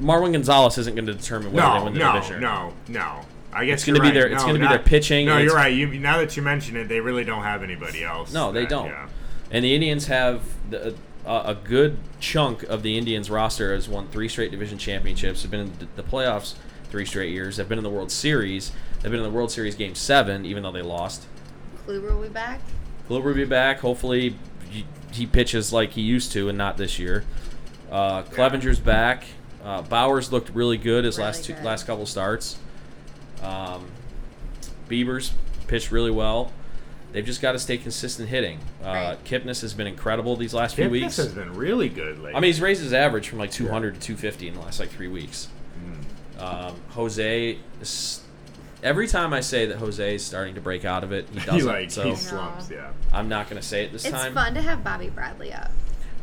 Speaker 2: Marwin Gonzalez isn't going to determine whether they
Speaker 3: No,
Speaker 2: win the
Speaker 3: no,
Speaker 2: division.
Speaker 3: no, no. I guess
Speaker 2: It's gonna
Speaker 3: you're
Speaker 2: be
Speaker 3: right.
Speaker 2: their- it's
Speaker 3: No,
Speaker 2: gonna be
Speaker 3: not-
Speaker 2: their pitching,
Speaker 3: No,
Speaker 2: and
Speaker 3: you're
Speaker 2: it's-
Speaker 3: right. You now that you mention it, they really don't have anybody else.
Speaker 2: No, they
Speaker 3: that-
Speaker 2: don't.
Speaker 3: yeah.
Speaker 2: And the Indians have the, a, a good chunk of the Indians roster has won three straight division championships. Have been in the playoffs three straight years. Have been in the World Series. They've been in the World Series Game Seven, even though they lost.
Speaker 6: Kluber will be back.
Speaker 2: Kluber will be back. Hopefully, he, he pitches like he used to, and not this year. Uh, Clevenger's back. Uh, Bowers looked really good his
Speaker 6: Really
Speaker 2: last two,
Speaker 6: good.
Speaker 2: last couple starts. Um, Bieber's pitched really well. They've just got to stay consistent hitting. Uh,
Speaker 6: Right.
Speaker 2: Kipnis has been incredible these last few
Speaker 3: Kipnis
Speaker 2: weeks.
Speaker 3: has been really good lately.
Speaker 2: I mean, he's raised his average from like 200 to 250 in the last like three weeks.
Speaker 3: Mm.
Speaker 2: Um, Jose, is, every time I say that Jose is starting to break out of it, he doesn't.
Speaker 3: he like
Speaker 2: so
Speaker 3: he slumps. Yeah.
Speaker 2: I'm not going to say it this
Speaker 6: It's
Speaker 2: time.
Speaker 6: fun to have Bobby Bradley up.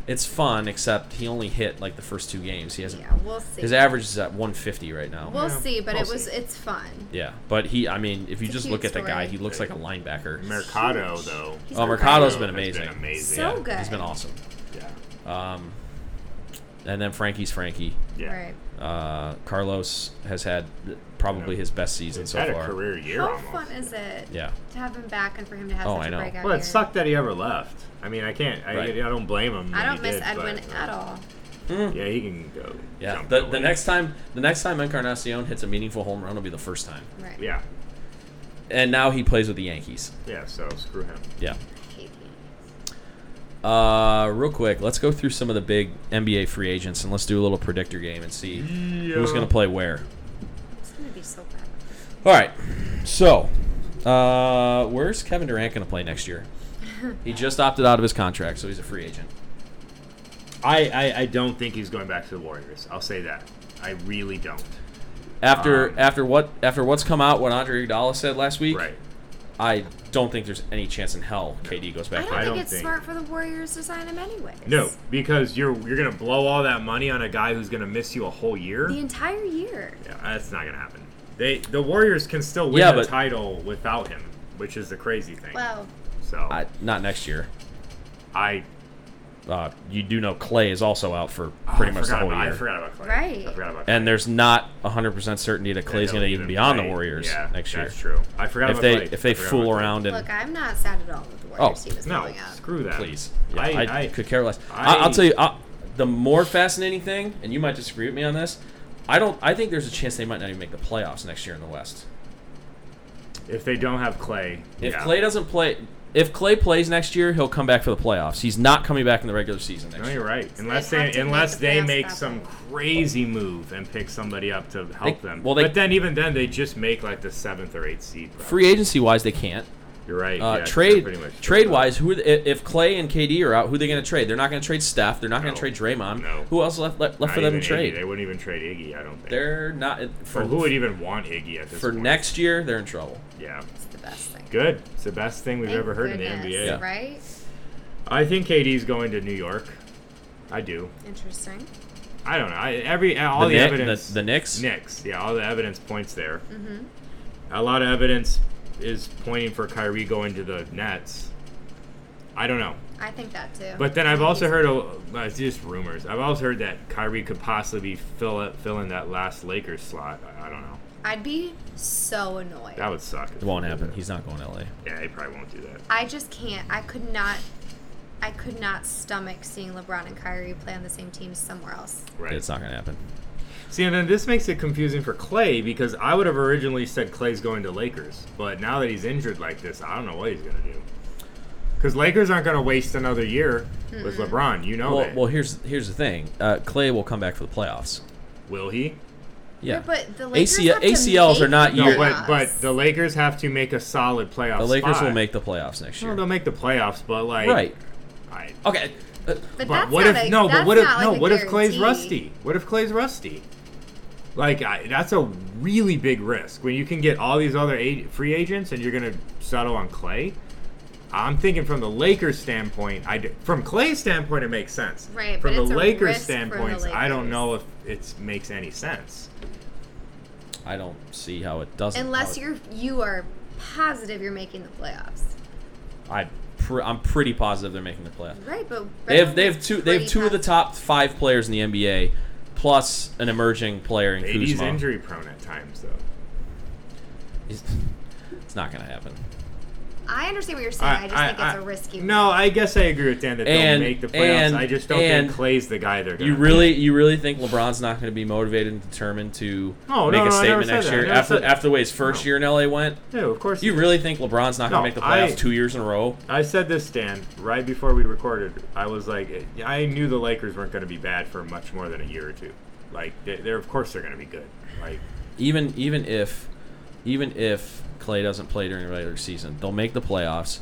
Speaker 2: It's fun, except he only hit like the first two games. He hasn't.
Speaker 6: Yeah, we'll see.
Speaker 2: His average is at 150 right now.
Speaker 6: We'll
Speaker 3: Yeah,
Speaker 6: see, but
Speaker 3: we'll
Speaker 6: it was
Speaker 3: see.
Speaker 6: it's fun.
Speaker 2: yeah, but he. I mean, if you
Speaker 6: It's a
Speaker 2: just
Speaker 6: cute
Speaker 2: look at the
Speaker 6: story.
Speaker 2: guy, he looks like a linebacker.
Speaker 3: Mercado though.
Speaker 6: He's
Speaker 2: Oh,
Speaker 6: been
Speaker 2: Mercado's
Speaker 3: Mercado
Speaker 2: been
Speaker 3: has
Speaker 2: amazing.
Speaker 3: amazing.
Speaker 6: So
Speaker 3: yeah.
Speaker 6: good.
Speaker 2: He's been awesome.
Speaker 3: Yeah.
Speaker 2: Um, and then Frankie's Frankie.
Speaker 3: Yeah.
Speaker 6: Right.
Speaker 2: Uh, Carlos has had probably his best season
Speaker 3: He's
Speaker 2: so
Speaker 3: had
Speaker 2: far.
Speaker 3: a career year
Speaker 6: How
Speaker 3: almost.
Speaker 6: fun is it
Speaker 2: Yeah.
Speaker 6: to have him back and for him to have
Speaker 2: Oh,
Speaker 6: such
Speaker 2: I
Speaker 6: a
Speaker 2: know.
Speaker 6: breakout
Speaker 3: Well, it
Speaker 6: year?
Speaker 3: sucked that he ever left. I mean, I can't. I,
Speaker 2: Right.
Speaker 3: I don't blame him.
Speaker 6: I
Speaker 3: that
Speaker 6: don't
Speaker 3: he
Speaker 6: miss
Speaker 3: did,
Speaker 6: Edwin
Speaker 3: but, uh,
Speaker 6: at all.
Speaker 3: Yeah, he can go.
Speaker 2: Yeah.
Speaker 3: jump
Speaker 2: The,
Speaker 3: away.
Speaker 2: the next time, the next time Encarnacion hits a meaningful home run will be the first time.
Speaker 6: Right.
Speaker 3: Yeah.
Speaker 2: And now he plays with the Yankees.
Speaker 3: Yeah. So screw him.
Speaker 2: Yeah.
Speaker 6: I hate the
Speaker 2: Uh, real quick, let's go through some of the big NBA free agents and let's do a little predictor game and see who's going to play where.
Speaker 6: It's gonna be so bad.
Speaker 2: All right. So, uh, where's Kevin Durant going to play next year? He just opted out of his contract, so he's a free agent.
Speaker 3: I, I I don't think he's going back to the Warriors. I'll say that. I really don't.
Speaker 2: After
Speaker 3: Um,
Speaker 2: after what after what's come out, what Andre Iguodala said last week,
Speaker 3: Right.
Speaker 2: I don't think there's any chance in hell KD goes
Speaker 6: I
Speaker 2: back.
Speaker 6: don't
Speaker 2: there.
Speaker 6: think
Speaker 3: don't
Speaker 6: it's
Speaker 3: think-
Speaker 6: smart for the Warriors to sign him anyways.
Speaker 3: No, because you're you're gonna blow all that money on a guy who's gonna miss you a whole year.
Speaker 6: The entire year.
Speaker 3: yeah, that's not gonna happen. They the Warriors can still win
Speaker 2: Yeah,
Speaker 3: the
Speaker 2: but-
Speaker 3: title without him, which is the crazy thing.
Speaker 6: Well,
Speaker 3: so
Speaker 2: I, not next year.
Speaker 3: I
Speaker 2: Uh, you do know Clay is also out for pretty
Speaker 3: Oh, I
Speaker 2: much the
Speaker 3: forgot
Speaker 2: whole
Speaker 3: about,
Speaker 2: year.
Speaker 3: I forgot about Clay.
Speaker 6: Right.
Speaker 3: I forgot about Clay.
Speaker 2: and there's not 100% certainty that Clay's
Speaker 3: That
Speaker 2: going to
Speaker 3: he'll
Speaker 2: even be on the
Speaker 3: play.
Speaker 2: Warriors
Speaker 3: yeah,
Speaker 2: next year.
Speaker 3: That's true. I forgot
Speaker 2: If
Speaker 3: about
Speaker 2: they
Speaker 3: Clay.
Speaker 2: if
Speaker 3: I
Speaker 2: they
Speaker 3: forgot
Speaker 2: fool
Speaker 3: about Clay.
Speaker 2: around and
Speaker 6: look, I'm not sad at all with the Warriors
Speaker 2: Oh,
Speaker 6: team is
Speaker 3: No,
Speaker 6: going up.
Speaker 3: screw that.
Speaker 2: please, yeah, I,
Speaker 3: I, I,
Speaker 2: could care less. I,
Speaker 3: I-
Speaker 2: I'll tell you, I, the more fascinating thing, and you might disagree with me on this, I don't. I think there's a chance they might not even make the playoffs next year in the West.
Speaker 3: If they don't have Clay,
Speaker 2: If
Speaker 3: yeah.
Speaker 2: Clay doesn't play, if Clay plays next year, he'll come back for the playoffs. He's not coming back in the regular season next
Speaker 3: No,
Speaker 2: year.
Speaker 3: you're right. Unless
Speaker 6: they'd
Speaker 3: they
Speaker 6: have to
Speaker 3: unless
Speaker 6: make the
Speaker 3: they
Speaker 6: playoffs
Speaker 3: make
Speaker 6: that
Speaker 3: some
Speaker 6: way.
Speaker 3: crazy move and pick somebody up to help
Speaker 2: They-
Speaker 3: them.
Speaker 2: well, they-
Speaker 3: but then even then they just make like the seventh or eighth seed. Probably.
Speaker 2: Free agency wise, they can't.
Speaker 3: You're right.
Speaker 2: Uh,
Speaker 3: yeah, 'cause they're
Speaker 2: trade
Speaker 3: pretty much-
Speaker 2: trade wise, who are the, i- if Clay and KD are out, who are they going to trade? They're not going to trade Steph. They're not going
Speaker 3: No.
Speaker 2: to trade Draymond.
Speaker 3: No.
Speaker 2: Who else left left, left
Speaker 3: Not
Speaker 2: for them to
Speaker 3: even Iggy.
Speaker 2: trade?
Speaker 3: They wouldn't even trade Iggy. I don't think.
Speaker 2: They're not for
Speaker 3: Well, who would even want Iggy at this
Speaker 2: for
Speaker 3: point?
Speaker 2: next year. They're in trouble.
Speaker 3: Yeah.
Speaker 6: It's the best thing.
Speaker 3: Good. It's the best thing we've
Speaker 6: Thank
Speaker 3: ever heard
Speaker 6: goodness,
Speaker 3: in the NBA.
Speaker 2: Yeah.
Speaker 6: Right?
Speaker 3: I think KD's going to New York. I do.
Speaker 6: Interesting.
Speaker 3: I don't know. I, every all
Speaker 2: The
Speaker 3: the,
Speaker 2: Kni-
Speaker 3: evidence.
Speaker 2: the- the Knicks?
Speaker 3: Knicks. Yeah, all the evidence points there. Mm-hmm. A lot of evidence is pointing for Kyrie going to the Nets. I don't know.
Speaker 6: I think that too.
Speaker 3: But then I've also heard a, uh, it's just rumors. I've also heard that Kyrie could possibly be fill up, fill in that last Lakers slot. I, I don't know.
Speaker 6: I'd be so annoyed.
Speaker 3: That would suck.
Speaker 2: It won't happen. He's not going to LA.
Speaker 3: Yeah, he probably won't do that.
Speaker 6: I just can't. I could not. I could not stomach seeing LeBron and Kyrie play on the same team somewhere else.
Speaker 3: Right.
Speaker 2: It's not going to happen.
Speaker 3: See, and then this makes it confusing for Clay because I would have originally said Clay's going to Lakers, but now that he's injured like this, I don't know what he's gonna do. Because Lakers aren't gonna waste another year with LeBron. You know
Speaker 2: Well,
Speaker 3: that.
Speaker 2: well, here's here's the thing. Uh, Clay will come back for the playoffs.
Speaker 3: Will he?
Speaker 2: Yeah,
Speaker 6: But the Lakers
Speaker 2: AC-
Speaker 6: have to
Speaker 2: ACLs are
Speaker 6: make
Speaker 2: not
Speaker 6: the
Speaker 2: year-
Speaker 3: No,
Speaker 2: Yes.
Speaker 3: but but
Speaker 6: playoffs.
Speaker 3: the Lakers have to make a solid playoff.
Speaker 2: the Lakers
Speaker 3: spot.
Speaker 2: will make the playoffs next
Speaker 3: No,
Speaker 2: year.
Speaker 3: they'll make the playoffs, but like.
Speaker 2: right.
Speaker 3: I,
Speaker 2: Okay. Uh,
Speaker 6: But,
Speaker 3: But
Speaker 6: that's
Speaker 3: what
Speaker 6: not
Speaker 3: if
Speaker 6: a-
Speaker 3: no? But
Speaker 6: that's
Speaker 3: what if
Speaker 6: not
Speaker 3: no?
Speaker 6: like a
Speaker 3: What if Clay's
Speaker 6: guarantee.
Speaker 3: rusty? What if Clay's rusty? Like I, that's a really big risk when you can get all these other a- free agents and you're gonna settle on Clay. I'm thinking from the Lakers standpoint. I d- from Clay's standpoint it makes sense.
Speaker 6: Right,
Speaker 3: From
Speaker 6: but it's a
Speaker 3: the Lakers
Speaker 6: risk for the
Speaker 3: standpoint, I don't
Speaker 6: Lakers.
Speaker 3: know if it makes any sense.
Speaker 2: I don't see how it doesn't.
Speaker 6: Unless
Speaker 2: how it-
Speaker 6: you're you are positive you're making the playoffs,
Speaker 2: I pr- I'm pretty positive they're making the playoffs.
Speaker 6: right? But
Speaker 2: They have
Speaker 6: Brown
Speaker 2: they have
Speaker 6: was
Speaker 2: two they have
Speaker 6: pretty
Speaker 2: two of the
Speaker 6: positive.
Speaker 2: top five players in the NBA, plus an emerging player in
Speaker 3: AD's
Speaker 2: Kuzma.
Speaker 3: injury prone at times though.
Speaker 2: It's, it's not going to happen.
Speaker 6: I understand what you're saying. I, just think it's a risky.
Speaker 3: No, I guess I agree with Dan that
Speaker 2: And-
Speaker 3: they'll make the playoffs.
Speaker 2: and-
Speaker 3: I just don't
Speaker 2: and
Speaker 3: think Clay's the guy they're going
Speaker 2: You
Speaker 3: to
Speaker 2: really, you really think LeBron's not going to be motivated and determined to
Speaker 3: Oh, no,
Speaker 2: make
Speaker 3: no, I
Speaker 2: a
Speaker 3: never
Speaker 2: statement
Speaker 3: said
Speaker 2: next
Speaker 3: that. I
Speaker 2: year
Speaker 3: never
Speaker 2: after
Speaker 3: said that.
Speaker 2: after the way his first
Speaker 3: No.
Speaker 2: year in LA went?
Speaker 3: No, of course
Speaker 2: You
Speaker 3: not.
Speaker 2: really think LeBron's not going to
Speaker 3: No,
Speaker 2: make the
Speaker 3: I-
Speaker 2: playoffs two years in a row?
Speaker 3: I said this, Stan, right before we recorded. I was like, eh, I knew the Lakers weren't going to be bad for much more than a year or two. Like, they- they're of course they're going to be good. Like,
Speaker 2: Even even if even if Clay doesn't play during the regular season, they'll make the playoffs.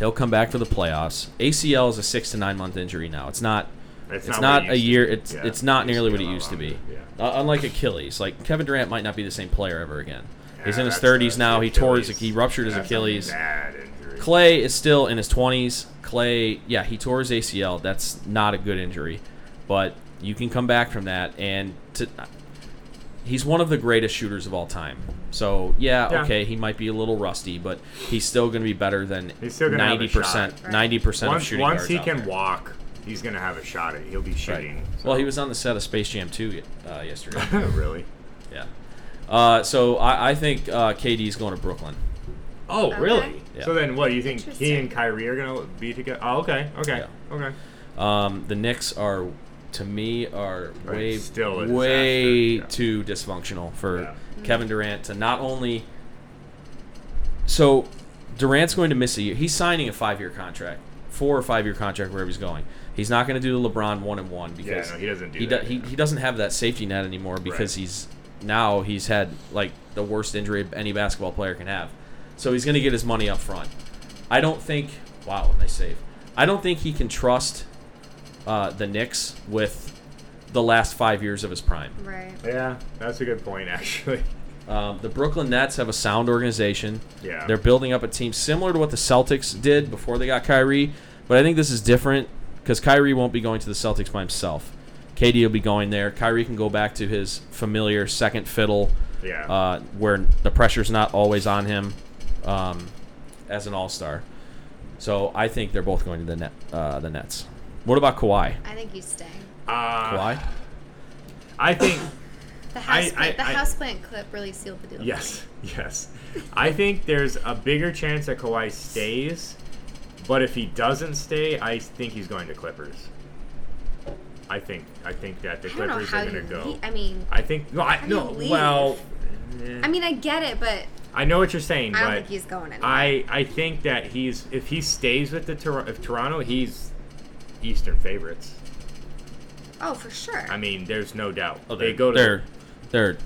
Speaker 2: He'll come back for the playoffs. ACL is a six to nine month injury now. It's not
Speaker 3: it's,
Speaker 2: it's
Speaker 3: not,
Speaker 2: not,
Speaker 3: what it
Speaker 2: a
Speaker 3: used to
Speaker 2: year.
Speaker 3: be.
Speaker 2: It's
Speaker 3: Yeah,
Speaker 2: it's not
Speaker 3: it used
Speaker 2: nearly
Speaker 3: to
Speaker 2: what
Speaker 3: be
Speaker 2: it
Speaker 3: a lot
Speaker 2: used to be.
Speaker 3: longer, Yeah.
Speaker 2: Uh, unlike Achilles, like Kevin Durant might not be the same player ever again. He's
Speaker 3: Yeah,
Speaker 2: in his
Speaker 3: that's
Speaker 2: 30s
Speaker 3: the
Speaker 2: now. He tore his
Speaker 3: Achilles.
Speaker 2: he ruptured his
Speaker 3: That's a
Speaker 2: Achilles.
Speaker 3: Bad injury.
Speaker 2: Clay is still in his 20s. Clay, yeah, he tore his ACL. That's not a good injury, but you can come back from that. And to, he's one of the greatest shooters of all time. So yeah,
Speaker 3: Yeah.
Speaker 2: okay, he might be a little rusty, but he's still going to be better than
Speaker 3: He's still gonna have a
Speaker 2: 90 percent,
Speaker 3: shot.
Speaker 6: Right.
Speaker 2: 90 percent of
Speaker 3: once
Speaker 2: shooting
Speaker 3: once
Speaker 2: guards
Speaker 3: he
Speaker 2: out
Speaker 3: can
Speaker 2: there.
Speaker 3: walk, he's going to have a shot at. it. He'll be
Speaker 2: Right.
Speaker 3: shooting. so-
Speaker 2: Well, he was on the set of Space Jam 2 uh, yesterday.
Speaker 3: really.
Speaker 2: yeah. Uh, so I, I think uh, KD is going to Brooklyn.
Speaker 3: Oh, really?
Speaker 2: Yeah.
Speaker 3: So then, what do you think? He
Speaker 6: Interesting.
Speaker 3: and Kyrie are going to be together? Oh, okay, okay, okay.
Speaker 2: Um, the Knicks are, to me, are
Speaker 3: Right,
Speaker 2: way
Speaker 3: still a
Speaker 2: way
Speaker 3: disaster, yeah.
Speaker 2: too dysfunctional for
Speaker 3: Yeah.
Speaker 2: Kevin Durant to not only. So, Durant's going to miss a year. He's signing a five-year contract, four or five-year contract wherever he's going. He's not going to do the LeBron one and one because
Speaker 3: no, he doesn't do
Speaker 2: he,
Speaker 3: that,
Speaker 2: he,
Speaker 3: yeah.
Speaker 2: he doesn't have that safety net anymore because
Speaker 3: Right.
Speaker 2: he's now he's had like the worst injury any basketball player can have. So he's going to get his money up front. I don't think. Wow, nice save. I don't think he can trust uh, the Knicks with the last five years of his prime.
Speaker 6: Right.
Speaker 3: Yeah, that's a good point, actually.
Speaker 2: Um, the Brooklyn Nets have a sound organization.
Speaker 3: Yeah.
Speaker 2: They're building up a team similar to what the Celtics did before they got Kyrie, but I think this is different because Kyrie won't be going to the Celtics by himself. KD will be going there. Kyrie can go back to his familiar second fiddle,
Speaker 3: Yeah.
Speaker 2: uh, where the pressure's not always on him um, as an All Star. So I think they're both going to the net, uh, the Nets. What about Kawhi?
Speaker 6: I think he's staying.
Speaker 3: Uh,
Speaker 2: Kawhi?
Speaker 3: I think
Speaker 6: The house
Speaker 3: I-
Speaker 6: the
Speaker 3: I-
Speaker 6: houseplant clip really sealed the deal.
Speaker 3: yes, yes. I think there's a bigger chance that Kawhi stays, but if he doesn't stay, I think he's going to Clippers. I think I think that the
Speaker 6: I don't know
Speaker 3: Clippers
Speaker 6: how
Speaker 3: are going
Speaker 6: you.
Speaker 3: to go.
Speaker 6: le- I mean,
Speaker 3: I think no, I,
Speaker 6: do
Speaker 3: no.
Speaker 6: you leave?
Speaker 3: Well,
Speaker 6: I mean, I get it, but
Speaker 3: I know what you're saying,
Speaker 6: I don't
Speaker 3: but
Speaker 6: think he's going anywhere.
Speaker 3: I I think that he's if he stays with the Tor- if Toronto, he's Eastern favorites.
Speaker 6: oh, for sure.
Speaker 3: I mean, there's no doubt.
Speaker 2: Oh,
Speaker 3: they
Speaker 2: they're,
Speaker 3: go to
Speaker 2: they're they're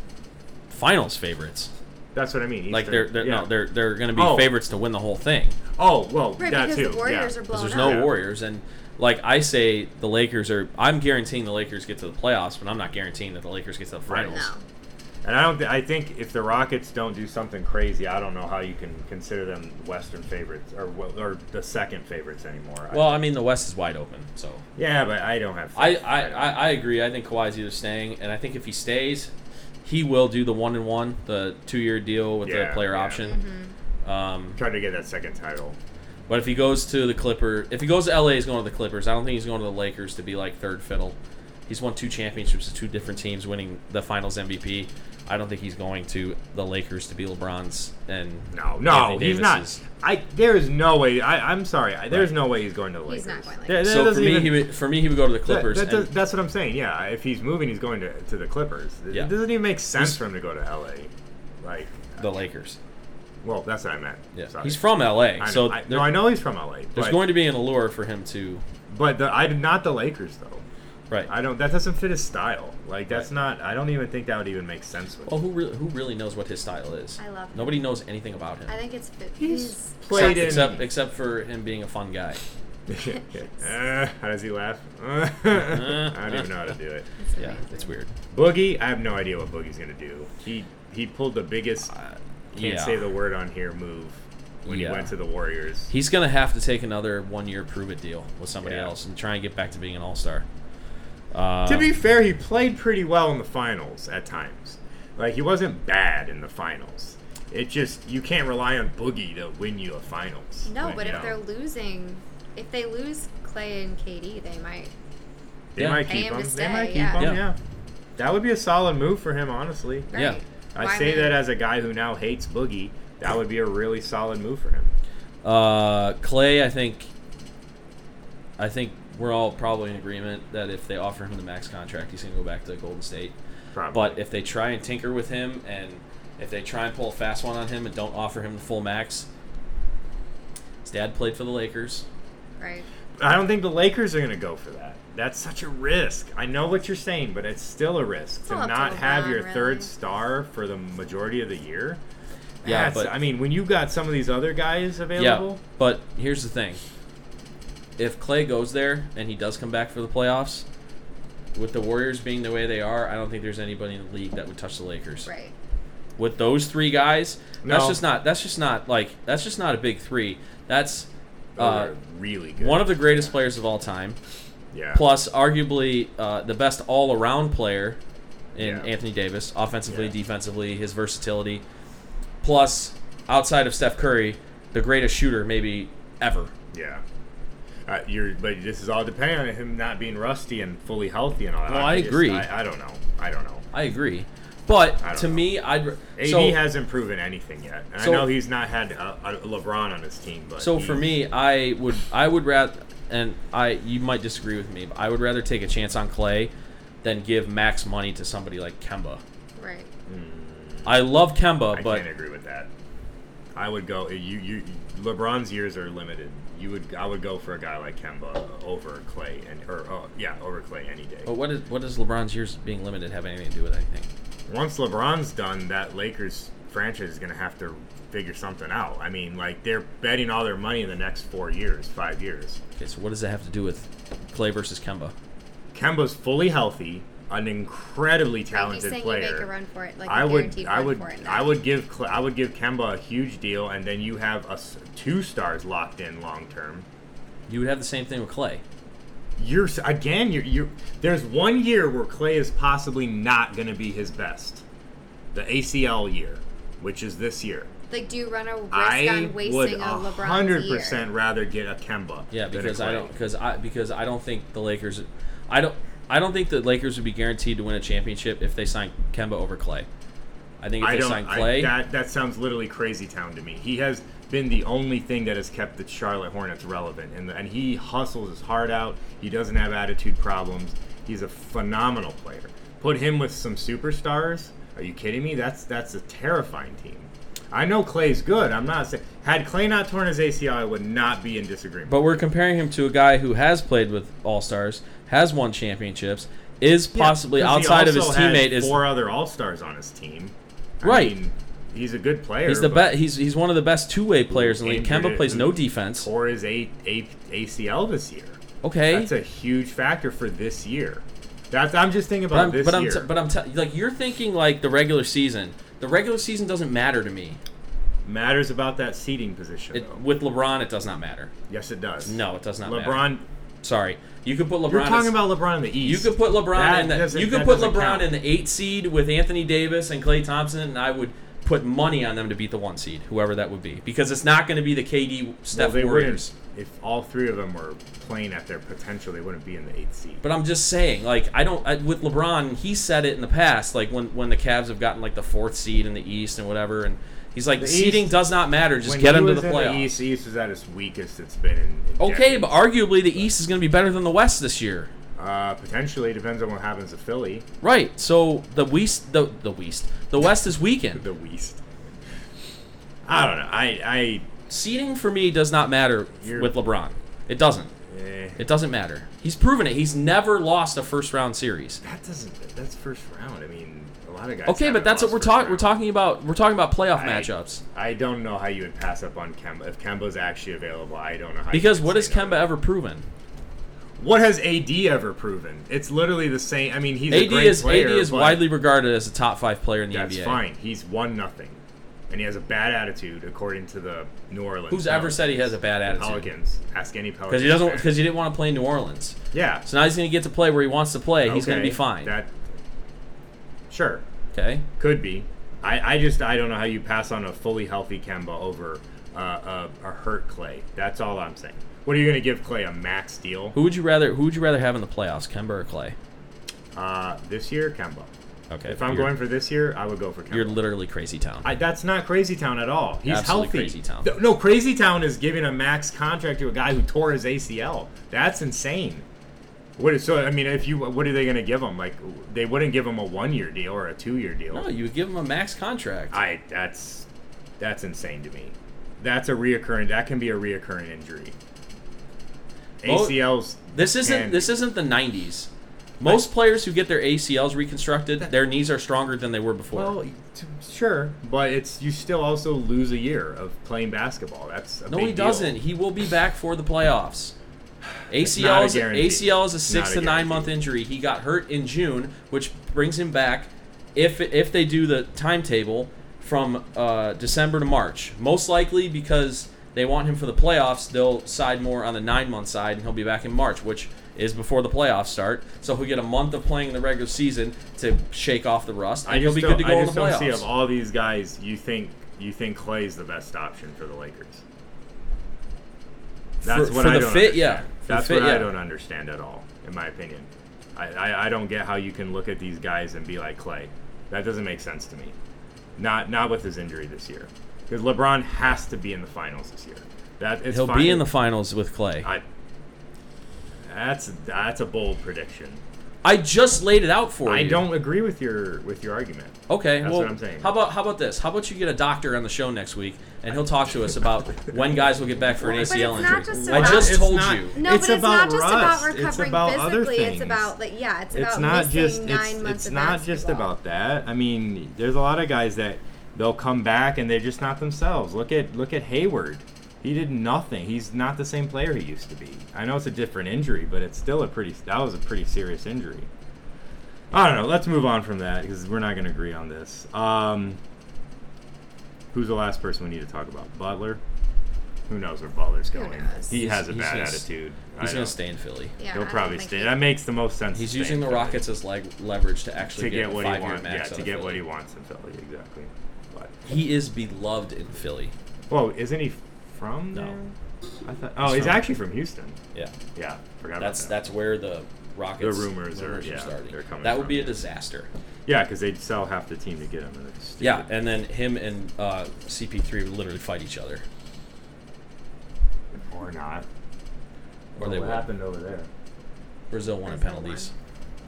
Speaker 2: finals favorites.
Speaker 3: that's what I mean.
Speaker 2: Like
Speaker 3: Eastern-
Speaker 2: they're, they're
Speaker 3: yeah.
Speaker 2: no, they're they're going to be
Speaker 3: Oh.
Speaker 2: favorites to win the whole thing.
Speaker 3: oh well
Speaker 6: right,
Speaker 3: that
Speaker 6: because
Speaker 3: too.
Speaker 6: the Warriors
Speaker 3: yeah.
Speaker 6: are blown
Speaker 2: because there's
Speaker 6: up.
Speaker 2: no Warriors, and like I say, the Lakers are. I'm guaranteeing the Lakers get to the playoffs, but I'm not guaranteeing that the Lakers get to the
Speaker 3: Right.
Speaker 2: finals.
Speaker 6: No.
Speaker 3: And I don't. Th- I think if the Rockets don't do something crazy, I don't know how you can consider them Western favorites or well, or the second favorites anymore. I-
Speaker 2: Well, I mean, the West is wide open, so
Speaker 3: yeah, but I don't have.
Speaker 2: I
Speaker 3: faith.
Speaker 2: I,
Speaker 3: don't-
Speaker 2: I, I agree. I think Kawhi's either staying, and I think if he stays, he will do the one and one, the two year deal with
Speaker 3: Yeah,
Speaker 2: the player
Speaker 3: yeah.
Speaker 2: option. Um,
Speaker 3: trying to get that second title.
Speaker 2: but if he goes to the Clipper, if he goes to LA, he's going to the Clippers. I don't think he's going to the Lakers to be like third fiddle. He's won two championships with two different teams, winning the Finals MVP. I don't think he's going to the Lakers to be LeBron's and
Speaker 3: No, no,
Speaker 2: Anthony
Speaker 3: he's
Speaker 2: Davis's.
Speaker 3: not. I there is no way. I, I'm sorry. I, there's no way he's going to the Lakers.
Speaker 6: He's not going like
Speaker 3: There- there
Speaker 2: So for
Speaker 3: doesn't
Speaker 2: me,
Speaker 3: even-
Speaker 2: he would, for me, he would go to the
Speaker 3: that-
Speaker 2: Clippers.
Speaker 3: that
Speaker 2: and-
Speaker 3: does- that's what I'm saying. Yeah, if he's moving, he's going to to the Clippers. It-
Speaker 2: Yeah.
Speaker 3: It doesn't even make sense
Speaker 2: He's-
Speaker 3: for him to go to LA. Like,
Speaker 2: the Lakers.
Speaker 3: well, that's what I meant.
Speaker 2: Yeah,
Speaker 3: Sorry.
Speaker 2: he's from LA,
Speaker 3: I know,
Speaker 2: so
Speaker 3: I,
Speaker 2: there-
Speaker 3: no, I know he's from LA.
Speaker 2: there's
Speaker 3: but,
Speaker 2: going to be an allure for him to
Speaker 3: but the, I not the Lakers though.
Speaker 2: right.
Speaker 3: I don't. That doesn't fit his style. Like that's not. I don't even think that would even make sense with.
Speaker 2: well, who really, who really knows what his style is?
Speaker 6: I love him.
Speaker 2: Nobody knows anything about him
Speaker 6: I think it's he's
Speaker 3: played in.
Speaker 2: except except for him being a fun guy.
Speaker 3: Uh, how does he laugh? I don't even know how to do it.
Speaker 2: Yeah, it's weird.
Speaker 3: Boogie, I have no idea what Boogie's gonna do. He he pulled the biggest can't
Speaker 2: Uh, yeah.
Speaker 3: say the word on here move when
Speaker 2: Yeah.
Speaker 3: he went to the Warriors.
Speaker 2: He's gonna have to take another one year prove it deal with somebody
Speaker 3: Yeah.
Speaker 2: else and try and get back to being an all star. Uh,
Speaker 3: to be fair, he played pretty well in the finals at times. Like he wasn't bad in the finals. It just you can't rely on Boogie to win you a finals.
Speaker 6: no.
Speaker 3: Like,
Speaker 6: but
Speaker 3: you
Speaker 6: if
Speaker 3: know,
Speaker 6: they're losing, if they lose Clay and KD, they might.
Speaker 3: they
Speaker 2: Yeah.
Speaker 3: might
Speaker 6: Pay
Speaker 3: keep
Speaker 6: him
Speaker 3: him.
Speaker 6: to
Speaker 3: they
Speaker 6: stay,
Speaker 3: might keep
Speaker 6: yeah.
Speaker 3: him.
Speaker 2: Yeah.
Speaker 3: Yeah. that would be a solid move for him, honestly.
Speaker 6: Right.
Speaker 2: Yeah.
Speaker 3: I
Speaker 6: Why
Speaker 3: say
Speaker 6: not?
Speaker 3: that as a guy who now hates Boogie. That would be a really solid move for him.
Speaker 2: Uh, Clay, I think, I think we're all probably in agreement that if they offer him the max contract, he's gonna go back to Golden State.
Speaker 3: Probably.
Speaker 2: But if they try and tinker with him, and if they try and pull a fast one on him and don't offer him the full max, his dad played for the Lakers.
Speaker 6: Right.
Speaker 3: I don't think the Lakers are going to go for that. That's such a risk. I know what you're saying, but it's still a risk to
Speaker 6: all up to
Speaker 3: not have
Speaker 6: LeBron,
Speaker 3: your
Speaker 6: really.
Speaker 3: third star for the majority of the year.
Speaker 2: Yeah,
Speaker 3: That's-
Speaker 2: but
Speaker 3: I mean, when you got some of these other guys
Speaker 2: yeah,
Speaker 3: available,
Speaker 2: but here's the thing: if Clay goes there and he does come back for the playoffs, with the Warriors being the way they are, I don't think there's anybody in the league that would touch the Lakers.
Speaker 6: Right.
Speaker 2: with those three guys, that's
Speaker 3: No.
Speaker 2: just not. That's just not like. That's just not a big three. That's
Speaker 3: those
Speaker 2: uh,
Speaker 3: are really good.
Speaker 2: one of the greatest players of all time,
Speaker 3: yeah.
Speaker 2: plus arguably uh, the best all-around player in
Speaker 3: Yeah.
Speaker 2: Anthony Davis, offensively,
Speaker 3: Yeah.
Speaker 2: defensively, his versatility, plus outside of Steph Curry, the greatest shooter maybe ever.
Speaker 3: Yeah. Uh, you're, but this is all dependent on him not being rusty and fully healthy and all that.
Speaker 2: Well, I
Speaker 3: just-
Speaker 2: agree.
Speaker 3: I, I don't know. I don't know.
Speaker 2: I agree, but
Speaker 3: I don't
Speaker 2: to
Speaker 3: know.
Speaker 2: me, I'd r-
Speaker 3: AD
Speaker 2: so,
Speaker 3: hasn't proven anything yet. And
Speaker 2: So-
Speaker 3: I know he's not had a, a LeBron on his team, but
Speaker 2: So for
Speaker 3: he's-
Speaker 2: me, I would I would rather and I you might disagree with me, but I would rather take a chance on Clay than give max money to somebody like Kemba.
Speaker 6: Right.
Speaker 2: I love Kemba,
Speaker 3: I
Speaker 2: but
Speaker 3: can't agree with that. I would go. You, you, LeBron's years are limited. You would, I would go for a guy like Kemba over Clay and or oh, yeah, over Clay any day.
Speaker 2: but what is what does LeBron's years being limited have anything to do with anything?
Speaker 3: Once LeBron's done, that Lakers franchise is gonna have to figure something out. I mean, like they're betting all their money in the next four years, five years.
Speaker 2: Okay, so what does that have to do with Clay versus Kemba?
Speaker 3: Kemba's fully healthy. an incredibly
Speaker 6: Like
Speaker 3: talented
Speaker 6: he's saying
Speaker 3: player.
Speaker 6: you make a run for it, like
Speaker 3: I
Speaker 6: a
Speaker 3: would,
Speaker 6: guaranteed
Speaker 3: I
Speaker 6: run
Speaker 3: would,
Speaker 6: for it. in
Speaker 3: I
Speaker 6: that.
Speaker 3: would give, Cl- I would give Kemba a huge deal, and then you have us two stars locked in long term.
Speaker 2: You would have the same thing with Clay.
Speaker 3: You're s- again, you're, you're. There's one year where Clay is possibly not going to be his best, the ACL year, which is this year.
Speaker 6: Like, do you run a risk
Speaker 3: I
Speaker 6: on
Speaker 3: would
Speaker 6: wasting a LeBron
Speaker 3: hundred percent
Speaker 6: year?
Speaker 3: rather get a Kemba.
Speaker 2: Yeah,
Speaker 3: than a
Speaker 2: because I
Speaker 3: Klay.
Speaker 2: don't because I because I don't think the Lakers, I don't I don't think the Lakers would be guaranteed to win a championship if they sign Kemba over Clay. I think if
Speaker 3: I
Speaker 2: they
Speaker 3: don't.
Speaker 2: sign
Speaker 3: I-
Speaker 2: Clay,
Speaker 3: that that sounds literally crazy town to me. He has been the only thing that has kept the Charlotte Hornets relevant, and and he hustles his heart out. He doesn't have attitude problems. He's a phenomenal player. Put him with some superstars. Are you kidding me? That's that's a terrifying team. I know Clay's good. I'm not saying. Had Clay not torn his ACL, I would not be in disagreement.
Speaker 2: but we're comparing him to a guy who has played with All Stars, has won championships, is possibly
Speaker 3: Because he
Speaker 2: outside of his
Speaker 3: also had
Speaker 2: teammate is
Speaker 3: four other All Stars on his team. I
Speaker 2: Right.
Speaker 3: mean, he's a good player.
Speaker 2: he's the
Speaker 3: but-
Speaker 2: best he's he's one of the best two way players in the league.
Speaker 3: Injured
Speaker 2: Kemba
Speaker 3: it.
Speaker 2: plays no defense.
Speaker 3: tore his a- a- ACL this year.
Speaker 2: Okay,
Speaker 3: That's a huge factor for this year. That's I'm just thinking
Speaker 2: But
Speaker 3: about
Speaker 2: I'm,
Speaker 3: this
Speaker 2: but I'm,
Speaker 3: year.
Speaker 2: t- but I'm t- like you're thinking like the regular season. The regular season doesn't matter to me.
Speaker 3: Matters about that seating position
Speaker 2: It,
Speaker 3: though.
Speaker 2: with LeBron, it does not matter.
Speaker 3: yes, it does.
Speaker 2: No, it does not matter.
Speaker 3: LeBron.
Speaker 2: Sorry, you could put LeBron.
Speaker 3: You're
Speaker 2: as-
Speaker 3: talking about LeBron in the
Speaker 2: You
Speaker 3: East.
Speaker 2: could put LeBron
Speaker 3: That
Speaker 2: in the.
Speaker 3: doesn't-
Speaker 2: You could
Speaker 3: that
Speaker 2: put
Speaker 3: doesn't
Speaker 2: LeBron
Speaker 3: count.
Speaker 2: in the eight seed with Anthony Davis and Clay Thompson, and I would put money on them to beat the one seed, whoever that would be, because it's not going to be the KD
Speaker 3: Well,
Speaker 2: Steph
Speaker 3: they
Speaker 2: Warriors.
Speaker 3: wouldn't. If all three of them were playing at their potential, they wouldn't be in the eighth seed.
Speaker 2: But I'm just saying, like I don't I, with LeBron. He said it in the past, like when when the Cavs have gotten like the fourth seed in the East and whatever, and he's like
Speaker 3: The
Speaker 2: seeding
Speaker 3: East-
Speaker 2: does not matter. Just
Speaker 3: when
Speaker 2: get
Speaker 3: he
Speaker 2: him to
Speaker 3: was
Speaker 2: the
Speaker 3: in
Speaker 2: playoffs.
Speaker 3: The East, the East was at its weakest it's been in. in
Speaker 2: Okay,
Speaker 3: decades.
Speaker 2: but arguably the East is going to be better than the West this year.
Speaker 3: uh, potentially depends on what happens to Philly.
Speaker 2: Right. So the West, the the West, the West is weakened.
Speaker 3: The West. I don't know. I
Speaker 2: Seeding for me does not matter
Speaker 3: You're-
Speaker 2: with LeBron. It doesn't.
Speaker 3: I. eh.
Speaker 2: It doesn't matter. He's proven it. He's never lost a first round series.
Speaker 3: That doesn't. That's first round. I mean, a lot of guys.
Speaker 2: Okay,
Speaker 3: haven't
Speaker 2: but that's what
Speaker 3: lost
Speaker 2: we're
Speaker 3: first
Speaker 2: talking. We're
Speaker 3: round.
Speaker 2: talking about. We're talking about playoff
Speaker 3: I-
Speaker 2: matchups.
Speaker 3: I don't know how you would pass up on Kemba if Kemba's actually available. I don't know how.
Speaker 2: Because
Speaker 3: you would
Speaker 2: what has
Speaker 3: say no.
Speaker 2: Kemba ever proven?
Speaker 3: What has AD ever proven? It's literally the same. I mean, he's a
Speaker 2: AD
Speaker 3: great
Speaker 2: is
Speaker 3: player.
Speaker 2: AD is
Speaker 3: but
Speaker 2: widely regarded as a top five player in the
Speaker 3: That's
Speaker 2: NBA.
Speaker 3: fine. He's won nothing, and he has a bad attitude according to the New Orleans.
Speaker 2: Who's ever said he has a bad attitude?
Speaker 3: Pelicans? Ask any
Speaker 2: Because
Speaker 3: Pelicans.
Speaker 2: he doesn't.
Speaker 3: fan.
Speaker 2: Because he didn't want to play in New Orleans.
Speaker 3: yeah.
Speaker 2: So now he's going to get to play where he wants to play. He's going to
Speaker 3: okay,
Speaker 2: be fine.
Speaker 3: That. Sure.
Speaker 2: okay.
Speaker 3: Could be. I, I just I don't know how you pass on a fully healthy Kemba over uh, a, a hurt Clay. That's all I'm saying. What are you gonna give Clay a max deal
Speaker 2: Who would you rather? Who would you rather have in the playoffs, Kemba or Clay?
Speaker 3: uh, this year, Kemba?
Speaker 2: Okay.
Speaker 3: If I'm
Speaker 2: you're-
Speaker 3: going for this year, I would go for Kemba.
Speaker 2: you're literally crazy town.
Speaker 3: I, that's not Crazy Town at all. He's
Speaker 2: Absolutely
Speaker 3: healthy.
Speaker 2: Crazy Town.
Speaker 3: Th- No, Crazy Town is giving a max contract to a guy who tore his ACL. That's insane. What is, so I mean, if you what are they gonna give him? Like they wouldn't give him a one year deal or a two year deal.
Speaker 2: no, you would give him a max contract.
Speaker 3: I that's that's insane to me. That's a reoccurring. That can be a reoccurring injury.
Speaker 2: Well,
Speaker 3: ACLs.
Speaker 2: this isn't.
Speaker 3: can-
Speaker 2: This isn't the '90s. Most players who get their ACLs reconstructed, their knees are stronger than they were before.
Speaker 3: Well, t- sure, but it's you still also lose a year of playing basketball. That's a
Speaker 2: no,
Speaker 3: big
Speaker 2: he
Speaker 3: deal.
Speaker 2: doesn't. He will be back for the playoffs.
Speaker 3: not
Speaker 2: ACL
Speaker 3: a
Speaker 2: is
Speaker 3: guarantee.
Speaker 2: ACL is a
Speaker 3: It's
Speaker 2: six
Speaker 3: not
Speaker 2: to
Speaker 3: a
Speaker 2: nine
Speaker 3: guarantee.
Speaker 2: month injury. He got hurt in June, which brings him back. If if they do the timetable from uh, December to March, most likely because they want him for the playoffs, they'll side more on the nine month side, and he'll be back in March, which is before the playoffs start. So he'll get a month of playing in the regular season to shake off the rust, and
Speaker 3: I
Speaker 2: he'll
Speaker 3: just
Speaker 2: be
Speaker 3: don't,
Speaker 2: good to go
Speaker 3: I
Speaker 2: in
Speaker 3: just
Speaker 2: the
Speaker 3: don't see
Speaker 2: playoffs.
Speaker 3: of all these guys. You think you think Clay's the best option for the Lakers? That's
Speaker 2: For-
Speaker 3: what
Speaker 2: for
Speaker 3: I
Speaker 2: the
Speaker 3: don't
Speaker 2: fit, yeah.
Speaker 3: understand.
Speaker 2: For the
Speaker 3: That's
Speaker 2: fit,
Speaker 3: what
Speaker 2: yeah.
Speaker 3: I don't understand at all, in my opinion. I, I, I don't get how you can look at these guys and be like Clay. That doesn't make sense to me. Not not with his injury this year, because LeBron has to be in the finals this year. That it's
Speaker 2: he'll
Speaker 3: fine.
Speaker 2: be in the finals with Clay.
Speaker 3: I, that's that's a bold prediction.
Speaker 2: I just laid it out for
Speaker 3: I
Speaker 2: you.
Speaker 3: don't agree with your with your argument.
Speaker 2: Okay,
Speaker 3: That's
Speaker 2: well,
Speaker 3: what I'm saying.
Speaker 2: how about how about this? How about you get a doctor on the show next week, and he'll talk to us about when guys will get back for an
Speaker 6: But
Speaker 2: ACL
Speaker 6: it's not
Speaker 2: injury.
Speaker 6: just
Speaker 2: I
Speaker 6: about-
Speaker 2: just
Speaker 3: It's
Speaker 2: told
Speaker 3: not-
Speaker 2: you.
Speaker 6: No,
Speaker 3: It's
Speaker 6: but it's not
Speaker 3: about
Speaker 6: just
Speaker 3: rust.
Speaker 6: about
Speaker 3: It's
Speaker 6: recovering
Speaker 3: about
Speaker 6: physically.
Speaker 3: other
Speaker 6: It's
Speaker 3: things.
Speaker 6: about like yeah, it's about
Speaker 3: it's not
Speaker 6: missing
Speaker 3: just
Speaker 6: nine
Speaker 3: it's,
Speaker 6: months
Speaker 3: it's
Speaker 6: of
Speaker 3: not
Speaker 6: basketball.
Speaker 3: just about that i mean there's a lot of guys that they'll come back and they're just not themselves look at look at hayward he did nothing he's not the same player he used to be i know it's a different injury but it's still a pretty that was a pretty serious injury I don't know. Let's move on from that because we're not going to agree on this. Um, who's the last person we need to talk about? Butler. Who knows where Butler's going?
Speaker 6: knows?
Speaker 3: He has a
Speaker 2: He's
Speaker 3: bad
Speaker 2: gonna s-
Speaker 3: attitude. I
Speaker 2: He's
Speaker 3: don't-
Speaker 2: gonna stay in Philly.
Speaker 6: Yeah,
Speaker 3: He'll
Speaker 6: I don't
Speaker 3: probably
Speaker 6: think
Speaker 3: stay.
Speaker 6: he-
Speaker 3: That makes the most sense.
Speaker 2: He's
Speaker 3: to stay
Speaker 2: using
Speaker 3: in
Speaker 2: the
Speaker 3: Philly.
Speaker 2: Rockets as like leverage to actually
Speaker 3: to
Speaker 2: get,
Speaker 3: get what
Speaker 2: five
Speaker 3: he
Speaker 2: year
Speaker 3: wants. Yeah,
Speaker 2: max. out
Speaker 3: to
Speaker 2: of
Speaker 3: get
Speaker 2: Philly.
Speaker 3: what he wants in Philly exactly. But
Speaker 2: He is beloved in Philly.
Speaker 3: well, isn't he from?
Speaker 2: No.
Speaker 3: there? I thought. Oh, he's,
Speaker 2: He's from-
Speaker 3: actually from Houston.
Speaker 2: Yeah.
Speaker 3: Yeah, forgot
Speaker 2: That's
Speaker 3: about that.
Speaker 2: that's where the Rockets
Speaker 3: The rumors are- yeah,
Speaker 2: starting.
Speaker 3: they're coming
Speaker 2: that would
Speaker 3: from,
Speaker 2: be a
Speaker 3: yeah.
Speaker 2: disaster.
Speaker 3: Yeah, because they'd sell half the team to get him. and it's stupid.
Speaker 2: Yeah, and then him and uh, CP3 would literally fight each other,
Speaker 3: or not.
Speaker 2: or they
Speaker 3: what
Speaker 2: would.
Speaker 3: happened over there?
Speaker 2: Brazil won in
Speaker 6: Brazil won.
Speaker 2: penalties.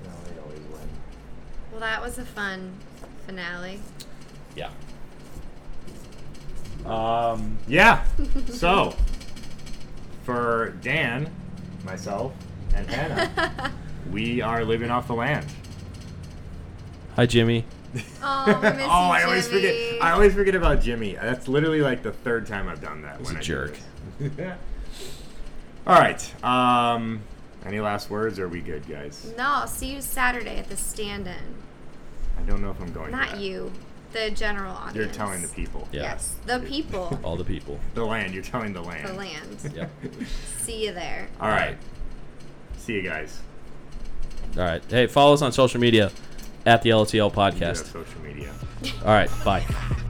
Speaker 3: No, they always win.
Speaker 6: Well, that was a fun finale.
Speaker 2: Yeah.
Speaker 3: Um, yeah. so, for Dan, myself, and Hannah, we are living off the land.
Speaker 2: Hi Jimmy.
Speaker 6: Oh, we miss you,
Speaker 3: oh, I always
Speaker 6: Jimmy.
Speaker 3: forget. I always forget about Jimmy. That's literally like the third time I've done that.
Speaker 2: He's
Speaker 3: when
Speaker 2: a
Speaker 3: I do
Speaker 2: jerk.
Speaker 3: this. All right. Um, any last words? Are we good, guys?
Speaker 6: No, I'll see you Saturday at the stand-in.
Speaker 3: I don't know if I'm going. to
Speaker 6: Not
Speaker 3: that.
Speaker 6: you, the general audience.
Speaker 3: You're telling the people.
Speaker 2: Yeah.
Speaker 6: Yes, the people,
Speaker 2: All the people.
Speaker 3: The land. You're telling the land.
Speaker 6: the land.
Speaker 2: Yep.
Speaker 6: See you there.
Speaker 3: All right. See you guys.
Speaker 2: All right. Hey, follow us on social media at the LTL
Speaker 3: We do have
Speaker 2: podcast.
Speaker 3: social media.
Speaker 2: All right. Bye.